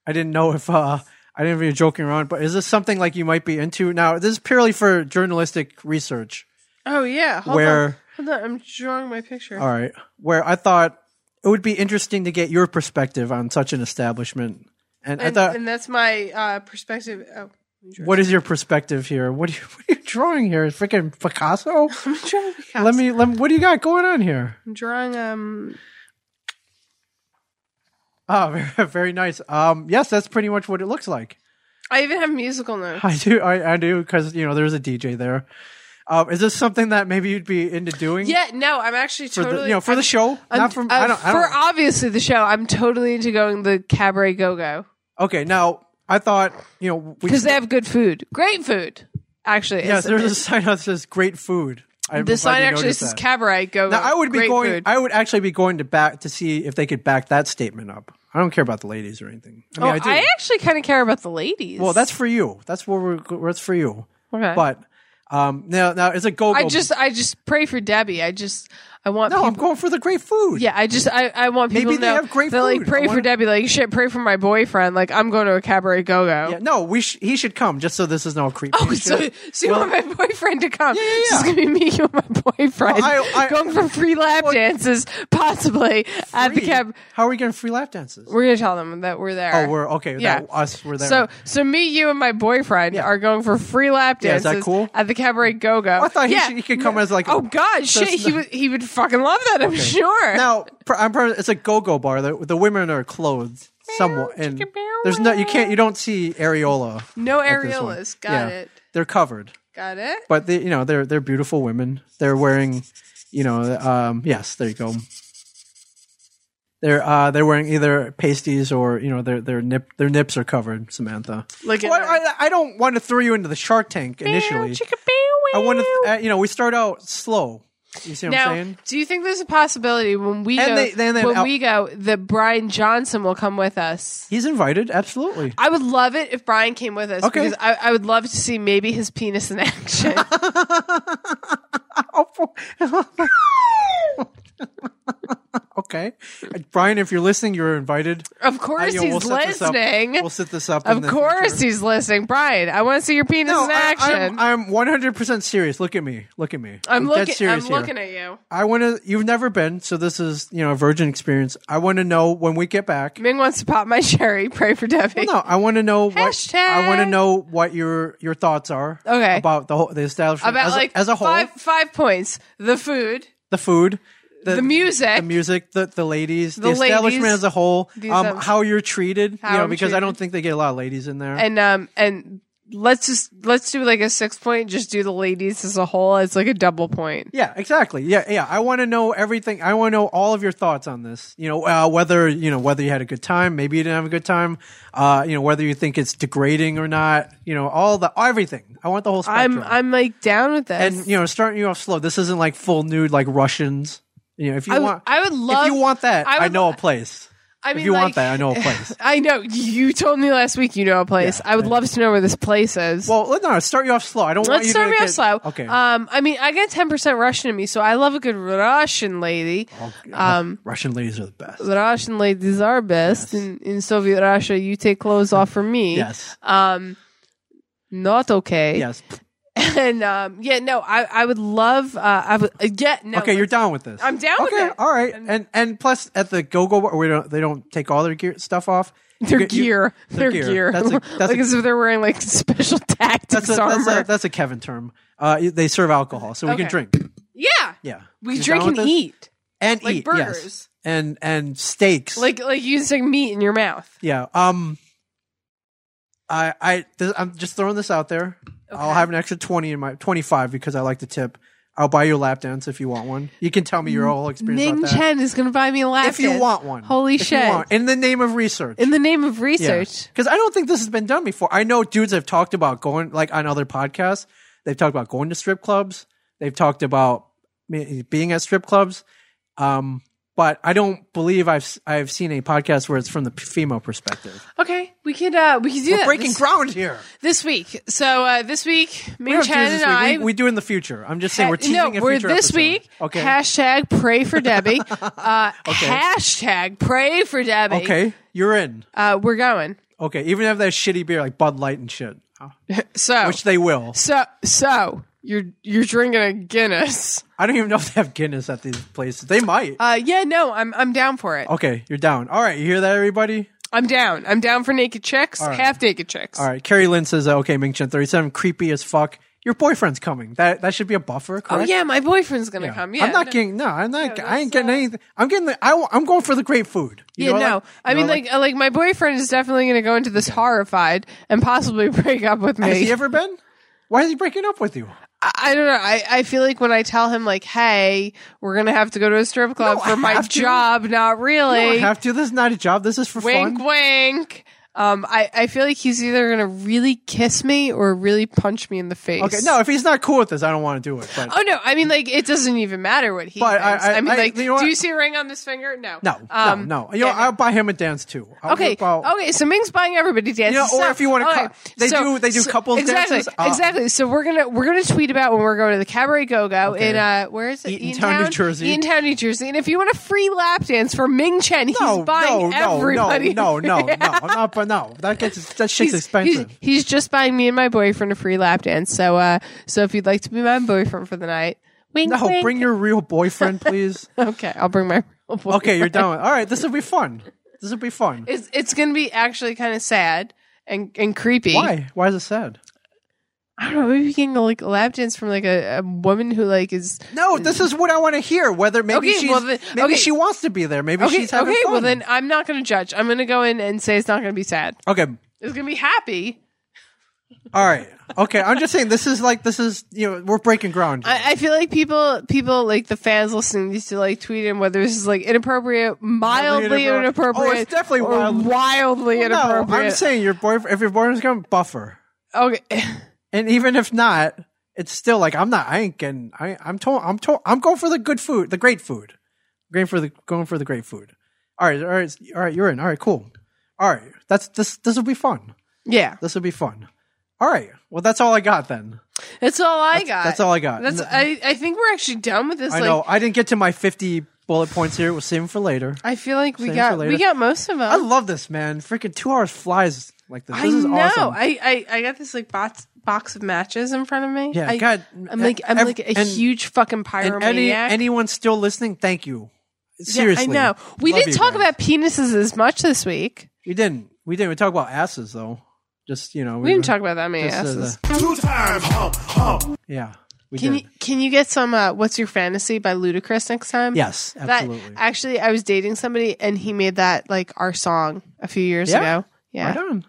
Speaker 6: I didn't know if uh, I didn't know if you were joking around, but is this something like you might be into? Now, this is purely for journalistic research.
Speaker 7: Oh yeah. Hold
Speaker 6: Where-
Speaker 7: On. Hold on. I'm drawing my picture.
Speaker 6: All right, where I thought it would be interesting to get your perspective on such an establishment, and, I
Speaker 7: And,
Speaker 6: thought,
Speaker 7: and that's my uh, perspective. Oh.
Speaker 6: what is your perspective here? What are you, what are you drawing here? Freaking Picasso?
Speaker 7: I'm drawing.
Speaker 6: Let me. Let me. What do you got going on here?
Speaker 7: I'm drawing. Um.
Speaker 6: Ah, very, very nice. Um, yes, that's pretty much what it looks like.
Speaker 7: I even have musical notes.
Speaker 6: I do. I, I do because you know there's a DJ there. Um, is this something that maybe you'd be into doing?
Speaker 7: Yeah, no, I'm actually
Speaker 6: For the-
Speaker 7: totally
Speaker 6: you know, for the
Speaker 7: I'm-
Speaker 6: show?
Speaker 7: I'm-
Speaker 6: Not from-
Speaker 7: uh,
Speaker 6: I don't- I don't-
Speaker 7: for obviously the show. I'm totally into going the cabaret go go
Speaker 6: Okay. Now I thought you know we
Speaker 7: because they have good food, great food. Actually,
Speaker 6: yes.
Speaker 7: It's-
Speaker 6: There's a sign that says "Great Food." I'm
Speaker 7: the
Speaker 6: glad
Speaker 7: sign
Speaker 6: you
Speaker 7: actually
Speaker 6: noticed
Speaker 7: says
Speaker 6: that.
Speaker 7: cabaret go.
Speaker 6: Now I would be
Speaker 7: Oh, great
Speaker 6: going.
Speaker 7: Food.
Speaker 6: I would actually be going to back to see if they could back that statement up. I don't care about the ladies or anything. I mean,
Speaker 7: oh,
Speaker 6: I do.
Speaker 7: I, actually kind of care about the ladies.
Speaker 6: well, that's for you. That's where we're. That's for you.
Speaker 7: Okay.
Speaker 6: But um, now, now it's a go.
Speaker 7: I just, I just pray for Debbie. I just, I want.
Speaker 6: no.
Speaker 7: people,
Speaker 6: I'm going for the great food.
Speaker 7: yeah, I just, I, I want people
Speaker 6: Maybe
Speaker 7: to
Speaker 6: they
Speaker 7: know
Speaker 6: have great
Speaker 7: that,
Speaker 6: food.
Speaker 7: like,
Speaker 6: I
Speaker 7: pray for
Speaker 6: wanna-
Speaker 7: Debbie. Like, shit, pray for my boyfriend. Like, I'm going to a cabaret go go.
Speaker 6: Yeah, no, we sh- he should come just so this is no creepy.
Speaker 7: Oh,
Speaker 6: shit.
Speaker 7: so, so you
Speaker 6: Well-
Speaker 7: want my boyfriend to come? Yeah, yeah,
Speaker 6: yeah.
Speaker 7: This is gonna be me and my boyfriend
Speaker 6: Well, I- I-
Speaker 7: going for free lap dances, possibly at the
Speaker 6: Free?
Speaker 7: cab.
Speaker 6: How are we getting free lap dances?
Speaker 7: We're gonna tell them that we're there.
Speaker 6: Oh, we're okay. That, us, we're there.
Speaker 7: So, so me, you, and my boyfriend are going for free lap
Speaker 6: Yeah, is
Speaker 7: dances.
Speaker 6: that cool?
Speaker 7: At the cabaret Go Go.
Speaker 6: I thought he, should, he could come as like.
Speaker 7: Oh God,
Speaker 6: So
Speaker 7: shit!
Speaker 6: it's
Speaker 7: He
Speaker 6: not-
Speaker 7: would he would fucking love that. I'm
Speaker 6: Okay.
Speaker 7: sure.
Speaker 6: Now, pr- I'm pr- it's a go-go bar. The, the women are clothed somewhat, and there's no you can't you don't see areola.
Speaker 7: No
Speaker 6: at this one.
Speaker 7: areolas. Got it.
Speaker 6: They're covered,
Speaker 7: Got it.
Speaker 6: but they you know they're they're beautiful women. They're wearing, you know, um, yes, there you go. They're uh, they're wearing either pasties or you know their their nip their nips are covered. Samantha,
Speaker 7: Look at
Speaker 6: Well,
Speaker 7: her.
Speaker 6: I, I don't want to throw you into the Shark Tank initially. I want to uh, you know we start out slow. You see what
Speaker 7: now,
Speaker 6: I'm saying?
Speaker 7: do you think there's a possibility when we
Speaker 6: And
Speaker 7: go
Speaker 6: they- then they-
Speaker 7: when
Speaker 6: I'll-
Speaker 7: we go that Brian Johnson will come with us?
Speaker 6: He's invited, absolutely.
Speaker 7: I would love it if Brian came with us
Speaker 6: Okay.
Speaker 7: because I, I would love to see maybe his penis in action.
Speaker 6: Okay. Uh, Brian, if you're listening, you're invited.
Speaker 7: of course
Speaker 6: Uh, you know,
Speaker 7: he's
Speaker 6: set this up-
Speaker 7: listening.
Speaker 6: We'll set this up. in
Speaker 7: of
Speaker 6: the
Speaker 7: course
Speaker 6: future.
Speaker 7: he's listening. Brian, I want to see your penis
Speaker 6: No,
Speaker 7: in
Speaker 6: I-
Speaker 7: action.
Speaker 6: I'm, I'm 100% serious. Look at me. Look at me.
Speaker 7: I'm
Speaker 6: dead
Speaker 7: looking I'm
Speaker 6: serious here.
Speaker 7: looking at you.
Speaker 6: I want to. You've never been, so this is you know a virgin experience. I want to know when we get back.
Speaker 7: Ming wants to pop my cherry. Pray for Debbie.
Speaker 6: Well, no, I want to know what
Speaker 7: Hashtag.
Speaker 6: I want to know what your your thoughts are.
Speaker 7: Okay.
Speaker 6: About the whole the establishment
Speaker 7: About
Speaker 6: as, a-
Speaker 7: like
Speaker 6: as a whole,
Speaker 7: five five points. The food,
Speaker 6: the food,
Speaker 7: the, music,
Speaker 6: the music, the the ladies, the,
Speaker 7: The
Speaker 6: establishment
Speaker 7: ladies.
Speaker 6: as a whole,
Speaker 7: The
Speaker 6: um,
Speaker 7: establishment.
Speaker 6: how you're treated,
Speaker 7: How
Speaker 6: you know,
Speaker 7: I'm
Speaker 6: because I
Speaker 7: treated.
Speaker 6: don't think they get a lot of ladies in there.
Speaker 7: and um and let's just let's do like a six point. Just do the ladies as a whole. It's like a double point.
Speaker 6: yeah, exactly. Yeah, yeah. I want to know everything. I want to know all of your thoughts on this. You know, uh, whether you know whether you had a good time, maybe you didn't have a good time. Uh, you know, whether you think it's degrading or not. You know, all the everything. I want the whole spectrum.
Speaker 7: I'm I'm like down with this.
Speaker 6: and you know, starting you off slow. This isn't like full nude like Russians. You know, if you
Speaker 7: I would-
Speaker 6: want,
Speaker 7: I would
Speaker 6: if
Speaker 7: love-
Speaker 6: you want that.
Speaker 7: I
Speaker 6: I,
Speaker 7: would
Speaker 6: know a
Speaker 7: lo-
Speaker 6: place.
Speaker 7: I mean,
Speaker 6: if you
Speaker 7: like,
Speaker 6: want that, I know a place.
Speaker 7: I know you told me last week you know a place. I would love to know where this place is.
Speaker 6: Well, let's not start you off slow. I don't want
Speaker 7: Let's
Speaker 6: you
Speaker 7: start
Speaker 6: to
Speaker 7: me off
Speaker 6: get-
Speaker 7: slow.
Speaker 6: Okay.
Speaker 7: Um, I mean, I got ten percent Russian in me, so I love a good Russian lady. Um,
Speaker 6: Russian ladies are the best.
Speaker 7: the Russian ladies are best in, in Soviet Russia. You take clothes off for me.
Speaker 6: Yes.
Speaker 7: Um, not okay.
Speaker 6: Yes.
Speaker 7: And um, yeah, no, I, I would love. Uh, I would uh, yeah. No,
Speaker 6: okay, you're down with this.
Speaker 7: I'm down with
Speaker 6: okay,
Speaker 7: it.
Speaker 6: all right. And and plus at the go go bar, we don't they don't take all their gear stuff off. You
Speaker 7: Their
Speaker 6: get- you-
Speaker 7: gear, their gear,
Speaker 6: That's a, that's
Speaker 7: like
Speaker 6: a,
Speaker 7: as if they're wearing like special tactics
Speaker 6: that's a,
Speaker 7: armor.
Speaker 6: that's, a, that's a Kevin term. Uh, they serve alcohol, so we
Speaker 7: Okay.
Speaker 6: can drink.
Speaker 7: yeah,
Speaker 6: Yeah,
Speaker 7: we
Speaker 6: You're
Speaker 7: drink
Speaker 6: down
Speaker 7: and
Speaker 6: with this?
Speaker 7: eat
Speaker 6: and
Speaker 7: like
Speaker 6: eat yes.
Speaker 7: burgers.
Speaker 6: and and steaks.
Speaker 7: like like using meat in your mouth.
Speaker 6: yeah. Um, I I th- I'm just throwing this out there. I'll have an extra twenty in my twenty five because I like to tip. I'll buy you a lap dance if you want one. You can tell me your whole experience.
Speaker 7: Ning
Speaker 6: about that.
Speaker 7: Chen is going to buy me a lap
Speaker 6: if you
Speaker 7: dance.
Speaker 6: want one.
Speaker 7: Holy
Speaker 6: If you
Speaker 7: shit!
Speaker 6: want. in the name of research.
Speaker 7: In the name of research,
Speaker 6: Because I don't think this has been done before. I know dudes have talked about going, like on other podcasts, they've talked about going to strip clubs. They've talked about me- being at strip clubs. Um, but I don't believe I've s- I've seen a podcast where it's from the p- female perspective.
Speaker 7: okay, we could uh we could do
Speaker 6: We're
Speaker 7: that
Speaker 6: breaking
Speaker 7: this,
Speaker 6: ground here.
Speaker 7: this week. So uh this week,
Speaker 6: We
Speaker 7: Ming
Speaker 6: don't have to do
Speaker 7: Chen
Speaker 6: this
Speaker 7: and
Speaker 6: week.
Speaker 7: I.
Speaker 6: We, we do in the future. I'm just saying we're teasing
Speaker 7: no,
Speaker 6: a
Speaker 7: we're
Speaker 6: future
Speaker 7: this
Speaker 6: episode.
Speaker 7: week.
Speaker 6: Okay.
Speaker 7: Hashtag pray for Debbie. Uh, Hashtag pray for Debbie.
Speaker 6: okay. You're in.
Speaker 7: Uh, we're going.
Speaker 6: Okay. Even if that shitty beer like Bud Light and shit,
Speaker 7: Oh. So
Speaker 6: which they will.
Speaker 7: so so you're you're drinking a Guinness.
Speaker 6: I don't even know if they have Guinness at these places. They might.
Speaker 7: Uh, yeah, no, I'm I'm down for it.
Speaker 6: Okay, you're down. All right, you hear that, everybody?
Speaker 7: I'm down. I'm down for naked chicks,
Speaker 6: All right.
Speaker 7: half naked chicks.
Speaker 6: All right, Carrie Lynn says, uh, okay, Ming Chen 37, creepy as fuck. Your boyfriend's coming. That that should be a buffer,
Speaker 7: Oh
Speaker 6: correct?
Speaker 7: yeah, my boyfriend's gonna come. Yeah,
Speaker 6: I'm not
Speaker 7: no.
Speaker 6: getting, no, I'm not, I ain't
Speaker 7: that's
Speaker 6: getting anything. I'm getting, the, I, am going for the great food. You
Speaker 7: yeah,
Speaker 6: know,
Speaker 7: no.
Speaker 6: like-
Speaker 7: I
Speaker 6: you
Speaker 7: mean,
Speaker 6: know,
Speaker 7: like, like, my boyfriend is definitely going to go into this horrified and possibly break up with me.
Speaker 6: has he ever been? Why is he breaking up with you?
Speaker 7: I, I don't know. I, I feel like when I tell him, like, hey, we're going to have to go to a strip club for my
Speaker 6: have to.
Speaker 7: job, not
Speaker 6: You don't
Speaker 7: really.
Speaker 6: have to. This is not a job. This is for
Speaker 7: wink,
Speaker 6: fun.
Speaker 7: wink. Um, I, I feel like he's either going to really kiss me or really punch me in the face.
Speaker 6: Okay, no, if he's not cool with this, I don't want to do it. But
Speaker 7: Oh no! I mean, like, it doesn't even matter what he.
Speaker 6: But I-
Speaker 7: thinks.
Speaker 6: I-
Speaker 7: mean,
Speaker 6: I-
Speaker 7: like,
Speaker 6: you know what?
Speaker 7: do you see a ring on this finger? No.
Speaker 6: no,
Speaker 7: Um,
Speaker 6: no, no. You know,
Speaker 7: yeah,
Speaker 6: I'll buy him a dance too. I'll
Speaker 7: Okay.
Speaker 6: About,
Speaker 7: okay. So Ming's buying everybody dances.
Speaker 6: Yeah, or
Speaker 7: So-
Speaker 6: if you wanna
Speaker 7: okay,
Speaker 6: cut- they do- they do couples
Speaker 7: exactly,
Speaker 6: dances? Ah.
Speaker 7: Exactly. So we're gonna we're gonna tweet about when we're going to the Cabaret Go Go
Speaker 6: Okay.
Speaker 7: in uh where is it?
Speaker 6: Eatontown, New Jersey.
Speaker 7: Eatontown, New Jersey. And if you want a free lap dance for Ming Chen,
Speaker 6: no,
Speaker 7: he's buying
Speaker 6: no, no,
Speaker 7: everybody.
Speaker 6: No, no, no, no, I'm not, but no, that gets that shit's
Speaker 7: He's-
Speaker 6: expensive.
Speaker 7: He's, he's just buying me and my boyfriend a free lap dance. So uh, so if you'd like to be my boyfriend for the night, wink,
Speaker 6: no,
Speaker 7: wink.
Speaker 6: Oh, bring your real boyfriend, please.
Speaker 7: Okay, I'll bring my.
Speaker 6: okay, you're done. All right, this will be fun. This will be fun.
Speaker 7: It's it's gonna be actually kind of sad and and creepy.
Speaker 6: Why? Why is it sad?
Speaker 7: I don't know. Maybe getting like a lap dance from like a, a woman who like is
Speaker 6: No, this is what I want to hear. Whether maybe
Speaker 7: Okay,
Speaker 6: she's
Speaker 7: well then-
Speaker 6: maybe
Speaker 7: okay.
Speaker 6: she wants to be there. Maybe
Speaker 7: okay.
Speaker 6: she's having
Speaker 7: okay,
Speaker 6: fun.
Speaker 7: well then I'm not gonna judge. I'm gonna go in and say it's not gonna be sad.
Speaker 6: okay,
Speaker 7: It's gonna be happy.
Speaker 6: all right, okay. I'm just saying this is like this is you know we're breaking ground. here.
Speaker 7: I, I feel like people people like the fans listening used to like tweet in whether this is like inappropriate, mildly
Speaker 6: inappropriate.
Speaker 7: inappropriate,
Speaker 6: Oh, it's definitely
Speaker 7: or
Speaker 6: wildly-
Speaker 7: wildly
Speaker 6: no,
Speaker 7: inappropriate.
Speaker 6: I'm saying your boyfriend. If your boyfriend's coming, buffer.
Speaker 7: okay.
Speaker 6: And even if not, it's still like I'm not. I ain't getting. I, I'm told. I'm told. I'm going for the good food, the great food. Going for the going for the great food. All right, all right, all right. You're in. All right, cool. All right, that's this. This will be fun.
Speaker 7: Yeah,
Speaker 6: This will be fun. All right. Well, that's all I got then.
Speaker 7: that's all I got.
Speaker 6: That's all I got.
Speaker 7: That's
Speaker 6: N-
Speaker 7: I, I think we're actually done with this.
Speaker 6: I
Speaker 7: like
Speaker 6: know. I didn't get to my 50 bullet points here. We'll save them for later.
Speaker 7: I feel like we
Speaker 6: Save for
Speaker 7: got we
Speaker 6: later.
Speaker 7: got most of them.
Speaker 6: I love this, man. Freaking two hours flies like this. This is
Speaker 7: I know.
Speaker 6: awesome.
Speaker 7: I, I I got this like box box of matches in front of me.
Speaker 6: Yeah,
Speaker 7: I,
Speaker 6: God,
Speaker 7: I'm like I'm
Speaker 6: ev-
Speaker 7: like a
Speaker 6: and-
Speaker 7: huge fucking
Speaker 6: and
Speaker 7: pyromaniac.
Speaker 6: any, anyone still listening, thank you.
Speaker 7: Yeah,
Speaker 6: Seriously.
Speaker 7: I know. We
Speaker 6: Love
Speaker 7: didn't
Speaker 6: you
Speaker 7: talk
Speaker 6: guys.
Speaker 7: about penises as much this week.
Speaker 6: We didn't. We didn't. We talked about asses though. Just you know.
Speaker 7: We didn't talk about that many
Speaker 6: This is
Speaker 7: asses.
Speaker 9: Two times hump, hump.
Speaker 6: Yeah. uh, We
Speaker 7: Can
Speaker 6: did.
Speaker 7: you can you get some uh, "What's Your Fantasy" by Ludacris next time?
Speaker 6: Yes, absolutely.
Speaker 7: That actually, I was dating somebody and he made that like our song a few years
Speaker 6: Yeah?
Speaker 7: ago.
Speaker 6: Right
Speaker 7: Yeah,
Speaker 6: on.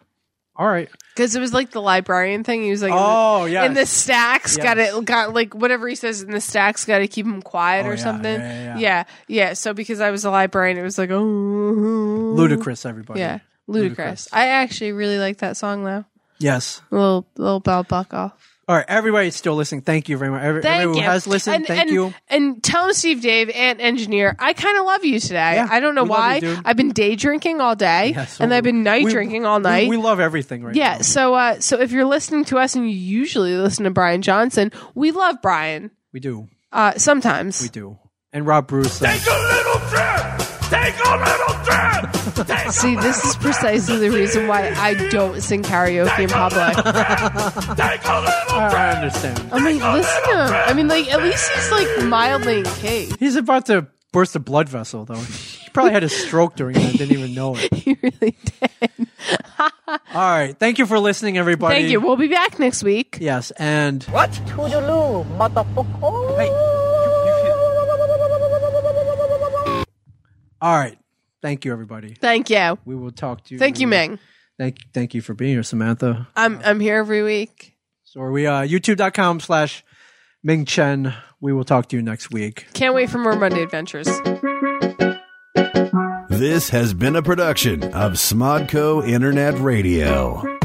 Speaker 6: All right.
Speaker 7: because it was like the librarian thing. He was like, in the-
Speaker 6: Oh, yes.
Speaker 7: in the stacks,
Speaker 6: Yes.
Speaker 7: got it, got like whatever he says in the stacks, got to keep him quiet
Speaker 6: Oh,
Speaker 7: or
Speaker 6: yeah,
Speaker 7: something.
Speaker 6: yeah, yeah, yeah.
Speaker 7: yeah. So because I was a librarian, it was like oh,
Speaker 6: Ludicrous, everybody.
Speaker 7: Yeah, ludicrous. I actually really like that song though.
Speaker 6: Yes.
Speaker 7: A little little bell buck off.
Speaker 6: All right, everybody's still listening. Thank you very much. Every,
Speaker 7: Thank
Speaker 6: everyone
Speaker 7: you.
Speaker 6: who has listened,
Speaker 7: And-
Speaker 6: thank
Speaker 7: and-
Speaker 6: you.
Speaker 7: And tell him, Steve, Dave, and engineer, I kind of love you today.
Speaker 6: Yeah,
Speaker 7: I don't know
Speaker 6: we love
Speaker 7: why.
Speaker 6: you, dude.
Speaker 7: I've been day drinking all day,
Speaker 6: Yeah, so
Speaker 7: and I've been night
Speaker 6: we-
Speaker 7: drinking all
Speaker 6: we-
Speaker 7: night.
Speaker 6: We, love everything right
Speaker 7: yeah. So, uh, so if you're listening to us and you usually listen to Brian Johnson, we love Brian.
Speaker 6: We do.
Speaker 7: Uh, sometimes
Speaker 6: We do. And Rob Bruce. uh,
Speaker 7: See, this is precisely the reason why I don't sing karaoke in public.
Speaker 6: I understand.
Speaker 7: I mean, listen to him. I mean, like at least he's like mildly in cake.
Speaker 6: He's about to burst a blood vessel, though. He probably had a stroke during that. Didn't even know it. he really did. All right. Thank you for listening, everybody.
Speaker 7: Thank you. We'll be back next week.
Speaker 6: Yes, and
Speaker 12: What? Toodaloo, motherfucker.
Speaker 6: all right. Thank you, everybody.
Speaker 7: Thank you.
Speaker 6: We will talk to you.
Speaker 7: Thank you, Ming.
Speaker 6: Thank, thank you for being here, Samantha.
Speaker 7: I'm I'm here every week.
Speaker 6: So are we uh, youtube.com slash Ming Chen. We will talk to you next week.
Speaker 7: Can't wait for more Monday adventures.
Speaker 1: This has been a production of Smodco Internet Radio.